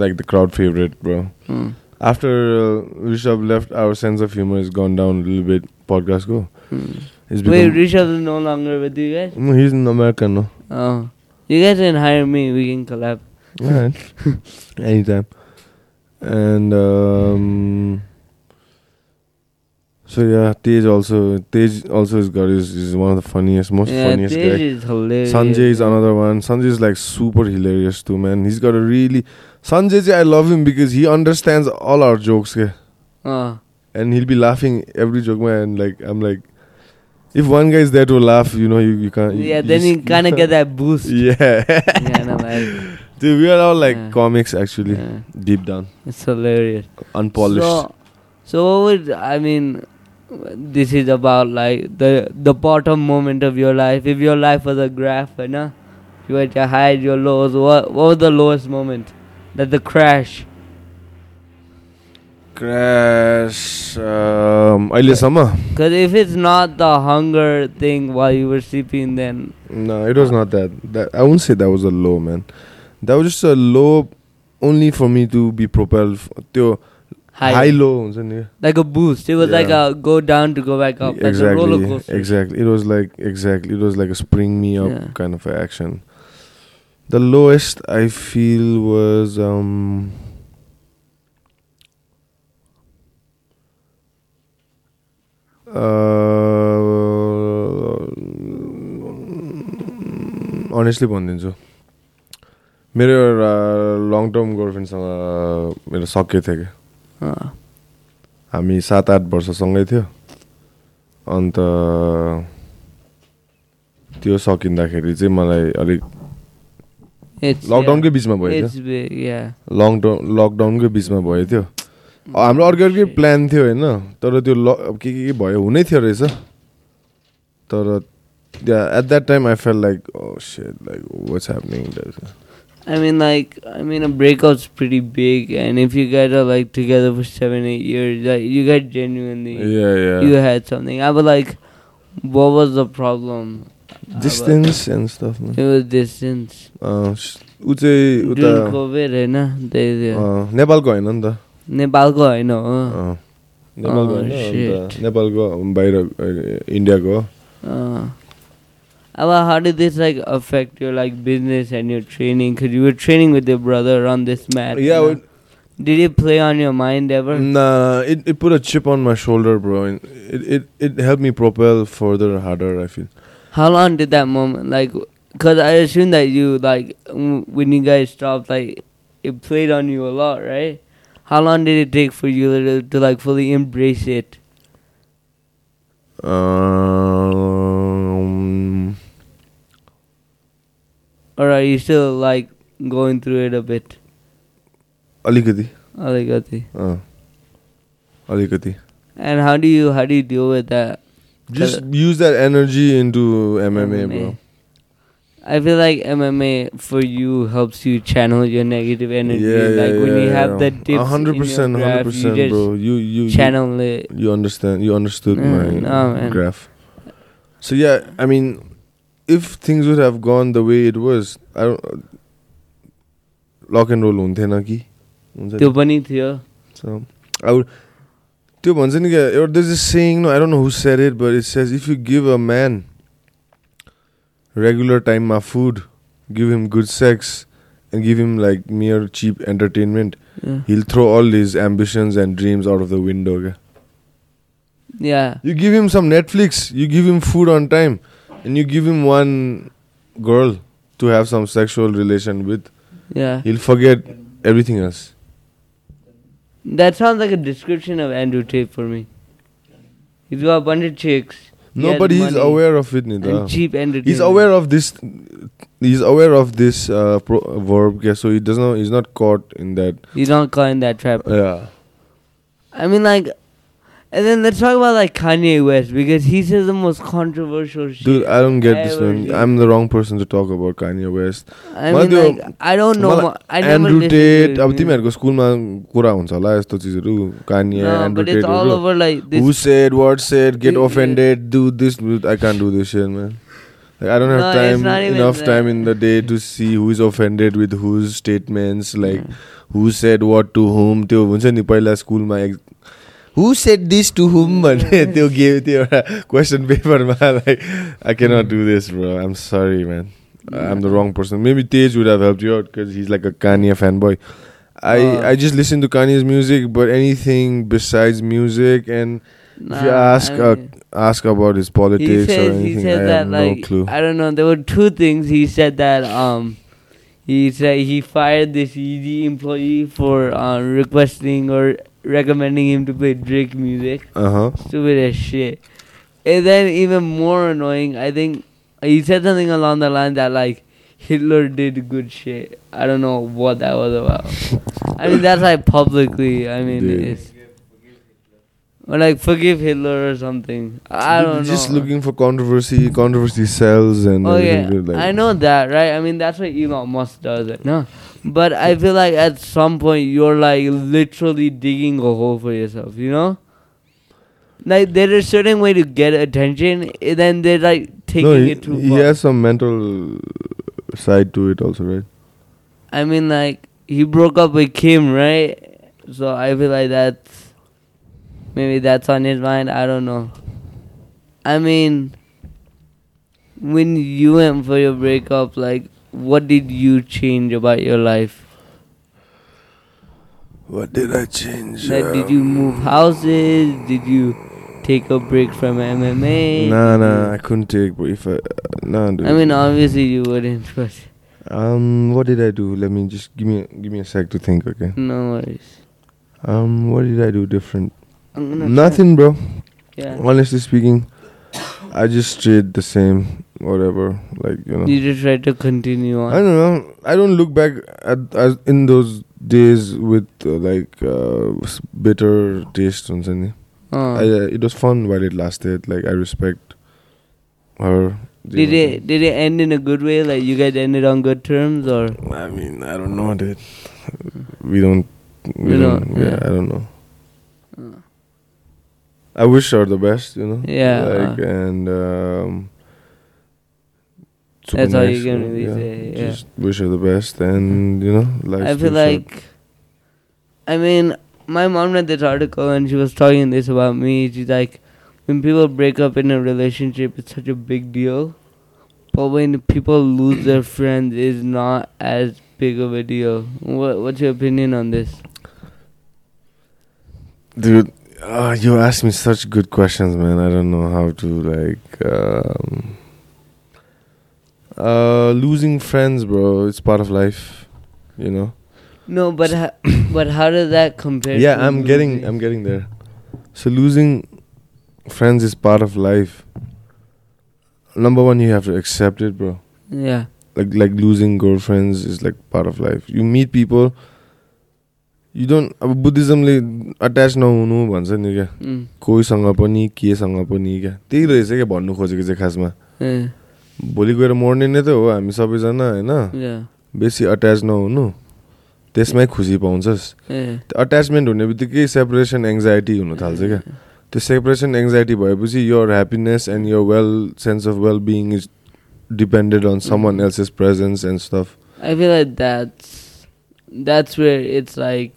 Speaker 3: like the crowd favorite, bro.
Speaker 2: Mm.
Speaker 3: After uh, Rishabh left, our sense of humor has gone down a little bit. Podcast go.
Speaker 2: Mm.
Speaker 3: It's
Speaker 2: Wait,
Speaker 3: become-
Speaker 2: Rishabh is no longer with you guys.
Speaker 3: No, he's an American, no?
Speaker 2: Oh, you guys can hire me. We can collab.
Speaker 3: Alright. Anytime. And um so yeah, Tej also Tej also has got his is one of the funniest, most funniest
Speaker 2: Tej
Speaker 3: guy.
Speaker 2: is hilarious. Oh.
Speaker 3: Sanjay is another one. Sanjay is like super hilarious too, man. He's got a really Sanjay, ji, I love him because he understands all our jokes, yeah.
Speaker 2: Uh,
Speaker 3: and he'll be laughing every joke, man. Like I'm like, if one guy is there to laugh, you know, you, you can't. you-
Speaker 2: yeah,
Speaker 3: you
Speaker 2: then
Speaker 3: s-
Speaker 2: you kind of get that boost.
Speaker 3: yeah.
Speaker 2: yeah, no, like,
Speaker 3: Dude, we are all like
Speaker 2: Yeah.
Speaker 3: comics actually,
Speaker 2: Yeah.
Speaker 3: deep down,
Speaker 2: It's hilarious.
Speaker 3: unpolished.
Speaker 2: So, so what would I mean? This is about like the the bottom moment of your life. If your life was a graph, you know, you were to hide your lows. What what was the lowest moment? That the crash.
Speaker 3: Crash. Um, Ailesamma.
Speaker 2: Cause if it's not the hunger thing while you were sleeping, then
Speaker 3: No, it was not that. That I wouldn't say that was a low, man. That was just a low, only for me to be propelled. f- त्यो
Speaker 2: high,
Speaker 3: high low हुन्छ नि
Speaker 2: like a boost. It was like
Speaker 3: Yeah.
Speaker 2: a go down to go back up, like a roller
Speaker 3: exactly
Speaker 2: coaster.
Speaker 3: exactly it was like exactly it was like a spring me up
Speaker 2: Yeah.
Speaker 3: kind of action the lowest i feel was um uh, honestly uh, भनिदिन्छु मेरो एउटा long term गर्लफ्रेन्डसँग मेरो सकियो थियो कि
Speaker 2: Uh,
Speaker 3: हामी सात आठ वर्षसँगै थियो अन्त त्यो सकिँदाखेरि चाहिँ मलाई अलिक
Speaker 2: it's
Speaker 3: लकडाउनकै बिचमा
Speaker 2: yeah,
Speaker 3: भयो
Speaker 2: It's
Speaker 3: थियो
Speaker 2: big, yeah.
Speaker 3: लकडाउन लकडाउनकै बिचमा भयो त्यो
Speaker 2: Hmm.
Speaker 3: अ- हाम्रो अर्कै अर्कै प्लान थियो होइन तर त्यो ल अब के के के भयो हुनै थियो रहेछ तर at that time I felt like sad like what's happening
Speaker 2: I mean, like, I mean, a breakout's pretty big, and if you guys are like together for seven, eight years, like, you guys genuinely,
Speaker 3: yeah
Speaker 2: you
Speaker 3: yeah
Speaker 2: had something. I was like, what was the problem? I was-
Speaker 3: distance and stuff
Speaker 2: It was distance.
Speaker 3: ऊ Uh, चाहिँ उता
Speaker 2: During COVID, है ना? They, they,
Speaker 3: अँ, नेपालको होइन नि त
Speaker 2: नेपालको होइन अँ।
Speaker 3: अँ। नेपालको
Speaker 2: Oh,
Speaker 3: होइन अन्त नेपालको बाहिर अ, इन्डियाको हो।
Speaker 2: अँ। अब Uh. how did this like affect your like business and your training? Cause you were training with your brother on this mat. you
Speaker 3: Yeah,
Speaker 2: know?
Speaker 3: it-
Speaker 2: Did it play on your mind ever?
Speaker 3: Nah, it, it put a chip on my shoulder, bro. and It, it it helped me propel further harder. I feel.
Speaker 2: How long did that moment like? Cause I assume that you like w- when you guys stopped, like it played on you a lot, right? How long did it take for you to, to like fully embrace it?
Speaker 3: Uh, Um,
Speaker 2: Or are you still like going through it a bit?
Speaker 3: alikati.
Speaker 2: Aligati.
Speaker 3: Uh, alikati.
Speaker 2: And how do you how do you deal with that?
Speaker 3: Just use that energy into MMA, bro.
Speaker 2: I feel like MMA for you helps you channel your negative energy. like when you have that dips
Speaker 3: A hundred percent,
Speaker 2: in your
Speaker 3: hundred
Speaker 2: graph, you
Speaker 3: percent,
Speaker 2: just
Speaker 3: bro. You you you-
Speaker 2: channel it.
Speaker 3: You understand? You understood
Speaker 2: Mm,
Speaker 3: my
Speaker 2: no, man.
Speaker 3: graph. So yeah, I mean, if things would have gone the way it was, I don't. Lock and roll हुन्थेन कि हुन्छ
Speaker 2: त्यो
Speaker 3: नि?
Speaker 2: पनि थियो
Speaker 3: So I would. त्यो भन्छ नि क्या एउटा there's this saying, no, I don't know who said it, but it says if you give a man regular timeमा food, give him good sex, and give him like mere cheap entertainment,
Speaker 2: Yeah.
Speaker 3: he'll throw all his ambitions and dreams out of the window. क्या?
Speaker 2: Yeah.
Speaker 3: You give him some Netflix, you give him food on time, and you give him one girl to have some sexual relation with.
Speaker 2: Yeah.
Speaker 3: He'll forget everything else.
Speaker 2: That sounds like a description of Andrew Tate for me. He's got a bunch of chicks. He
Speaker 3: No,
Speaker 2: has
Speaker 3: but he's
Speaker 2: money
Speaker 3: aware of it,
Speaker 2: And
Speaker 3: Nida.
Speaker 2: cheap entertainment.
Speaker 3: He's aware of this. He's aware of this uh, pro- verb, yeah, so he does not. He's not caught in that. Uh,
Speaker 2: He's not caught in that trap.
Speaker 3: Yeah.
Speaker 2: I mean, like, and then let's talk about like Kanye West because he says the most controversial shit.
Speaker 3: Dude, I don't get this
Speaker 2: ever
Speaker 3: one.
Speaker 2: did.
Speaker 3: I'm the wrong person to talk about Kanye West.
Speaker 2: I
Speaker 3: मलाई
Speaker 2: mean,
Speaker 3: त्यो-
Speaker 2: like, I don't know.
Speaker 3: मलाई
Speaker 2: mo- I never
Speaker 3: Andrew
Speaker 2: listened to
Speaker 3: Tate
Speaker 2: his
Speaker 3: अब
Speaker 2: music.
Speaker 3: तिमीहरूको स्कुलमा कुरा हुन्छ होला यस्तो चिजहरू Kanye
Speaker 2: No,
Speaker 3: Andrew
Speaker 2: but it's all
Speaker 3: टेटहरू
Speaker 2: over like this.
Speaker 3: Who said, what said, get
Speaker 2: Yeah, yeah.
Speaker 3: offended, do this. do- I can't do this shit, man. Like, I don't
Speaker 2: No,
Speaker 3: have
Speaker 2: it's
Speaker 3: time,
Speaker 2: not even
Speaker 3: enough
Speaker 2: that.
Speaker 3: time in the day to see who is offended with whose statements, like who said what to whom. त्यो हुन्छ नि पहिला स्कुलमा एक who said this to whom भन्ने त्यो game त्यो एउटा क्वेसन पेपरमा like I cannot do this bro I am sorry man I am the wrong person maybe Tej would have help you out because he's like a Kanye fan boy I
Speaker 2: Uh.
Speaker 3: I just listen to Kanye's music but anything besides music and
Speaker 2: Nah,
Speaker 3: if you ask
Speaker 2: I
Speaker 3: uh,
Speaker 2: mean-
Speaker 3: ask about his
Speaker 2: he
Speaker 3: politics or
Speaker 2: says
Speaker 3: anything,
Speaker 2: he said
Speaker 3: I
Speaker 2: that
Speaker 3: have
Speaker 2: like
Speaker 3: no clue.
Speaker 2: I don't know. There were two things he said that um he said he fired this ED employee for uh, requesting or recommending him to play Drake music.
Speaker 3: Uh huh.
Speaker 2: Stupid as shit. And then even more annoying, I think he said something along the line that like Hitler did good shit. I don't know what that was about. I mean, that's like publicly. I mean,
Speaker 3: Dude.
Speaker 2: it's or like forgive Hitler or something. I I don't
Speaker 3: Just
Speaker 2: know.
Speaker 3: looking for controversy. Controversy sells and.
Speaker 2: Oh
Speaker 3: everything
Speaker 2: yeah,
Speaker 3: good, like-
Speaker 2: I know that, right? I mean, that's what Elon Musk does. Right? No, but I feel like at some point you're like literally digging a hole for yourself. You know, like there's a certain way to get attention, and then they're like taking
Speaker 3: no, he,
Speaker 2: it too
Speaker 3: he
Speaker 2: far.
Speaker 3: has some mental side to it also, right?
Speaker 2: I mean, like he broke up with Kim, right? So I feel like that's maybe that's on his mind. I don't know. I mean, when you went for your breakup, like, what did you change about your life?
Speaker 3: What did I change? um,
Speaker 2: Like, did you move houses? Did you take a break from MMA?
Speaker 3: Nah,
Speaker 2: Did
Speaker 3: nah, I
Speaker 2: you-
Speaker 3: couldn't take. But if I, nah, dude.
Speaker 2: I mean, obviously you wouldn't, but
Speaker 3: um, what did I do? Let me just give me give me a sec to think. Okay.
Speaker 2: no worries.
Speaker 3: Um, what did I do different?
Speaker 2: I'm gonna try-
Speaker 3: Nothing, bro.
Speaker 2: Yeah.
Speaker 3: Honestly speaking, I just stayed the same. Whatever, like you know.
Speaker 2: You just try to continue on.
Speaker 3: I don't know. I don't look back at, at in those days with uh, like uh, s- bitter taste on something.
Speaker 2: Oh.
Speaker 3: I, uh, it was fun while it lasted. Like I respect her. you
Speaker 2: Did
Speaker 3: know.
Speaker 2: it did it end in a good way? Like you guys ended on good terms, or
Speaker 3: I mean, I don't know, dude. We don't. We
Speaker 2: We
Speaker 3: don't.
Speaker 2: don't,
Speaker 3: yeah,
Speaker 2: yeah. Uh.
Speaker 3: I don't know. I wish her the best, you know.
Speaker 2: Yeah,
Speaker 3: Like
Speaker 2: uh.
Speaker 3: and. Um, super
Speaker 2: That's all you
Speaker 3: nice,
Speaker 2: can
Speaker 3: know,
Speaker 2: really say, yeah.
Speaker 3: Just wish her the best, and you know, life.
Speaker 2: I feel like, I mean, my mom read this article and she was talking this about me. She's like, when people break up in a relationship, it's such a big deal, but when people lose their friends, is not as big of a deal. What what's your opinion on this?
Speaker 3: dude. Uh, you asked me such good questions, man. I don't know how to like. Um, uh, losing friends, bro. It's part of life, you know.
Speaker 2: No, but ha- but how does that compare?
Speaker 3: yeah
Speaker 2: to
Speaker 3: i'm getting
Speaker 2: losing-
Speaker 3: i'm getting there so losing friends is part of life number one you have to accept it bro
Speaker 2: yeah.
Speaker 3: like like losing girlfriends is like part of life you meet people you don't अब बुद्धिज्मले attach नहुनु भन्छ नि क्या
Speaker 2: Mm,
Speaker 3: कोहीसँग पनि केसँग पनि क्या त्यही रहेछ क्या भन्नु खोजेको चाहिँ खासमा
Speaker 2: yeah.
Speaker 3: भोलि गएर मर्ने नै त हो हामी सबैजना होइन
Speaker 2: Yeah.
Speaker 3: बेसी अट्याच नहुनु त्यसमै खुसी पाउँछस्
Speaker 2: Yeah.
Speaker 3: अट्याचमेन्ट हुने बित्तिकै सेपरेसन एङ्जाइटी हुन थाल्छ क्या त्यो सेपरेसन एङ्जाइटी भएपछि your happiness and your well sense of well being is depended on someone else's presence and stuff
Speaker 2: I feel like that's that's where it's like,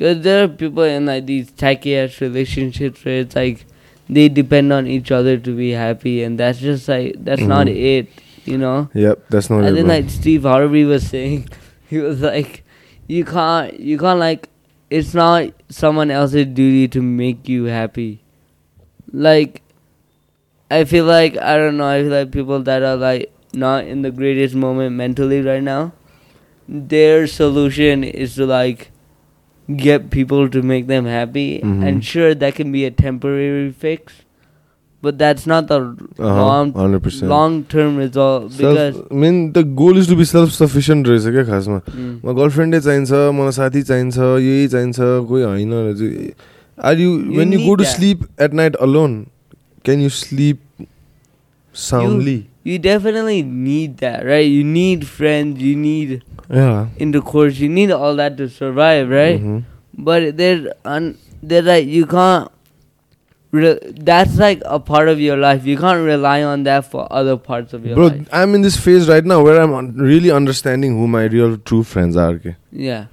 Speaker 2: cause there are people in like these tacky ass relationships where it's like they depend on each other to be happy, and that's just like that's not it, you know.
Speaker 3: Yep that's not
Speaker 2: And then like Steve Harvey was saying, he was like, you can't you can't like it's not someone else's duty to make you happy, like. I feel like I don't know. I feel like people that are like not in the greatest moment mentally right now, their solution is to like get people to make them happy.
Speaker 3: Mhm.
Speaker 2: And sure, that can be a temporary fix, but that's not the long
Speaker 3: 100%
Speaker 2: long term result because
Speaker 3: main the goal is to be self sufficient रहेछ क्या खासमा
Speaker 2: Mm.
Speaker 3: मलाई गर्लफ्रेन्डै चाहिन्छ मलाई साथी चाहिन्छ यही चाहिन्छ कोही होइन रहेछ are you when you go
Speaker 2: need
Speaker 3: to
Speaker 2: that.
Speaker 3: Sleep at night alone can you sleep soundly
Speaker 2: you definitely need that, right? You need friends. You need
Speaker 3: Yeah.
Speaker 2: intercourse. You need all that to survive, right?
Speaker 3: Mhm.
Speaker 2: But there's un- there's like you can't. Re- that's like a part of your life. You can't rely on that for other parts of your
Speaker 3: Bro,
Speaker 2: life.
Speaker 3: I'm in this phase right now where I'm un- really understanding who my real true friends are. Okay?
Speaker 2: Yeah.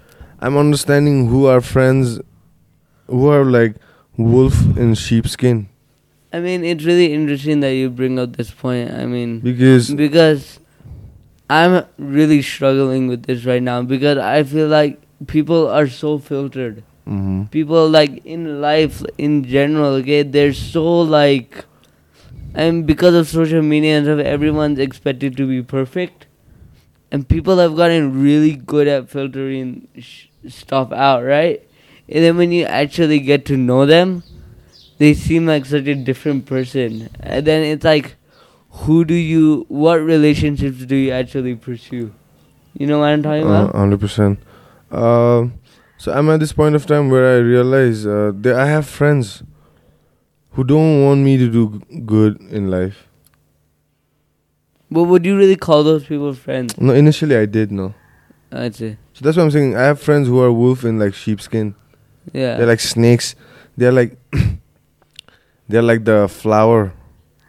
Speaker 3: I'm understanding who are friends who are like wolf in sheepskin
Speaker 2: I mean, it's really interesting that you bring up this point. I mean,
Speaker 3: because
Speaker 2: because I'm really struggling with this right now because I feel like people are so filtered.
Speaker 3: Mhm.
Speaker 2: people like in life in general okay they're so like and because of social media and stuff everyone's expected to be perfect and people have gotten really good at filtering sh- stuff out right and then when you actually get to know them they seem like such a different person and then it's like who do you, what relationships do you actually pursue? You know what I'm talking
Speaker 3: Uh,
Speaker 2: about?
Speaker 3: 100%. Um, so I'm at this point of time where I realize uh, that I have friends who don't want me to do g- good in life.
Speaker 2: But would you really call those people friends?
Speaker 3: No, initially I did, no.
Speaker 2: I'd say.
Speaker 3: So that's what I'm saying. I have friends who are wolf in like sheepskin.
Speaker 2: Yeah.
Speaker 3: They're like snakes. They're like they're like the flower,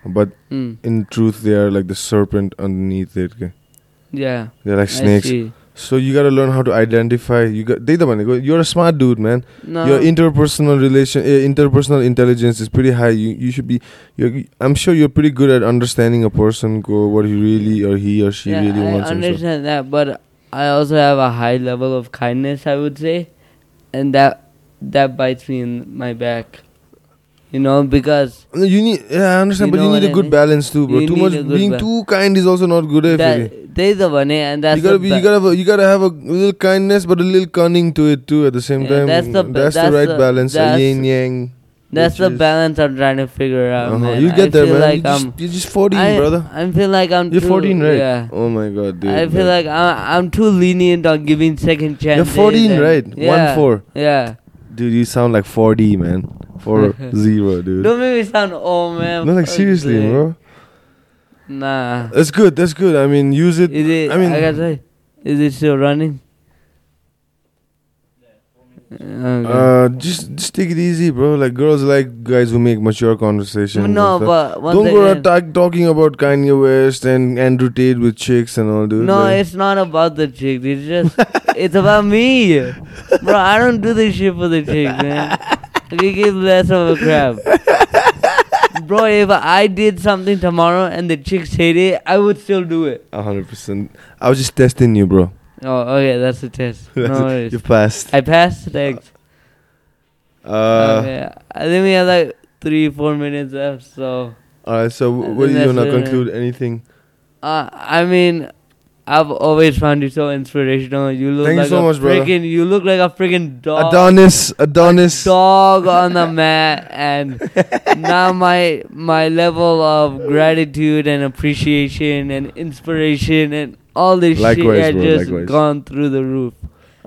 Speaker 3: but
Speaker 2: mm,
Speaker 3: in truth they are like the serpent underneath it. okay?
Speaker 2: yeah.
Speaker 3: They're like
Speaker 2: I
Speaker 3: snakes.
Speaker 2: see.
Speaker 3: So you gotta learn how to identify. You got they the one. they go, You're a smart dude, man.
Speaker 2: No.
Speaker 3: Your interpersonal relation, uh, interpersonal intelligence is pretty high. You you should be. You're, I'm sure you're pretty good at understanding a person, go what he really or he or she
Speaker 2: yeah,
Speaker 3: really
Speaker 2: I
Speaker 3: wants. and stuff.
Speaker 2: understand that, but I also have a high level of kindness, I would say, and that that bites me in my back. You know, because
Speaker 3: No, You need, yeah, I understand,
Speaker 2: You
Speaker 3: but you
Speaker 2: know
Speaker 3: need
Speaker 2: what
Speaker 3: a
Speaker 2: I
Speaker 3: good
Speaker 2: mean?
Speaker 3: balance too, bro.
Speaker 2: You
Speaker 3: too
Speaker 2: need
Speaker 3: much
Speaker 2: a good
Speaker 3: being
Speaker 2: ba-
Speaker 3: too kind is also not good. eh, Fergie.
Speaker 2: that they the one, eh, and that's
Speaker 3: you
Speaker 2: the
Speaker 3: gotta be, you
Speaker 2: ba-
Speaker 3: gotta, have a, you gotta have a little kindness, but a little cunning to it too at the same
Speaker 2: Yeah,
Speaker 3: time.
Speaker 2: that's the ba- that's
Speaker 3: right
Speaker 2: the-
Speaker 3: balance, a
Speaker 2: that's-
Speaker 3: yin yang.
Speaker 2: that's the
Speaker 3: which is-
Speaker 2: balance I'm trying to figure out.
Speaker 3: Uh-huh.
Speaker 2: Man.
Speaker 3: You
Speaker 2: I
Speaker 3: get there,
Speaker 2: feel
Speaker 3: man.
Speaker 2: Like
Speaker 3: you
Speaker 2: I'm,
Speaker 3: just, you're just 14,
Speaker 2: I,
Speaker 3: brother.
Speaker 2: I feel like I'm
Speaker 3: You're
Speaker 2: too,
Speaker 3: 14, right?
Speaker 2: Yeah.
Speaker 3: Oh my god, dude.
Speaker 2: I feel
Speaker 3: man.
Speaker 2: like I'm I'm too lenient on giving second chances.
Speaker 3: You're 14,
Speaker 2: and-
Speaker 3: right?
Speaker 2: Yeah,
Speaker 3: One four.
Speaker 2: Yeah.
Speaker 3: Dude, you sound like 4D, man. 4 0, dude.
Speaker 2: Don't make me sound old, man.
Speaker 3: no, like
Speaker 2: Fuck
Speaker 3: seriously,
Speaker 2: this.
Speaker 3: bro.
Speaker 2: Nah.
Speaker 3: That's good. That's good. I mean, use it.
Speaker 2: Is it?
Speaker 3: I mean,
Speaker 2: I gotta say, is it still running? Okay.
Speaker 3: uh, just just take it easy, bro. Like girls like guys who make mature conversations. and
Speaker 2: no,
Speaker 3: stuff.
Speaker 2: but one
Speaker 3: don't
Speaker 2: thing
Speaker 3: go
Speaker 2: is-
Speaker 3: around talk- talking about Kanye West and Andrew Tate with chicks and all, dude.
Speaker 2: no,
Speaker 3: Like,
Speaker 2: it's not about the chick. It's just it's about me, bro. I don't do this shit for the chick, man. We give less of a crap, bro. If I did something tomorrow and the chicks hate it, I would still do it.
Speaker 3: a hundred percent. I was just testing you, bro.
Speaker 2: Oh, okay, that's the test. No
Speaker 3: That's it.
Speaker 2: worries.
Speaker 3: you passed.
Speaker 2: I passed. Thanks.
Speaker 3: Uh,
Speaker 2: okay, I think we have like three, four minutes left, so.
Speaker 3: all right. So,
Speaker 2: I
Speaker 3: wh- what do
Speaker 2: think
Speaker 3: you
Speaker 2: that's
Speaker 3: wanna
Speaker 2: it, man.
Speaker 3: conclude? Anything?
Speaker 2: Uh, I mean, I've always found you so inspirational. You look
Speaker 3: Thank you
Speaker 2: like
Speaker 3: so
Speaker 2: a
Speaker 3: much, brother.
Speaker 2: freaking. You look like a freaking dog.
Speaker 3: Adonis. Adonis.
Speaker 2: Dog on the mat, and now my my level of gratitude and appreciation and inspiration and all this
Speaker 3: Likewise,
Speaker 2: shit has
Speaker 3: bro,
Speaker 2: just
Speaker 3: likewise.
Speaker 2: gone through the roof.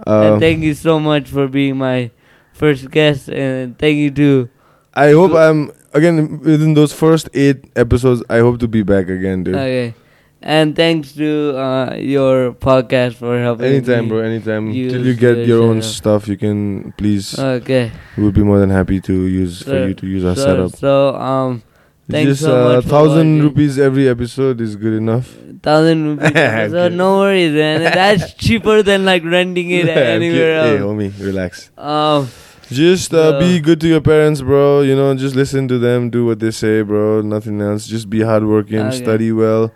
Speaker 3: Uh,
Speaker 2: and thank you so much for being my first guest, and thank you to
Speaker 3: I hope I'm again within those first eight episodes. I hope to be back again, dude.
Speaker 2: okay, and thanks to uh, your podcast for helping.
Speaker 3: anytime,
Speaker 2: me.
Speaker 3: bro. Anytime.
Speaker 2: you
Speaker 3: Till you
Speaker 2: use Uh,
Speaker 3: get
Speaker 2: the
Speaker 3: your own
Speaker 2: setup.
Speaker 3: stuff, you can please.
Speaker 2: Okay.
Speaker 3: we would be more than happy to use for
Speaker 2: Sure,
Speaker 3: you to use our
Speaker 2: so,
Speaker 3: setup.
Speaker 2: So um, thanks
Speaker 3: Just
Speaker 2: so
Speaker 3: uh,
Speaker 2: much for
Speaker 3: thousand
Speaker 2: watching.
Speaker 3: rupees every episode is good enough.
Speaker 2: thousand rupees. so
Speaker 3: Okay.
Speaker 2: no worries, man. That's cheaper than like renting it anywhere
Speaker 3: hey,
Speaker 2: else.
Speaker 3: homie, relax.
Speaker 2: Um,
Speaker 3: Just uh,
Speaker 2: Yeah.
Speaker 3: be good to your parents, bro. You know, just listen to them, do what they say, bro. Nothing else. Just be hardworking,
Speaker 2: Okay.
Speaker 3: study well,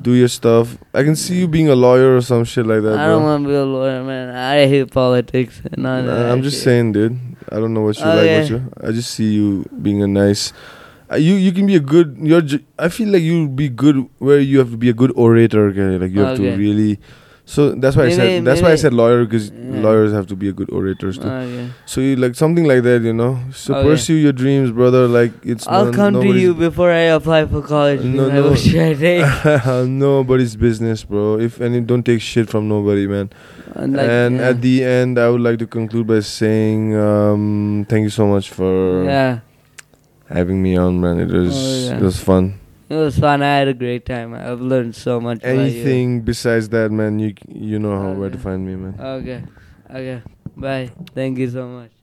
Speaker 3: do your stuff. I can see you being a lawyer or some shit like that,
Speaker 2: I
Speaker 3: bro.
Speaker 2: don't want to be a lawyer, man. I hate politics. And all
Speaker 3: Nah,
Speaker 2: that
Speaker 3: I'm just
Speaker 2: shit.
Speaker 3: saying, dude. I don't know what you like, what
Speaker 2: Okay.
Speaker 3: you. I just see you being a nice. Uh, you you can be a good. You're. ju- I feel like you'll be good where you have to be a good orator. Okay, like you have to
Speaker 2: Okay.
Speaker 3: really. So that's why I
Speaker 2: Maybe-
Speaker 3: said that's why I
Speaker 2: maybe-
Speaker 3: said lawyer because
Speaker 2: Yeah.
Speaker 3: lawyers have to be a good orators too.
Speaker 2: Okay.
Speaker 3: so you like something like that, you know. So
Speaker 2: Okay.
Speaker 3: pursue your dreams, brother. Like it's.
Speaker 2: Oh, I'll
Speaker 3: none-
Speaker 2: come to
Speaker 3: nobody's-
Speaker 2: you before I apply for college.
Speaker 3: No,
Speaker 2: No,
Speaker 3: no.
Speaker 2: no. What should I take?
Speaker 3: nobody's business, bro. If any, don't take shit from nobody, man.
Speaker 2: And, like,
Speaker 3: and
Speaker 2: yeah.
Speaker 3: at the end, I would like to conclude by saying um, thank you so much for
Speaker 2: yeah,
Speaker 3: having me on, man. It was
Speaker 2: Oh, yeah.
Speaker 3: it was fun.
Speaker 2: it was fun. I had a great time. I've learned so much. about you.
Speaker 3: Anything besides that, man, you you know how, where to
Speaker 2: Okay.
Speaker 3: find me, man.
Speaker 2: Okay. Okay. Bye. Thank you so much.